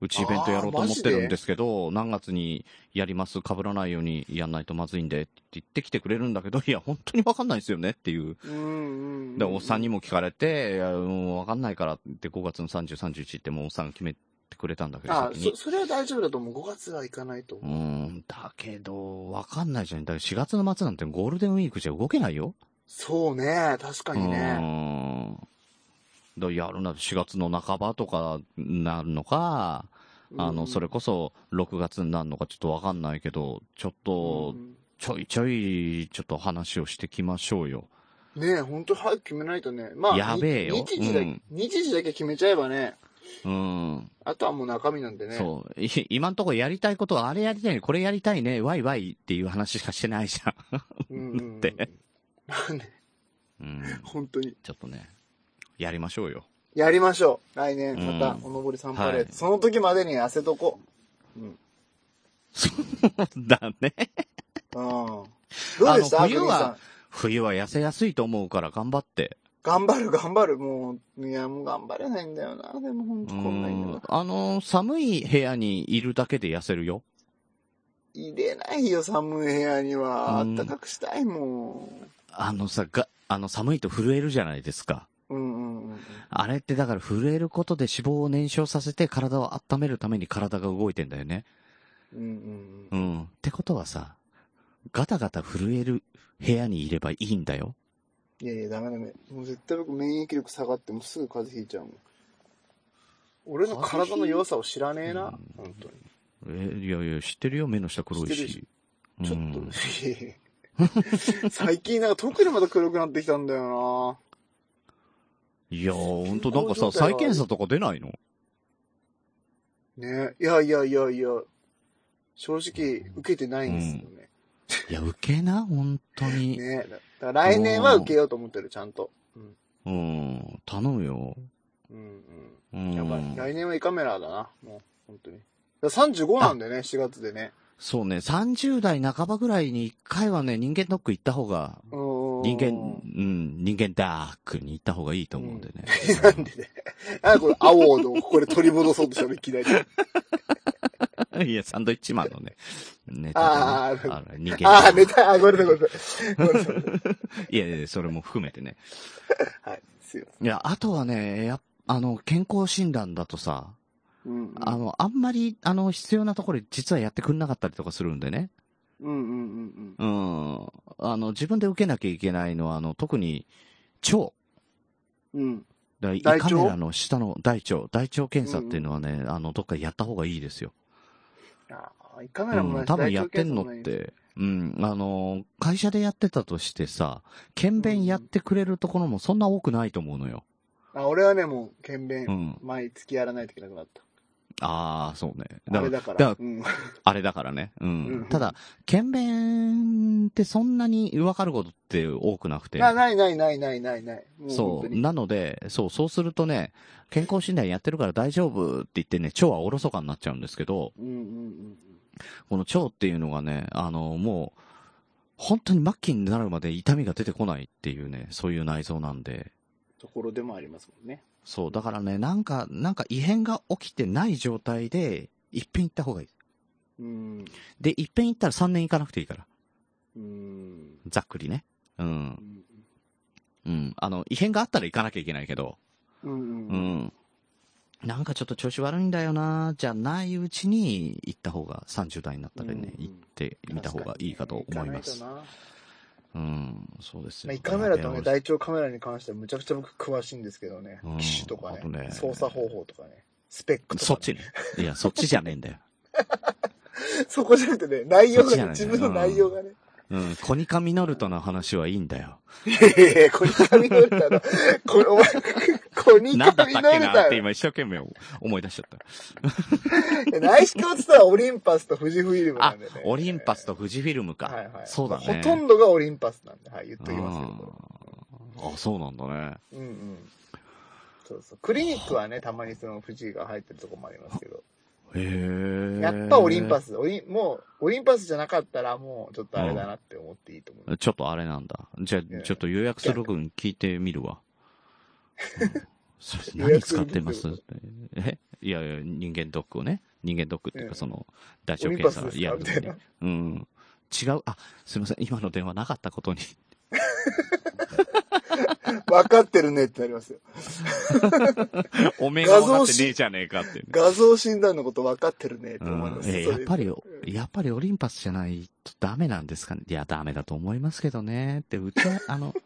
[SPEAKER 2] うちイベントやろうと思ってるんですけど、何月にやります、被らないようにやんないとまずいんでって言ってきてくれるんだけど、い や、本当にわかんないですよねっていう。で、おっさんにも聞かれて、いやもうわかんないからって5月の30、31ってもうおっさんが決めてくれたんだけど、
[SPEAKER 3] あ
[SPEAKER 2] 先に
[SPEAKER 3] そ、。それは大丈夫だと思う。5月は行かないと思
[SPEAKER 2] うーん、だけど、わかんないじゃん。だから4月の末なんてゴールデンウィークじゃ動けないよ。
[SPEAKER 3] う。そうね。確かにね。
[SPEAKER 2] ね。だやるな、4月の半ばとかなるのか、あ
[SPEAKER 3] う
[SPEAKER 2] の、
[SPEAKER 3] ん
[SPEAKER 2] それこそ6月になるのかちょっとわかんないけど、ちょっと、ちょいちょい、ちょっと話をしてきましょうよ。
[SPEAKER 3] ねえ、ほんと早く決めないとね。まあ、
[SPEAKER 2] やべえよ
[SPEAKER 3] に日時だ
[SPEAKER 2] う
[SPEAKER 3] け
[SPEAKER 2] ん、
[SPEAKER 3] 日時だけ決めちゃえばね、
[SPEAKER 2] うん。
[SPEAKER 3] あとはもう中身なんでね。
[SPEAKER 2] そう。い今んとこやりたいことは、あれやりたいね、これやりたいね、ワイワイっていう話しかしてないじゃ。
[SPEAKER 3] うんんうんうん
[SPEAKER 2] って。うん。
[SPEAKER 3] 本当に。
[SPEAKER 2] ちょっとね、やりましょうよ。
[SPEAKER 3] やりましょう。来年、
[SPEAKER 2] うん
[SPEAKER 3] また、おのぼりさんパレード。
[SPEAKER 2] はい
[SPEAKER 3] その時までに汗とこ
[SPEAKER 2] だね。
[SPEAKER 3] う。うん。どうでした
[SPEAKER 2] あの冬
[SPEAKER 3] グリーンさん
[SPEAKER 2] は、冬は痩せやすいと思うから頑張って。
[SPEAKER 3] 頑張る、頑張る。もう、いや、もう頑張れないんだよな。でも、ほんと、こんなに。
[SPEAKER 2] うんあの、寒い部屋にいるだけで痩せるよ。
[SPEAKER 3] 入れないよ、寒い部屋には。あ
[SPEAKER 2] うん
[SPEAKER 3] ったかくしたいも
[SPEAKER 2] あのさ、が、あの寒いと震えるじゃないですか。
[SPEAKER 3] ん。うんうんうん。
[SPEAKER 2] あれってだから震えることで脂肪を燃焼させて体を温めるために体が動いてんだよね。
[SPEAKER 3] うんう
[SPEAKER 2] う
[SPEAKER 3] ん
[SPEAKER 2] ん。ってことはさ、ガタガタ震える部屋にいればいいんだよ。
[SPEAKER 3] いやいや、ダメダメ。もう絶対僕免疫力下がってもうすぐ風邪ひいちゃうもん。俺の体の弱さを知らねえな。本当に。
[SPEAKER 2] え、いやいや、知ってるよ、目の下黒い
[SPEAKER 3] 知ってる
[SPEAKER 2] し。ちょっと、
[SPEAKER 3] いやい や最近なんか特にまた黒くなってきたんだよ
[SPEAKER 2] いやー、ほんとなんか
[SPEAKER 3] 健
[SPEAKER 2] さ、
[SPEAKER 3] 康状態は
[SPEAKER 2] 再検査とか出ないの
[SPEAKER 3] なねいやいやいやいや。正直、受けてないんですよね。
[SPEAKER 2] いや、受けな、本当に。
[SPEAKER 3] ねだだから来年は受けようと思ってる、ちゃんと。うん。
[SPEAKER 2] うん、頼むよ。
[SPEAKER 3] うんうん。
[SPEAKER 2] うん。
[SPEAKER 3] やばい。来年は胃カメラだな。もう、本当に。だから35なんだよね、4月でね。
[SPEAKER 2] そうね、30代半ばぐらいに一回はね、人間ドック行った方が、人
[SPEAKER 3] 人
[SPEAKER 2] 間、うん、人間ダークに行った方がいいと思うんでね。
[SPEAKER 3] なんでね。あ、これ、アワードをここで取り戻そうとしたの、いきなり。
[SPEAKER 2] いや、サンドイッチマンのね、ネ
[SPEAKER 3] あ
[SPEAKER 2] タで
[SPEAKER 3] ー
[SPEAKER 2] ね、あの人間
[SPEAKER 3] あ
[SPEAKER 2] ダ
[SPEAKER 3] あ、
[SPEAKER 2] ー
[SPEAKER 3] 寝た。あ、ごめんなさい、ごめんなさい。ごめんなさい。
[SPEAKER 2] ク。いやいや、それも含めてね。
[SPEAKER 3] はい、すいま
[SPEAKER 2] いや、あとはね、やっあの、健康診断だとさ、
[SPEAKER 3] せん。うん。
[SPEAKER 2] あの、あんまり、あの、必要なところで実はやってくんなかったりとかするんでね。
[SPEAKER 3] うんうんうん
[SPEAKER 2] うん。あの、自分で受けなきゃいけないのは、あの、特に、腸。
[SPEAKER 3] うん。うん。
[SPEAKER 2] だから胃
[SPEAKER 3] 大腸
[SPEAKER 2] カメラの下の大腸、大腸検査っていうのはね、あの、どっかでやった方がいいですよ。
[SPEAKER 3] あ、胃カメラも
[SPEAKER 2] う、
[SPEAKER 3] なんいし
[SPEAKER 2] 多分やってんのっ。
[SPEAKER 3] 大腸検査もない
[SPEAKER 2] て、うん、あの、会社でやってたとしてさ、検便やってくれるところもそんな多くないと思うのよ。
[SPEAKER 3] あ、俺はね、もう、検
[SPEAKER 2] う
[SPEAKER 3] 便
[SPEAKER 2] ん、
[SPEAKER 3] 毎月やらないといけなくなった。
[SPEAKER 2] ああ、そうね。
[SPEAKER 3] あれだから。
[SPEAKER 2] だ
[SPEAKER 3] うん。
[SPEAKER 2] あれだからね。う
[SPEAKER 3] うん
[SPEAKER 2] ん。ただ、検便ってそんなに分かることって多くなくて。
[SPEAKER 3] なないないないないないない。も
[SPEAKER 2] そ
[SPEAKER 3] 本当
[SPEAKER 2] う。
[SPEAKER 3] に
[SPEAKER 2] なので、そう、そうするとね、健康診断やってるから大丈夫って言ってね、腸はおろそかになっちゃうんですけど、
[SPEAKER 3] うんうん
[SPEAKER 2] この腸っていうのがね、あの、もう、本当に末期になるまで痛みが出てこないっていうね、そういう内臓なんで。
[SPEAKER 3] ところでもありますもんね。
[SPEAKER 2] そう、だからね、なんか、なんか異変が起きてない状態で、一遍行った方がいい。
[SPEAKER 3] うん。
[SPEAKER 2] で、一遍行ったら3年行かなくていいから。
[SPEAKER 3] うん。
[SPEAKER 2] ざっくりね。うん。うん。あの、異変があったら行かなきゃいけないけど、
[SPEAKER 3] うんうん
[SPEAKER 2] う。ん。なんかちょっと調子悪いんだよなじゃないうちに行った方が、30代になったらね、行ってみた方がいいかと思います。
[SPEAKER 3] 行かないとな
[SPEAKER 2] うん、そうですよ、
[SPEAKER 3] まあ、胃カメラと
[SPEAKER 2] い
[SPEAKER 3] ね、
[SPEAKER 2] や
[SPEAKER 3] 大腸カメラに関してはむちゃくちゃ僕詳しいんですけどね
[SPEAKER 2] うん。
[SPEAKER 3] 機種とか
[SPEAKER 2] あとね
[SPEAKER 3] ね、操作方法とかね、スペックと
[SPEAKER 2] そ
[SPEAKER 3] か
[SPEAKER 2] っちね。い や、そっちじゃねえんだよ。
[SPEAKER 3] そこじゃなくてね、内容
[SPEAKER 2] そっち
[SPEAKER 3] が
[SPEAKER 2] じゃ
[SPEAKER 3] ね、
[SPEAKER 2] ない
[SPEAKER 3] 自分の内容がね。
[SPEAKER 2] うん、コニカミノルトの話はいいんだ よ。
[SPEAKER 3] ええ、コニカミノルタの、こお前、コニ
[SPEAKER 2] なんだ
[SPEAKER 3] カ
[SPEAKER 2] っ
[SPEAKER 3] ミ
[SPEAKER 2] たっ
[SPEAKER 3] ノ
[SPEAKER 2] け
[SPEAKER 3] ル
[SPEAKER 2] な
[SPEAKER 3] タ
[SPEAKER 2] って今一生懸命思い出しちゃった。
[SPEAKER 3] 内視鏡って言ったらオリンパスと富士フイルムなんでね。
[SPEAKER 2] オリンパスと富士フィルムか。そうだ
[SPEAKER 3] ほ
[SPEAKER 2] ね。
[SPEAKER 3] とんどがオリンパスなんで、はい、言っときますけど。
[SPEAKER 2] あーあ、そうなんだね。
[SPEAKER 3] うんうん。そうそう。クリニックはね、たまにその富士が入ってるとこもありますけど。
[SPEAKER 2] へえ。
[SPEAKER 3] やっぱオリンパス、オリン、もう、オリンパスじゃなかったらもうちょっとあれだなって思っていいと思う。
[SPEAKER 2] ちょっとあれなんだ。じゃあ、ちょっと予約する分聞いてみるわ。うん
[SPEAKER 3] 予
[SPEAKER 2] 何
[SPEAKER 3] 約す
[SPEAKER 2] 使
[SPEAKER 3] る
[SPEAKER 2] っ
[SPEAKER 3] 分
[SPEAKER 2] てますえいやいや、人間ドックをね。人間ドックっていう
[SPEAKER 3] ええ
[SPEAKER 2] か、その、大腸検
[SPEAKER 3] オリンパス
[SPEAKER 2] 査
[SPEAKER 3] です
[SPEAKER 2] や
[SPEAKER 3] か
[SPEAKER 2] るの
[SPEAKER 3] み
[SPEAKER 2] に
[SPEAKER 3] たいな。
[SPEAKER 2] うん。違う、あ、すいません。今の電話なかった ことに。
[SPEAKER 3] 分かってるねってなりますよ。
[SPEAKER 2] おめえが分かってねえじゃねえかっていうね。
[SPEAKER 3] 画像診断のこと分かってるねって思います。
[SPEAKER 2] うんえやっぱり、やっぱりオリンパスじゃないとダメなんですかね。いや、ダメだと思いますけどね。って、うちは、あの、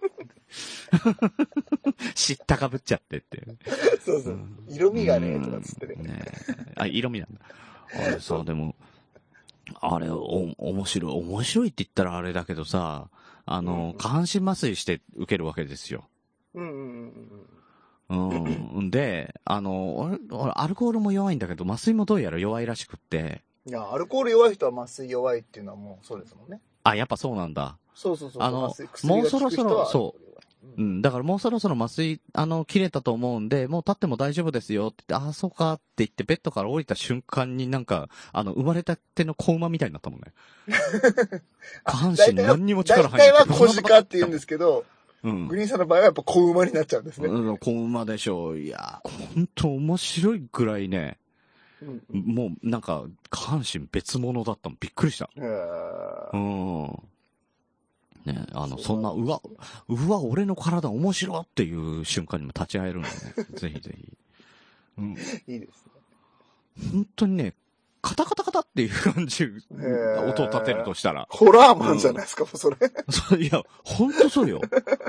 [SPEAKER 2] 知ったかぶっちゃってっていう。
[SPEAKER 3] そうそう。色味がね、とかっつってね。
[SPEAKER 2] あ、色味なんだ。あれさ、でも、あれ、お、面白い、面白いって言ったらあれだけどさ、あの、下半身麻酔して受けるわけですよ。
[SPEAKER 3] うんうんうんうん。
[SPEAKER 2] うん。で、あの、俺、俺アルコールも弱いんだけど、麻酔もどうやら弱いらしくって、
[SPEAKER 3] いや、アルコール弱い人は麻酔弱いっていうのはもうそうですもんね。
[SPEAKER 2] あ、やっぱそうなんだ。
[SPEAKER 3] そうそうそう。
[SPEAKER 2] あの
[SPEAKER 3] 麻酔、薬が
[SPEAKER 2] もう
[SPEAKER 3] 効く
[SPEAKER 2] そろそ
[SPEAKER 3] 人
[SPEAKER 2] ろ、
[SPEAKER 3] は
[SPEAKER 2] そう。うん、だからもうそろそろ麻酔、あの、切れたと思うんで、もう立っても大丈夫ですよって言って、ああ、そうかって言って、ベッドから降りた瞬間になんか、あの、生まれたての子馬みたいになったもん ね。下半身何にも力入
[SPEAKER 3] 大体
[SPEAKER 2] らな。
[SPEAKER 3] はい小鹿って言うんですけど、
[SPEAKER 2] うん
[SPEAKER 3] グリーンさんの場合はやっぱ小馬になっちゃうんですね。
[SPEAKER 2] うん、子馬でしょう。いやー、ほんと面白いぐらいね、
[SPEAKER 3] うん
[SPEAKER 2] もうなんか、下半身別物だったの。びっくりした。うん。ねあの、そんな、うわ、うわ、俺の体面白いっていう瞬間にも立ち会えるんでね。 ぜひぜひ。うん。
[SPEAKER 3] いいです
[SPEAKER 2] 本当にね、カタカタカタっていう感じ、音を立てるとしたら。
[SPEAKER 3] ホラーマンじゃないですか、も うそれ。
[SPEAKER 2] そういや、ほんとそうよ。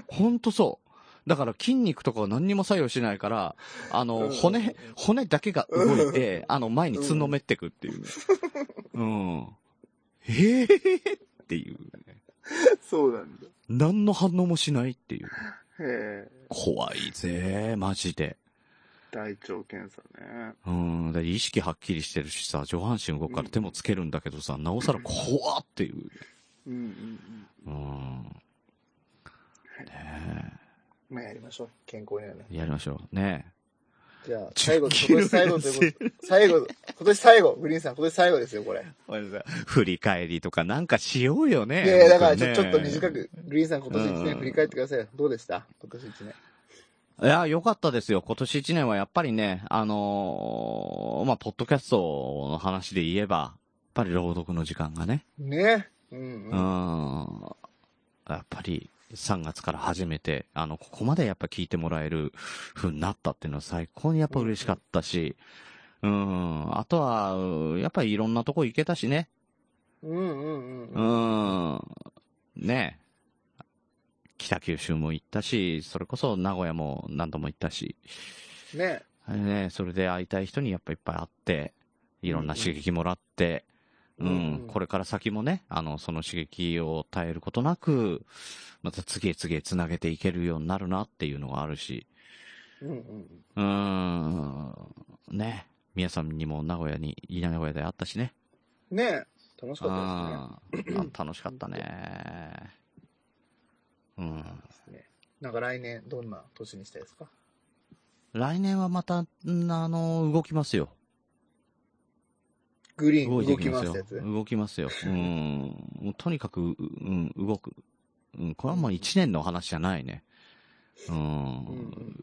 [SPEAKER 2] ほんとそう。だから筋肉とかは何にも作用しないから、あの、骨、骨だけが動いて、あの、前につんのめってくっていうね。うん。へえーっていうね。
[SPEAKER 3] そうなんだ。
[SPEAKER 2] 何の反応もしないっていう。
[SPEAKER 3] へえ。
[SPEAKER 2] 怖いぜ、マジで。
[SPEAKER 3] 大腸検査ね。
[SPEAKER 2] うん。で意識はっきりしてるしさ、上半身動くから手もつけるんだけどさ、なおさら怖っていう。
[SPEAKER 3] うんうんうん。
[SPEAKER 2] うん。ね
[SPEAKER 3] まあやりましょう。健康にはね。
[SPEAKER 2] え。やりましょう。ねえ。
[SPEAKER 3] じゃあ、最 後、
[SPEAKER 2] 10
[SPEAKER 3] 今年最後ということで最後、今年最後、グリーンさん、今年最後ですよ、これ。
[SPEAKER 2] 振り返りとかなんかしようよね。
[SPEAKER 3] いやいや、だからちょ,、
[SPEAKER 2] 本当
[SPEAKER 3] ちょっ
[SPEAKER 2] に
[SPEAKER 3] と
[SPEAKER 2] ね
[SPEAKER 3] 短く、グリーンさん今年1年振り返ってください。どうでした今年1年。
[SPEAKER 2] いや、良かったですよ。今年一年はやっぱりね、あのーまあ、ポッドキャストの話で言えば、やっぱり朗読の時間がね、
[SPEAKER 3] ね。うん
[SPEAKER 2] う
[SPEAKER 3] うん。
[SPEAKER 2] ん、やっぱり3月から始めて、あの、ここまでやっぱ聞いてもらえる風になったっていうのは最高にやっぱ嬉しかったし、うん、あとは、やっぱりいろんなとこ行けたしね、
[SPEAKER 3] うんうん
[SPEAKER 2] う
[SPEAKER 3] うん。
[SPEAKER 2] ーん。ねえ。北九州も行ったし、それこそ名古屋も何度も行ったし、
[SPEAKER 3] ね。
[SPEAKER 2] あれね、それで会いたい人にやっぱいっぱい会って、いろんな刺激もらって、うん、これから先もね、あの、その刺激を耐えることなく、また次へ次へ繋げていけるようになるなっていうのがあるし、
[SPEAKER 3] うんうん。
[SPEAKER 2] うーん、ね、皆さんにも名古屋に、いい名古屋で会ったしね。
[SPEAKER 3] ね楽しかったですね。
[SPEAKER 2] あ あ楽しかったね。うん。
[SPEAKER 3] なんか来年、どんな年にしたいですか
[SPEAKER 2] 来年はまた、んあの、動きますよ。
[SPEAKER 3] グリーン
[SPEAKER 2] 動いていきます
[SPEAKER 3] 動きますって
[SPEAKER 2] よ
[SPEAKER 3] や。つ
[SPEAKER 2] 動きますよ。うん。もうとにかく、ううん、動く。うん、これはもう一年の話じゃないね。うん。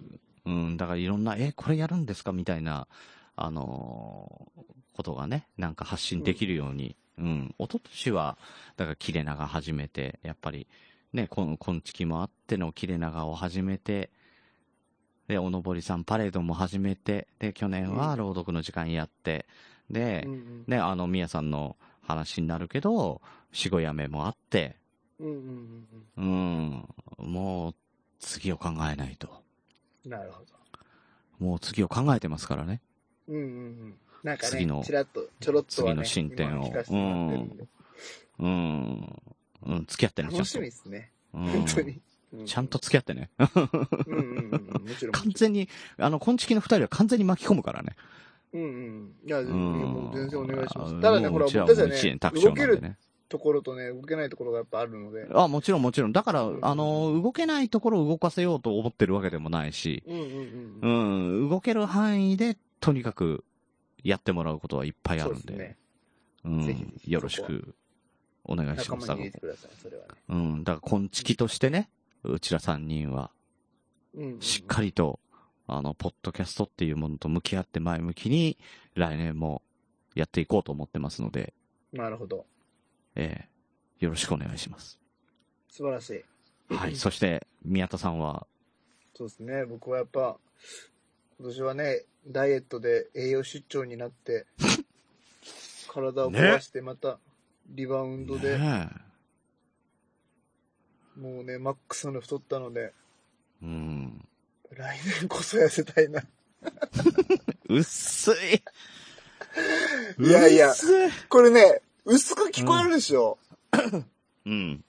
[SPEAKER 2] うん、だからいろんな、え、これやるんですかみたいな、あのーことがね、なんか発信できるように。うん。一昨年は、だから切れ長始めて、やっぱり、ね、こん、こんちきもあっての切れ長を始めて、で、おのぼりさんパレードも始めて、で、去年は朗読の時間やって、で、ね、あの、みやさんの話になるけど、死後やめもあって、
[SPEAKER 3] うんうんうん
[SPEAKER 2] うん、もう、次を考えないと。
[SPEAKER 3] うん。なるほど。
[SPEAKER 2] もう次を考えてますからね。
[SPEAKER 3] うんうんうん。なんか
[SPEAKER 2] 次
[SPEAKER 3] ね
[SPEAKER 2] の、
[SPEAKER 3] ちらっと、ちょろっと
[SPEAKER 2] 次
[SPEAKER 3] はね、
[SPEAKER 2] の進展
[SPEAKER 3] 今
[SPEAKER 2] を
[SPEAKER 3] 聞かせ。て
[SPEAKER 2] う
[SPEAKER 3] もらってる
[SPEAKER 2] ん
[SPEAKER 3] んで。
[SPEAKER 2] うん。うん。の、付き合ってね、ちゃん
[SPEAKER 3] 楽
[SPEAKER 2] と。
[SPEAKER 3] しみですね。
[SPEAKER 2] うん
[SPEAKER 3] 本当に。うん
[SPEAKER 2] ちゃんと付き合ってね。
[SPEAKER 3] うんうんうん。もちろん。
[SPEAKER 2] 完全に、あの、昆虫の二人は完全に巻き込むからね。
[SPEAKER 3] うんうん。いや、
[SPEAKER 2] ん
[SPEAKER 3] もう全然お願いしま
[SPEAKER 2] あ
[SPEAKER 3] す。ただ
[SPEAKER 2] も
[SPEAKER 3] ね、
[SPEAKER 2] う
[SPEAKER 3] ほら、
[SPEAKER 2] うちは
[SPEAKER 3] 僕たちは
[SPEAKER 2] もう一円
[SPEAKER 3] ね、
[SPEAKER 2] 卓上な
[SPEAKER 3] 動
[SPEAKER 2] んで
[SPEAKER 3] け
[SPEAKER 2] ね
[SPEAKER 3] るところとね、動けないところがやっぱあるので。
[SPEAKER 2] あ、もちろんもちろん。だから、あの、動けないところを動かせようと思ってるわけでもないし、
[SPEAKER 3] うんうんうん。
[SPEAKER 2] うん、動ける範囲で、とにかく、やってもらうことはいっぱいあるんで、うん、よろしく、お願いし
[SPEAKER 3] 仲
[SPEAKER 2] ます。
[SPEAKER 3] 間に入れてください、それはね。
[SPEAKER 2] うん、だから、昆虫としてね、うちら三人は、
[SPEAKER 3] うんうん。
[SPEAKER 2] しっかりと、あの、ポッドキャストっていうものと向き合って前向きに、来年もやっていこうと思ってますので、
[SPEAKER 3] なるほど。
[SPEAKER 2] ええよろしくお願いします。
[SPEAKER 3] 素晴らしい。
[SPEAKER 2] はい。そして、宮田さんは、
[SPEAKER 3] そうですね、僕はやっぱ、今年はね、ダイエットで栄養失調に なって、体を壊して、また、リバウンドで、
[SPEAKER 2] ね
[SPEAKER 3] もうね、マックスの太ったので、
[SPEAKER 2] えうん。
[SPEAKER 3] 来年こそ痩せたいな。
[SPEAKER 2] 薄い。
[SPEAKER 3] いやいや
[SPEAKER 2] 薄い、
[SPEAKER 3] これね、薄く聞こえるでしょ、
[SPEAKER 2] うん。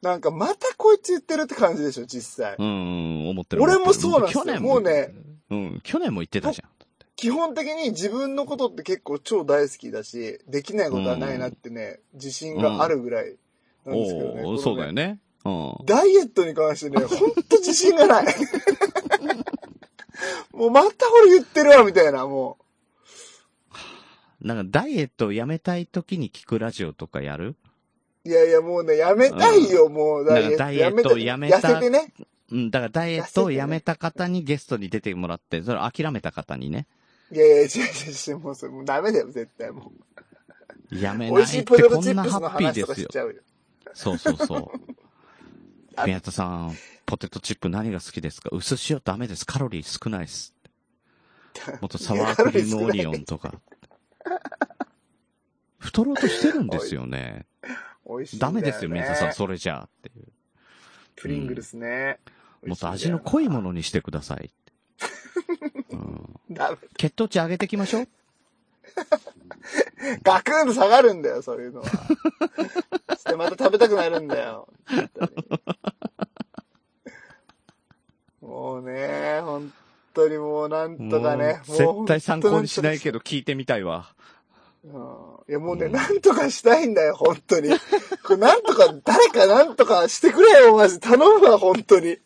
[SPEAKER 3] なんかまたこいつ言ってるって感じでしょ、実際。
[SPEAKER 2] うん、うん思ってる。
[SPEAKER 3] 俺もそうなんです
[SPEAKER 2] 去
[SPEAKER 3] よ。
[SPEAKER 2] 年
[SPEAKER 3] も
[SPEAKER 2] も
[SPEAKER 3] う、ね、
[SPEAKER 2] うん、去年も言ってたじゃん。
[SPEAKER 3] 基本的に自分のことって結構超大好きだし、できないことはないなってね、自信があるぐらいなんですけどね。
[SPEAKER 2] おおー、そうだよね。うん。
[SPEAKER 3] ダイエットに関してね、ほんと自信がない。 もうまたこれ言ってるわ、みたいな、も
[SPEAKER 2] なんか、ダイエットをやめたい時に聞くラジオとかやる
[SPEAKER 3] う。いやいや、もうね、やめたいよ、もうダイエット。
[SPEAKER 2] ダイエットをやめた。
[SPEAKER 3] 痩せてね。。
[SPEAKER 2] うん、だからダイエットをやめた方にゲストに出てもらって、それ諦めた方にね、
[SPEAKER 3] いやいや、違う違う違う、もうそれ、もうダメだよ、絶対も
[SPEAKER 2] や
[SPEAKER 3] う。
[SPEAKER 2] め
[SPEAKER 3] 美
[SPEAKER 2] ない
[SPEAKER 3] 味
[SPEAKER 2] っ
[SPEAKER 3] していポテト
[SPEAKER 2] こ
[SPEAKER 3] チ
[SPEAKER 2] ん
[SPEAKER 3] ッ
[SPEAKER 2] な
[SPEAKER 3] プス
[SPEAKER 2] ハ
[SPEAKER 3] の
[SPEAKER 2] ッピー
[SPEAKER 3] 話
[SPEAKER 2] で
[SPEAKER 3] とか
[SPEAKER 2] す
[SPEAKER 3] し
[SPEAKER 2] よ
[SPEAKER 3] ち。ゃうよ。
[SPEAKER 2] そうそう そう。宮田さん、ポテトチップ何が好きですか薄塩ダメです。カロリー少ないです。 もっとサワークリームオリオンとか。太ろうとしてるんですよね。
[SPEAKER 3] 美味しいんだ
[SPEAKER 2] ダ
[SPEAKER 3] よ
[SPEAKER 2] メ
[SPEAKER 3] ね
[SPEAKER 2] ですよ、宮田さん、それじゃあっていう。
[SPEAKER 3] プリングルスね。
[SPEAKER 2] もっと味の濃いものにしてください。
[SPEAKER 3] ダメ。
[SPEAKER 2] 血糖値上げていきましょう。
[SPEAKER 3] ガクンと下がるんだよ、そういうのは。そしてまた食べたくなるんだよ。もうね、本当にもうなんとかね。。
[SPEAKER 2] もう絶対参考にしないいけど聞いてみたいわ。
[SPEAKER 3] うんいやもうね、なんとかしたいんだよ、本当に。これなんとか、誰かなんとかしてくれよ、マジ。頼むわ、本当に。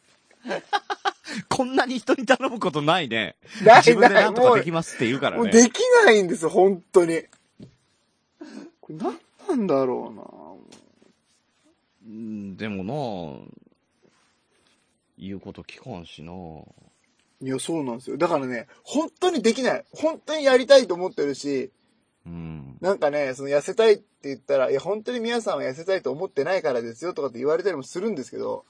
[SPEAKER 2] こんなに人に頼むことないね。
[SPEAKER 3] ない
[SPEAKER 2] 自分でなんと
[SPEAKER 3] ない
[SPEAKER 2] か
[SPEAKER 3] もう
[SPEAKER 2] できますって言うから
[SPEAKER 3] もう
[SPEAKER 2] ね。
[SPEAKER 3] できないんですよ、本当に。これなんなんだろうな
[SPEAKER 2] うんでもなあ言うこと聞かんしなあ
[SPEAKER 3] いや、そうなんですよ。だからね、本当にできない。本当にやりたいと思ってるし、なんかね、その痩せたいって言ったら、いや、本当に皆さんは痩せたいと思ってないからですよとかって言われたりもするんですけど、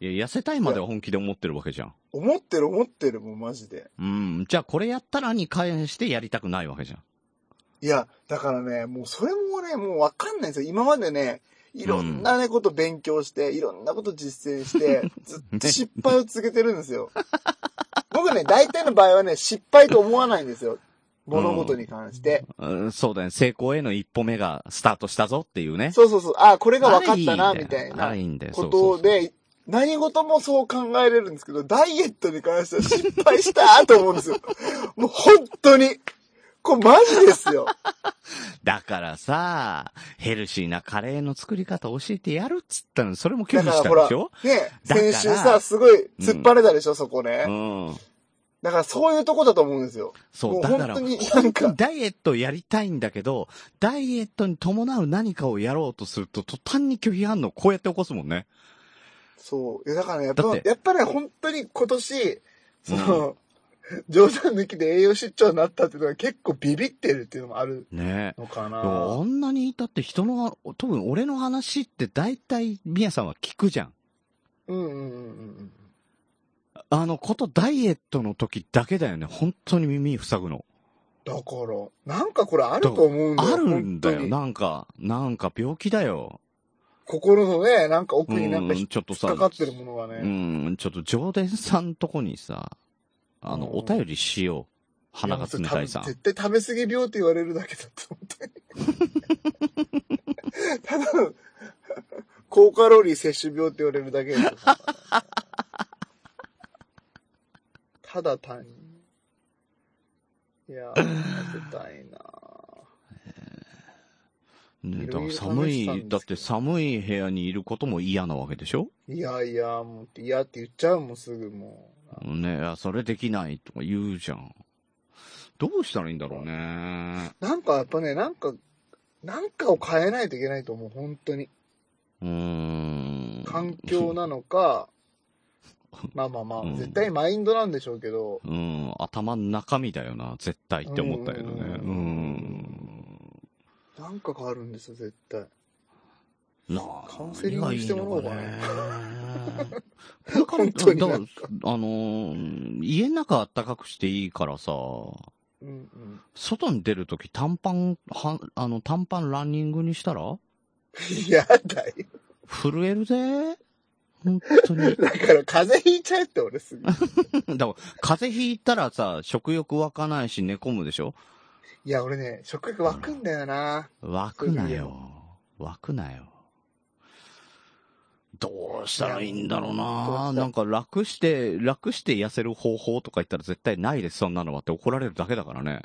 [SPEAKER 2] いや、痩せたいまでは本気で思ってるわけじゃん。
[SPEAKER 3] 思ってる思ってるもうマジで。
[SPEAKER 2] うん。じゃあこれやったらに関してやりたくないわけじゃん。
[SPEAKER 3] いや、だからね、もうそれもね、もうわかんないんですよ。今までね、いろんなね、こと勉強して、いろんなこと実 践して、ずっと失敗を続けてるんですよ。僕ね、大体の場合はね、失敗と思わないんですよ。物事に関して。
[SPEAKER 2] うん、そうだね。成功への一歩目がスタートしたぞっていうね。
[SPEAKER 3] そうそうそう。あ、これが分かったな、
[SPEAKER 2] あれいいん
[SPEAKER 3] み
[SPEAKER 2] だ
[SPEAKER 3] た
[SPEAKER 2] よ
[SPEAKER 3] いな
[SPEAKER 2] あれいいんだよ
[SPEAKER 3] こ
[SPEAKER 2] そう
[SPEAKER 3] とで、何事もそう考えれるんですけど、ダイエットに関しては失敗したと思うんですよ。もう本当に。これマジですよ。
[SPEAKER 2] だからさ、ヘルシーなカレーの作り方教えてやるっつったのにそれも拒
[SPEAKER 3] だ
[SPEAKER 2] 否
[SPEAKER 3] か
[SPEAKER 2] し
[SPEAKER 3] ら
[SPEAKER 2] た
[SPEAKER 3] ほ
[SPEAKER 2] んで
[SPEAKER 3] ら、
[SPEAKER 2] しょ
[SPEAKER 3] ね、
[SPEAKER 2] だから
[SPEAKER 3] 先週さ、すごい突っ張れたでしょ、そこね。
[SPEAKER 2] うん。
[SPEAKER 3] だからそういうとこだと思うんですよ。
[SPEAKER 2] そ
[SPEAKER 3] も
[SPEAKER 2] う、
[SPEAKER 3] う
[SPEAKER 2] だから、
[SPEAKER 3] 本当
[SPEAKER 2] 本
[SPEAKER 3] に
[SPEAKER 2] 当にダイエットやりたいんだけど、ダイエットに伴う何かをやろうとすると、途端に拒否反応こうやって起こすもんね。
[SPEAKER 3] そう。いや、だからね、やっぱ、
[SPEAKER 2] だって
[SPEAKER 3] やっぱね、本当に今年、その、冗談抜きで栄養失調になったっていうのが結構ビビってるっていうのもある
[SPEAKER 2] ね
[SPEAKER 3] のか
[SPEAKER 2] え。
[SPEAKER 3] な。
[SPEAKER 2] でもあんなに、だって人の、特に俺の話って大体、みやさんは聞くじゃん。
[SPEAKER 3] うんうんうんうん
[SPEAKER 2] あの、ことダイエットの時だけだよね。本当に耳塞ぐの。
[SPEAKER 3] だから、なんかこれあると思うんだよ。
[SPEAKER 2] あるんだよ。
[SPEAKER 3] 本当に
[SPEAKER 2] なんか、なんか病気だよ。
[SPEAKER 3] 心のね、なんか奥になんか
[SPEAKER 2] う
[SPEAKER 3] 引
[SPEAKER 2] んちょっと
[SPEAKER 3] っ
[SPEAKER 2] さ
[SPEAKER 3] かかってるものがね。
[SPEAKER 2] うん、ちょっと上田さんとこにさ、あの、お便りしよう。鼻が冷たいさん。
[SPEAKER 3] 絶対食べ過ぎ病って言われるだけだと思って。ただの、高カロリー摂取病って言われるだけです。ただ単に。いやー、食べたいな
[SPEAKER 2] ね、だ
[SPEAKER 3] い
[SPEAKER 2] か
[SPEAKER 3] ろいろ
[SPEAKER 2] ら
[SPEAKER 3] 試した
[SPEAKER 2] 寒
[SPEAKER 3] んですけ
[SPEAKER 2] い、
[SPEAKER 3] ど
[SPEAKER 2] だって寒い部屋にいることも嫌なわけでしょ
[SPEAKER 3] いやいや、もう、いやって言っちゃうもん、すぐも
[SPEAKER 2] ねあそれできないとか言うじゃん。どうしたらいいんだろうね。
[SPEAKER 3] う。なんかやっぱね、なんか、なんかを変えないといけないと思う、本当に。
[SPEAKER 2] うーん。
[SPEAKER 3] 環境なのか、まあまあまあ、
[SPEAKER 2] うん
[SPEAKER 3] 絶対マインドなんでしょうけど、
[SPEAKER 2] うん、頭の中身だよな、絶対って思ったけどね。うん。
[SPEAKER 3] なんか変わるんですよ、絶対。
[SPEAKER 2] な
[SPEAKER 3] カウンセリングしてもらおうかな。
[SPEAKER 2] 本当にだからあのー家の中あったかくしていいからさ、
[SPEAKER 3] うんうん。
[SPEAKER 2] 外に出るとき短パン、はあの、短パンランニングにしたら
[SPEAKER 3] やだよ。
[SPEAKER 2] 震えるぜ。本当 に。
[SPEAKER 3] だから風邪ひいちゃえって俺すぐ。
[SPEAKER 2] だから、風邪ひいたらさ、食欲湧かないし寝込むでしょ
[SPEAKER 3] いや、俺ね、食欲湧くんだよな。
[SPEAKER 2] 湧くなよ。湧くなよ。どうしたらいいんだろうななんか楽して、楽して痩せる方法とか言ったら絶対ないです、そんなのはって怒られるだけだからね。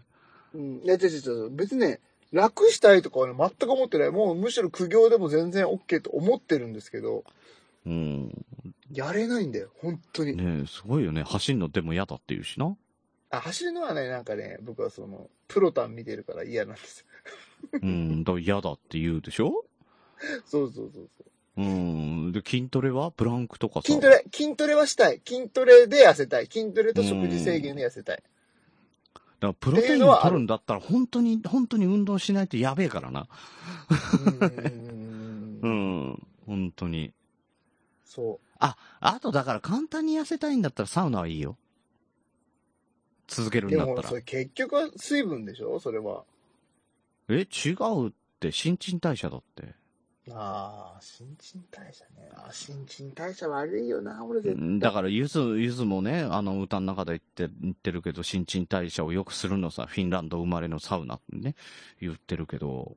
[SPEAKER 3] うん。いや、違う違う違う。別にね、楽したいとかはね、全く思ってない。もうむしろ苦行でも全然 OK と思ってるんですけど、
[SPEAKER 2] うん。
[SPEAKER 3] やれないんだよ、本当に。
[SPEAKER 2] ねえすごいよね。走んのでも嫌だって言うしな。
[SPEAKER 3] あ、走るのはね、なんかね、僕はその、プロタン見てるから嫌なんです
[SPEAKER 2] うん、だから嫌だって言うでしょ
[SPEAKER 3] よ。そうそうそうそ
[SPEAKER 2] う
[SPEAKER 3] う。
[SPEAKER 2] ん。で、筋トレはブランクとかさ。
[SPEAKER 3] 筋トレ、筋トレはしたい。筋トレで痩せたい。筋トレと食事制限で痩せたい。
[SPEAKER 2] だからプロテインを取るんだったら、本当に、本当に運動しないとやべえからな。うん、本当に。
[SPEAKER 3] そう。
[SPEAKER 2] あ、あとだから簡単に痩せたいんだったらサウナはいいよ。続けるん
[SPEAKER 3] で
[SPEAKER 2] だっ
[SPEAKER 3] も、
[SPEAKER 2] た
[SPEAKER 3] そ
[SPEAKER 2] ら
[SPEAKER 3] れ。結局は水分でしょそれは。
[SPEAKER 2] え、違うって、新陳代謝だって。
[SPEAKER 3] ああ、新陳代謝ね。あー新陳代謝悪いよな、俺絶対。
[SPEAKER 2] だから、ゆず、ゆずもね、あの歌の中で言って、言ってるけど、新陳代謝を良くするのさ、フィンランド生まれのサウナってね、言ってるけど、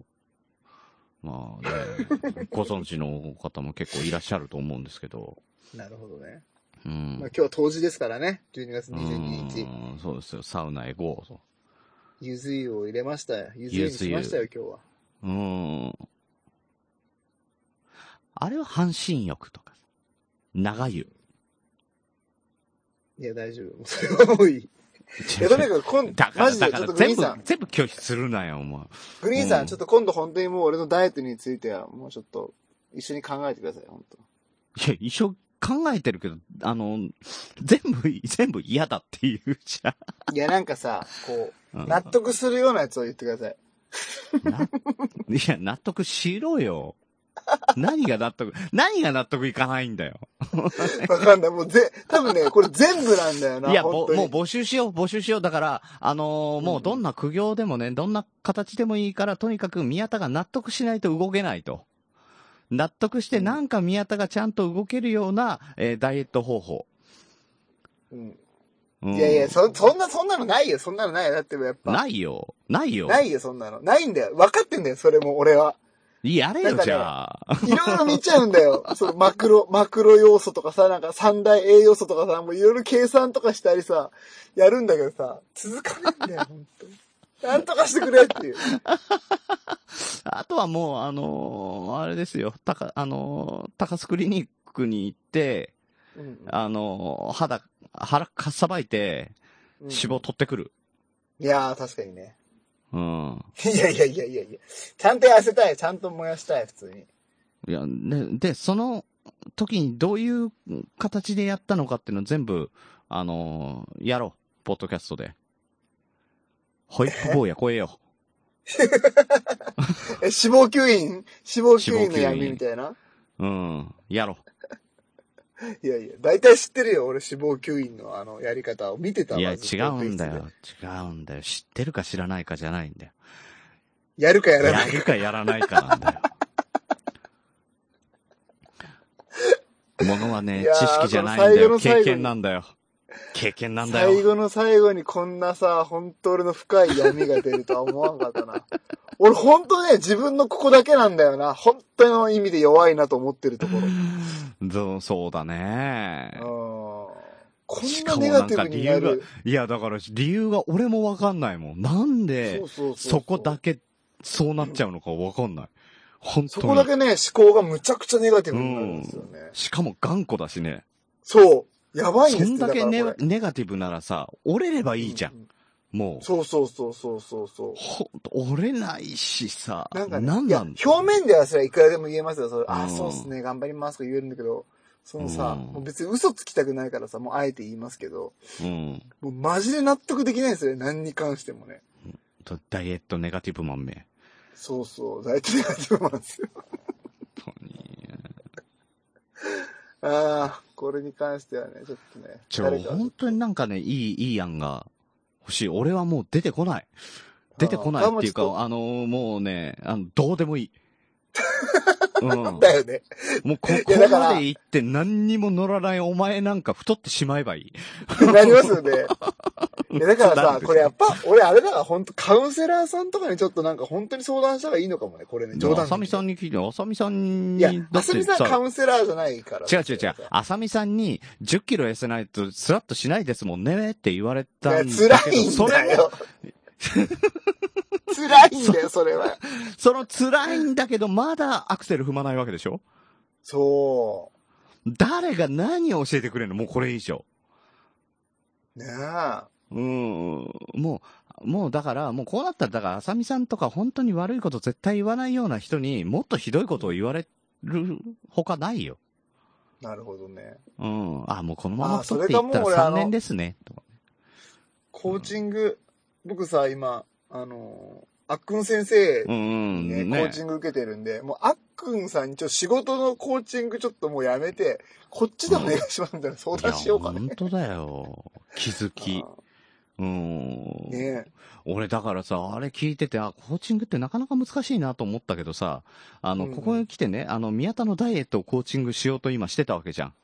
[SPEAKER 2] まあね、ご存知の方も結構いらっしゃると思うんですけど、
[SPEAKER 3] なるほどね。
[SPEAKER 2] うん。
[SPEAKER 3] まあ、今日は冬至ですからね。12月22日。
[SPEAKER 2] うんそうですよ、サウナへ GO と。
[SPEAKER 3] ゆず湯を入れましたよ。ゆず湯にしましたよ、今日は。
[SPEAKER 2] うーん。あれは半身浴とかさ長湯。
[SPEAKER 3] いや、大丈夫。もうそれはもういい。いや、とにかく今、
[SPEAKER 2] だか
[SPEAKER 3] マ
[SPEAKER 2] ら、
[SPEAKER 3] ジで
[SPEAKER 2] だ
[SPEAKER 3] ち
[SPEAKER 2] か
[SPEAKER 3] ょ
[SPEAKER 2] ら
[SPEAKER 3] っとグリ
[SPEAKER 2] 全
[SPEAKER 3] ーン
[SPEAKER 2] 部
[SPEAKER 3] さん、、
[SPEAKER 2] 全部拒否するなよ、お前。
[SPEAKER 3] グリーンさ
[SPEAKER 2] うん
[SPEAKER 3] ん、ちょっと今度本当にもう俺のダイエットについては、もうちょっと、一緒に考えてください、本当。
[SPEAKER 2] いや、一生考えてるけど、あの、全部、全部嫌だっていうじゃん。
[SPEAKER 3] い や、なんかさ、こ
[SPEAKER 2] う
[SPEAKER 3] う、
[SPEAKER 2] ん
[SPEAKER 3] 納得するようなやつを言ってください。
[SPEAKER 2] いや、納得しろよ。何が納得、何が納得いかないんだよ。
[SPEAKER 3] わかんない。もうぜ、多分ね、これ全部なんだよな。
[SPEAKER 2] いや、ぼ
[SPEAKER 3] 本当
[SPEAKER 2] もう
[SPEAKER 3] に。
[SPEAKER 2] 募集しよう、募集しよう。だから、あのーもうどんな苦行でもね、どんな形でもいいから、とにかく宮田が納得しないと動けないと。納得して、なんか宮田がちゃんと動けるような、えーダイエット方法。
[SPEAKER 3] うん
[SPEAKER 2] うん
[SPEAKER 3] いやいや、そ、そんな、そんなのないよ、そんなのないよ。だってやっぱ。
[SPEAKER 2] ないよ。ないよ。
[SPEAKER 3] ないよ、そんなの。ないんだよ。分かってんだよ、それも俺は。
[SPEAKER 2] やれ
[SPEAKER 3] なん
[SPEAKER 2] よ、
[SPEAKER 3] かね
[SPEAKER 2] じゃあ。
[SPEAKER 3] いろいろ見ちゃうんだよ。そのマクロ、マクロ要素とかさ、なんか三大栄養素とかさ、もういろいろ計算とかしたりさ、やるんだけどさ、続かないんだよ、本当なんとかしてくれって いう。
[SPEAKER 2] あとはもう、あのーあれですよ。たか、あのー高須クリニックに行って、
[SPEAKER 3] うん
[SPEAKER 2] あのー肌、腹かっさばいて、脂肪取ってくる。
[SPEAKER 3] いやー、確かにね。
[SPEAKER 2] うん。
[SPEAKER 3] いやいやいやいやいや。ちゃんと痩せたい、ちゃんと燃やしたい、普通に。
[SPEAKER 2] いや、ね、で、その時にどういう形でやったのかっていうのを全部、あのーやろう。ポッドキャストで。ホイップ坊や超えよ
[SPEAKER 3] え、脂肪吸引脂肪吸引の
[SPEAKER 2] 脂肪吸
[SPEAKER 3] 闇
[SPEAKER 2] 引
[SPEAKER 3] みたいな
[SPEAKER 2] う。うん。やろ
[SPEAKER 3] いやいや、大体知ってるよ、俺脂肪吸引のあの、やり方を見てた
[SPEAKER 2] う。
[SPEAKER 3] わ
[SPEAKER 2] いや、
[SPEAKER 3] ずっと
[SPEAKER 2] 違うんだ
[SPEAKER 3] Netflix
[SPEAKER 2] よ。違うんだよ。知ってるか知らないかじゃないんだよ。
[SPEAKER 3] でやるかやら
[SPEAKER 2] や
[SPEAKER 3] ない
[SPEAKER 2] る
[SPEAKER 3] か。
[SPEAKER 2] かやらないかなん だよ。ものはね
[SPEAKER 3] いや、ー
[SPEAKER 2] 知識じゃないんだよ。
[SPEAKER 3] その最後の最後に
[SPEAKER 2] 経験なんだよ。経験なんだ
[SPEAKER 3] 最
[SPEAKER 2] よ。
[SPEAKER 3] 後の最後にこんなさ、本当俺の深い闇が出るとは思わんかったな。 俺本当ね、自分のここだけなんだよな。本当の意味で弱いなと思ってるところ。
[SPEAKER 2] そうそうだね。
[SPEAKER 3] こ
[SPEAKER 2] し
[SPEAKER 3] んな
[SPEAKER 2] かも
[SPEAKER 3] ネ
[SPEAKER 2] な
[SPEAKER 3] ガ
[SPEAKER 2] ん
[SPEAKER 3] ティ
[SPEAKER 2] か
[SPEAKER 3] ブ
[SPEAKER 2] 理
[SPEAKER 3] にな
[SPEAKER 2] 由が
[SPEAKER 3] る。、
[SPEAKER 2] いやだから理由が俺もわかんないもん。なんで
[SPEAKER 3] そうそう、そうそ
[SPEAKER 2] そ
[SPEAKER 3] う
[SPEAKER 2] こだけそうなっちゃうのかわかんない。本当
[SPEAKER 3] そ
[SPEAKER 2] に。
[SPEAKER 3] こだけね、思考がむちゃくちゃネガティ
[SPEAKER 2] う
[SPEAKER 3] ブになる。
[SPEAKER 2] ん。しかも頑固だしね。
[SPEAKER 3] そう。やばいんです
[SPEAKER 2] そんだけ
[SPEAKER 3] から
[SPEAKER 2] ネ
[SPEAKER 3] これ
[SPEAKER 2] ネガティブならさ、折れればいいじゃん。もう、
[SPEAKER 3] そうそうそうそうそうそう。
[SPEAKER 2] 折れないしさ、なん
[SPEAKER 3] な
[SPEAKER 2] ん
[SPEAKER 3] かね
[SPEAKER 2] なん
[SPEAKER 3] 表面ではそれはいくらでも言えますよ。それあ
[SPEAKER 2] う
[SPEAKER 3] ー、
[SPEAKER 2] ん
[SPEAKER 3] そうっすね、頑張りますとか言えるんだけど、そのさ、
[SPEAKER 2] うん
[SPEAKER 3] もう別に嘘つきたくないからさ、もうあえて言いますけど、
[SPEAKER 2] うん。
[SPEAKER 3] もうマジで納得できないですよね、何に関してもね。
[SPEAKER 2] とダイエットネガティブマンめ。
[SPEAKER 3] そうそう、大体大丈夫なんですよ。ああ、これに関してはね、ちょっとね、
[SPEAKER 2] ち
[SPEAKER 3] 誰
[SPEAKER 2] ょ、
[SPEAKER 3] か、
[SPEAKER 2] 本当になんかね、いい、いい案が欲しい。俺はもう出てこない。出てこないっていう
[SPEAKER 3] あーまあちょっ
[SPEAKER 2] か、あのーもうね、あの、どうでも いい。うん。
[SPEAKER 3] だよね。
[SPEAKER 2] もうこ
[SPEAKER 3] い
[SPEAKER 2] こ
[SPEAKER 3] やだから
[SPEAKER 2] まで行って何にも乗らないお前なんか太ってしまえばいい。
[SPEAKER 3] なります よね。いやだから
[SPEAKER 2] なるんで、
[SPEAKER 3] さ
[SPEAKER 2] す
[SPEAKER 3] これやっぱ、俺あれだから本当カウンセラーさんとかにちょっとなんか本当に相談した方がいいのかもね、これね、冗
[SPEAKER 2] あ
[SPEAKER 3] 談
[SPEAKER 2] さ
[SPEAKER 3] で。
[SPEAKER 2] みさんに聞いて、あさみさん
[SPEAKER 3] い
[SPEAKER 2] に、
[SPEAKER 3] や
[SPEAKER 2] だっ、
[SPEAKER 3] あさ
[SPEAKER 2] て
[SPEAKER 3] みさんカウ
[SPEAKER 2] さ、
[SPEAKER 3] ンセラーじゃないから。
[SPEAKER 2] 違う違う違う、あさみさんに10キロ痩せないとスラッとしないですもんねって言われ たんだけど、
[SPEAKER 3] いや辛いんだよ
[SPEAKER 2] それも
[SPEAKER 3] 辛いんだよ、それは。
[SPEAKER 2] その辛いんだけど、まだアクセル踏まないわけでしょ
[SPEAKER 3] そ
[SPEAKER 2] 誰が何を教えてくれるのもうこれ以上。
[SPEAKER 3] う。ねえ。
[SPEAKER 2] うん。もう、もうだから、もうこうなったら、だから、浅見さんとか本当に悪いこと絶対言わないような人にもっとひどいことを言われるほかないよ。
[SPEAKER 3] なるほどね。
[SPEAKER 2] うん。あ、もうこのまま
[SPEAKER 3] あそ
[SPEAKER 2] 太っ
[SPEAKER 3] れ
[SPEAKER 2] てい
[SPEAKER 3] か
[SPEAKER 2] った
[SPEAKER 3] もう
[SPEAKER 2] ら
[SPEAKER 3] 俺
[SPEAKER 2] 3
[SPEAKER 3] あの
[SPEAKER 2] 年ですね。とか
[SPEAKER 3] コーチング、僕さ、今、あのー、あっくん先生
[SPEAKER 2] うんうん
[SPEAKER 3] にね、
[SPEAKER 2] ね
[SPEAKER 3] コーチング受けてるんで、もうあっくんさんにちょっと仕事のコーチングちょっともうやめて、こっちでお願いしますみたいな相談しようかね。
[SPEAKER 2] 本当だよ。気づき。うん。
[SPEAKER 3] ね
[SPEAKER 2] 俺だからさ、あれ聞いてて、あ、コーチングってなかなか難しいなと思ったけどさ、あの、
[SPEAKER 3] うんうん
[SPEAKER 2] ここに来てね、あの、宮田のダイエットをコーチングしようと今してたわけじゃん。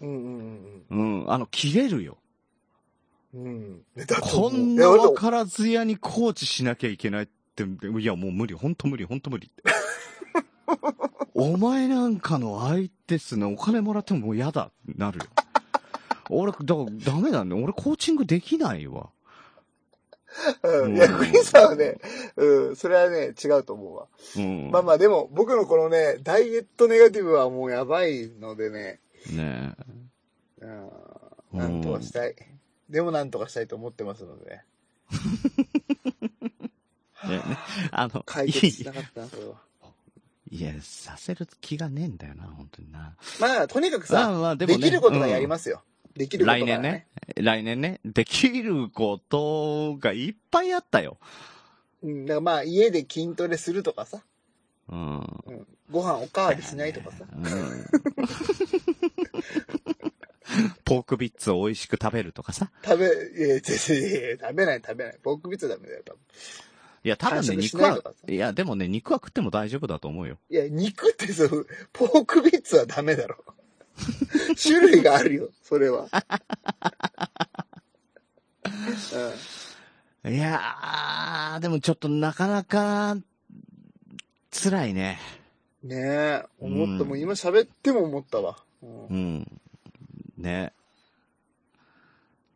[SPEAKER 3] うんうん
[SPEAKER 2] うん。あの、切れるよ。
[SPEAKER 3] うんうん。うん。
[SPEAKER 2] こんな分からずやにコーチしなきゃいけないって、いやもう無理、ほんと無理、ほんと 無理って。お前なんかの相手っすね、お金もらってももう嫌だってなるよ。俺、だからダメなんだよ。俺コーチングできないわ。
[SPEAKER 3] うんいや、クリスさんはね、うん、それはね、違うと思うわ。
[SPEAKER 2] うん。
[SPEAKER 3] まあまあ、でも、僕のこのね、ダイエットネガティブはもうやばいのでね、
[SPEAKER 2] ね
[SPEAKER 3] うん、なんとかしたい。でも、なんとかしたいと思ってますので。
[SPEAKER 2] え。ねあの、
[SPEAKER 3] 解決しなかったな、それは。
[SPEAKER 2] いや、させる気がねえんだよな、本当にな。
[SPEAKER 3] まあ、とにかくさ、
[SPEAKER 2] まあまあ
[SPEAKER 3] で
[SPEAKER 2] でもね
[SPEAKER 3] きることがやりますよ。できることが、
[SPEAKER 2] 来年ね。。来年ね。できることがいっぱいあったよ。
[SPEAKER 3] うん、だからまあ、家で筋トレするとかさ、
[SPEAKER 2] うん。
[SPEAKER 3] うん、ご飯おかわりしないとかさ。
[SPEAKER 2] ポークビッツを美味しく食べるとかさ。
[SPEAKER 3] 食べ、いや、いやいやいや食べない食べない。ポークビッツはダメだよ、多分。
[SPEAKER 2] いや、多分ね、
[SPEAKER 3] 完食し
[SPEAKER 2] 肉
[SPEAKER 3] ない
[SPEAKER 2] は
[SPEAKER 3] とか、
[SPEAKER 2] いや、でもね、肉は食っても大丈夫だと思うよ。
[SPEAKER 3] いや、肉ってそう、ポークビッツはダメだろ。 種類があるよ、それは。
[SPEAKER 2] いやー、でもちょっとなかなか、辛いね。
[SPEAKER 3] うん、ねえ、思った、もう今喋っても思ったわ。うん
[SPEAKER 2] うん。ね。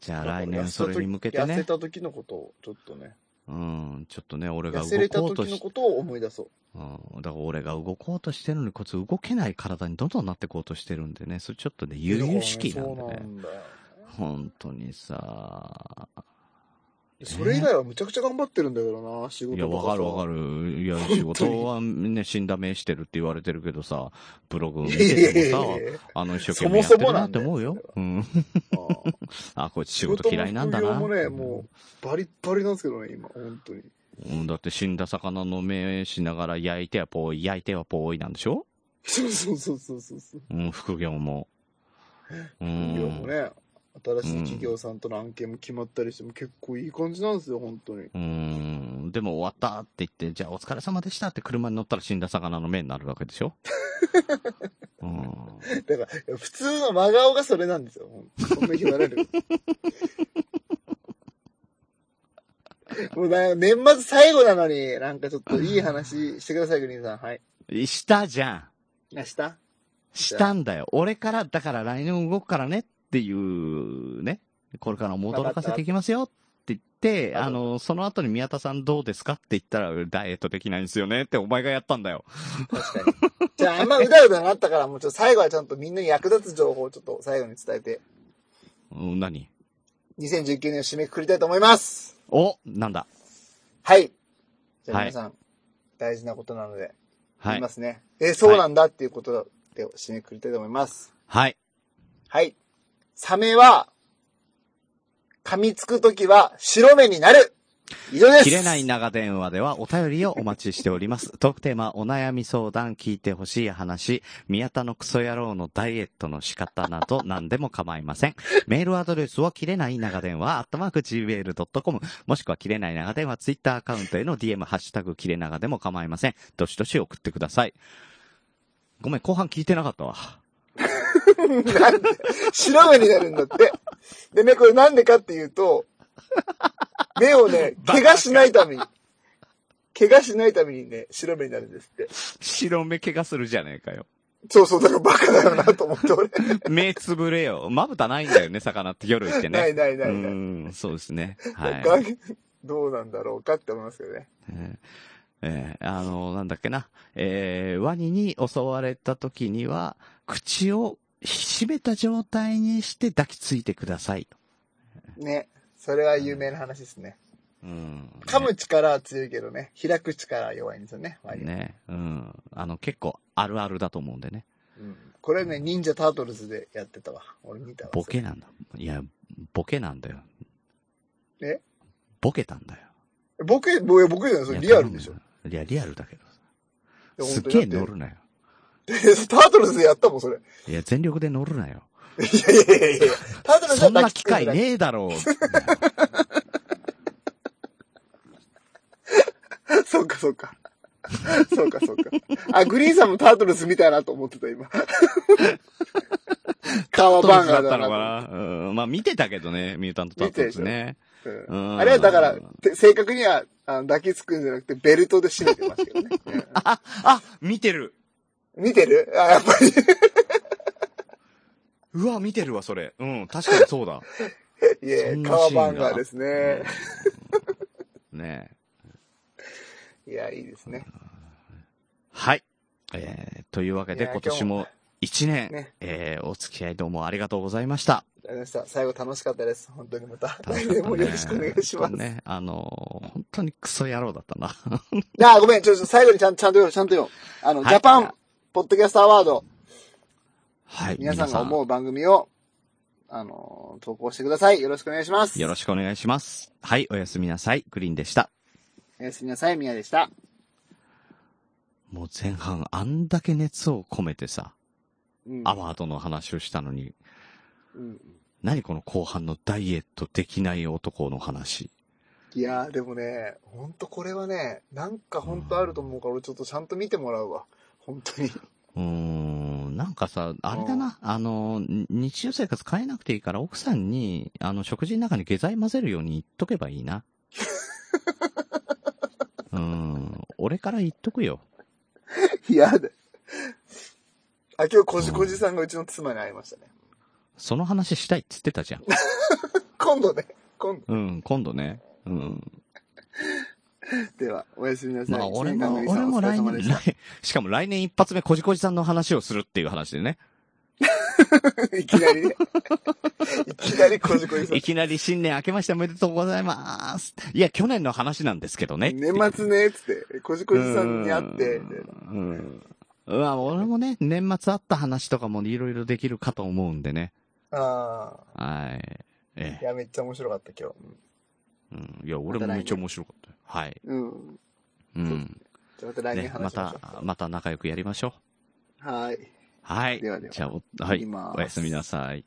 [SPEAKER 2] じゃあ来
[SPEAKER 3] 痩
[SPEAKER 2] 年
[SPEAKER 3] せ
[SPEAKER 2] そ
[SPEAKER 3] た時
[SPEAKER 2] れに向けて
[SPEAKER 3] 痩せ
[SPEAKER 2] ね。
[SPEAKER 3] た時のことを、ちょっとね。
[SPEAKER 2] うん、ちょっとね、俺が
[SPEAKER 3] 痩せ
[SPEAKER 2] 動
[SPEAKER 3] れた
[SPEAKER 2] こうと
[SPEAKER 3] 時の
[SPEAKER 2] し
[SPEAKER 3] ことを思い出そう。
[SPEAKER 2] うん、だから俺が動こうとしてるのに、こいつ動けない体にどんどんなってこうとしてるんでね、それちょっとね、悠々しきなんで
[SPEAKER 3] そうな
[SPEAKER 2] ね。
[SPEAKER 3] んだよ
[SPEAKER 2] 本当にさ、
[SPEAKER 3] それ以外はむちゃくちゃ頑張ってるんだけどな、仕事
[SPEAKER 2] いや、
[SPEAKER 3] とか
[SPEAKER 2] わかるわかる。いや、仕事はね、死んだ目してるって言われてるけどさ、ブログ見てても
[SPEAKER 3] いやいやいやいや
[SPEAKER 2] さ、あの一生懸命やってるなって思うよ。うん。あ、こいつ仕事嫌いなんだな
[SPEAKER 3] も。ね、もう、バリッバリなんですけどね、今、本当に。
[SPEAKER 2] うん、だって死んだ魚の目しながら焼いてはぽい、焼いてはぽいなんでしょ
[SPEAKER 3] そうそうそうそうそうそう。
[SPEAKER 2] うん、副業も。う
[SPEAKER 3] 業も
[SPEAKER 2] ん。
[SPEAKER 3] ね、新しい企業さんとの案件も決まったりしても結構いい感じなんですよ、本当に。
[SPEAKER 2] うん。でも終わったって言って、じゃあお疲れ様でしたって車に乗ったら死んだ魚の目になるわけでし ょうん。
[SPEAKER 3] だから、普通の真顔がそれなんですよ、ほんとそんな言われる。もうなんか年末最後なのに、なんかちょっといい話してください、グリーンさん。はい。
[SPEAKER 2] したじゃん。
[SPEAKER 3] 明日
[SPEAKER 2] したんだよ。俺から、だから来年動くからねっていうね、これからも驚かせていきますよって言って、あの、その後に宮田さんどうですかって言ったら、ダイエットできないんですよねってお前がやったんだよ。
[SPEAKER 3] じゃあ、あんまうだうだなったから、もうちょっと最後はちゃんとみんなに役立つ情報をちょっと最後に伝えて、
[SPEAKER 2] うん、何
[SPEAKER 3] 2019年を締めくくりたいと思います。
[SPEAKER 2] お、なんだ。
[SPEAKER 3] はい。じゃあ
[SPEAKER 2] はい
[SPEAKER 3] 皆さん、大事なことなので、
[SPEAKER 2] はい
[SPEAKER 3] 言いますね。えーそうなんだっていうことで締めくくりたいと思います。
[SPEAKER 2] はい。
[SPEAKER 3] はい。サメは、噛みつくときは白目になる以 上です
[SPEAKER 2] 切れない長電話ではお便りをお待ちしております。トークテーマ、お悩み相談、聞いてほしい話、宮田のクソ野郎のダイエットの仕方など何でも構いま せん。メールアドレスは切れない長電話、アットマーク gmail.com、もしくは切れない長電話、ツイッターアカウントへの DM、ハッシュタグ切れ長でも構いません。どしどし送ってください。ごめん、後半聞いてなかったわ。
[SPEAKER 3] なんで白目になるんだって。でね、これなんでかってい うと、目をね、怪我しないために、怪我しないためにね、白目になるんですって。
[SPEAKER 2] 白目怪我するじゃねえかよ。
[SPEAKER 3] そうそう、だからバカだよなと思って俺。
[SPEAKER 2] 目つぶれよ。まぶたないんだよね、魚って夜ってね。
[SPEAKER 3] ないないないないう
[SPEAKER 2] ーん、そうですね。はい。
[SPEAKER 3] 他どうなんだろうかって思いますけどね。
[SPEAKER 2] えーえーあの、なんだっけな、えーワニに襲われた時には、口を閉めた状態にして抱きついてくださいと。
[SPEAKER 3] ね。それは有名な話ですね。
[SPEAKER 2] うん。
[SPEAKER 3] 噛む力は強いけどね、開く力は弱いんですよね。割と
[SPEAKER 2] ね。うん。あの、結構あるあるだと思うんでね。
[SPEAKER 3] うんこれね、忍者タートルズでやってたわ。俺見たわ。
[SPEAKER 2] ボケなんだ。いや、ボケなんだよ。
[SPEAKER 3] え
[SPEAKER 2] ボケたんだよ。
[SPEAKER 3] ボケ、ボケボケじゃない、それリアルでしょ。
[SPEAKER 2] いや、リアルだけど。
[SPEAKER 3] いや
[SPEAKER 2] すっ
[SPEAKER 3] 本当
[SPEAKER 2] げ
[SPEAKER 3] に
[SPEAKER 2] え乗るなよ。
[SPEAKER 3] タートルズでやったもん、それ。
[SPEAKER 2] いや、全力で乗るなよ。
[SPEAKER 3] いやいやいやいやタートルズ
[SPEAKER 2] そ
[SPEAKER 3] は
[SPEAKER 2] んな
[SPEAKER 3] 抱き
[SPEAKER 2] 機
[SPEAKER 3] つくだ
[SPEAKER 2] 会
[SPEAKER 3] け
[SPEAKER 2] ねえだろう。
[SPEAKER 3] そうか、そうか。そうか、そうか。あ、グリーンさんもタートルズ見たなと思っ てた、今。カワバンガー
[SPEAKER 2] だった
[SPEAKER 3] だ
[SPEAKER 2] の
[SPEAKER 3] な
[SPEAKER 2] かなうん。まあ見てたけどね、ミュータントタートルズね。うん
[SPEAKER 3] あれはだから、て正確にはあの抱きつくんじゃなくて、ベルトで締めてますけどね。
[SPEAKER 2] あ、あ、見てる。
[SPEAKER 3] 見てる あ、やっぱり。
[SPEAKER 2] うわ、見てるわ、それ。うん、確かにそうだ。
[SPEAKER 3] いえ
[SPEAKER 2] そん、な
[SPEAKER 3] カワ
[SPEAKER 2] シーンが
[SPEAKER 3] バンガーですね。
[SPEAKER 2] ねえ
[SPEAKER 3] いや、いいですね。
[SPEAKER 2] はい。えー、というわけ
[SPEAKER 3] い
[SPEAKER 2] で、
[SPEAKER 3] や
[SPEAKER 2] 今年も一年、えー、お付き合いどうもありがとうございました。
[SPEAKER 3] ありがとうございました。最後楽しかったです。本当にまた。来年もよろしくお願いします。
[SPEAKER 2] ねね、あのー本当にクソ野郎だったな。
[SPEAKER 3] ああ、ごめん、ちょ、ちょ、最後にちゃんちゃんと読む、ちゃんと読む。あの、
[SPEAKER 2] はい
[SPEAKER 3] ジャパン、ポッドキャストアワード、
[SPEAKER 2] はい。
[SPEAKER 3] 皆さんが思う番組を、あのー、投稿してください。よろしくお願いします。
[SPEAKER 2] よろしくお願いします。はい、おやすみなさい。グリーンでした。
[SPEAKER 3] おやすみなさい、みやでした。
[SPEAKER 2] もう前半、あんだけ熱を込めてさ、
[SPEAKER 3] うん
[SPEAKER 2] アワードの話をしたのに、
[SPEAKER 3] うん
[SPEAKER 2] 何この後半のダイエットできない男の話。
[SPEAKER 3] いやー、でもね、ほんとこれはね、なんかほんとあると思うから、俺ちょっとちゃんと見てもらうわ。本当に。
[SPEAKER 2] うーん、なんかさ、あれだな、あの、に日常生活変えなくていいから、奥さんに、あの、食事の中に下剤混ぜるように言っとけばいい な。うーん、俺から言っとくよ。
[SPEAKER 3] いやーで。あ、今日、こじこじさんがうちの妻に会いましたね。
[SPEAKER 2] その話したいって言ってたじゃん。
[SPEAKER 3] 今度ね、今度。
[SPEAKER 2] うん、今度ね。うん。
[SPEAKER 3] では、おやすみなさい。
[SPEAKER 2] まあ、俺
[SPEAKER 3] 一年間
[SPEAKER 2] も、
[SPEAKER 3] の皆さ
[SPEAKER 2] 俺
[SPEAKER 3] ん
[SPEAKER 2] も来
[SPEAKER 3] お疲れ様で
[SPEAKER 2] 年、
[SPEAKER 3] した
[SPEAKER 2] 来しかも来年一発目、こじこじさんの話をするっていう話でね。
[SPEAKER 3] いきなりね。いきなりこじこじさん。
[SPEAKER 2] いきなり新年明けましておめでとうございます。いや、去年の話なんですけどね。
[SPEAKER 3] 年末ね、つって、こじこじさんに会って、みたいな。
[SPEAKER 2] うん。うわ、俺もね、年末あった話とかもいろいろできるかと思うんでね。
[SPEAKER 3] あ
[SPEAKER 2] はい。え
[SPEAKER 3] あ。いや、めっちゃ面白かった、今日。
[SPEAKER 2] え。うん。いや、俺もめっちゃ面白かったよ。はい。
[SPEAKER 3] うん。
[SPEAKER 2] うん。
[SPEAKER 3] じゃあまた来年
[SPEAKER 2] ね、ま
[SPEAKER 3] 話しましょ
[SPEAKER 2] た、また仲良くやりましょう。
[SPEAKER 3] う。はーい。
[SPEAKER 2] はい。
[SPEAKER 3] ではでは
[SPEAKER 2] じゃあ、おはい。
[SPEAKER 3] 行きます
[SPEAKER 2] おやすみなさい。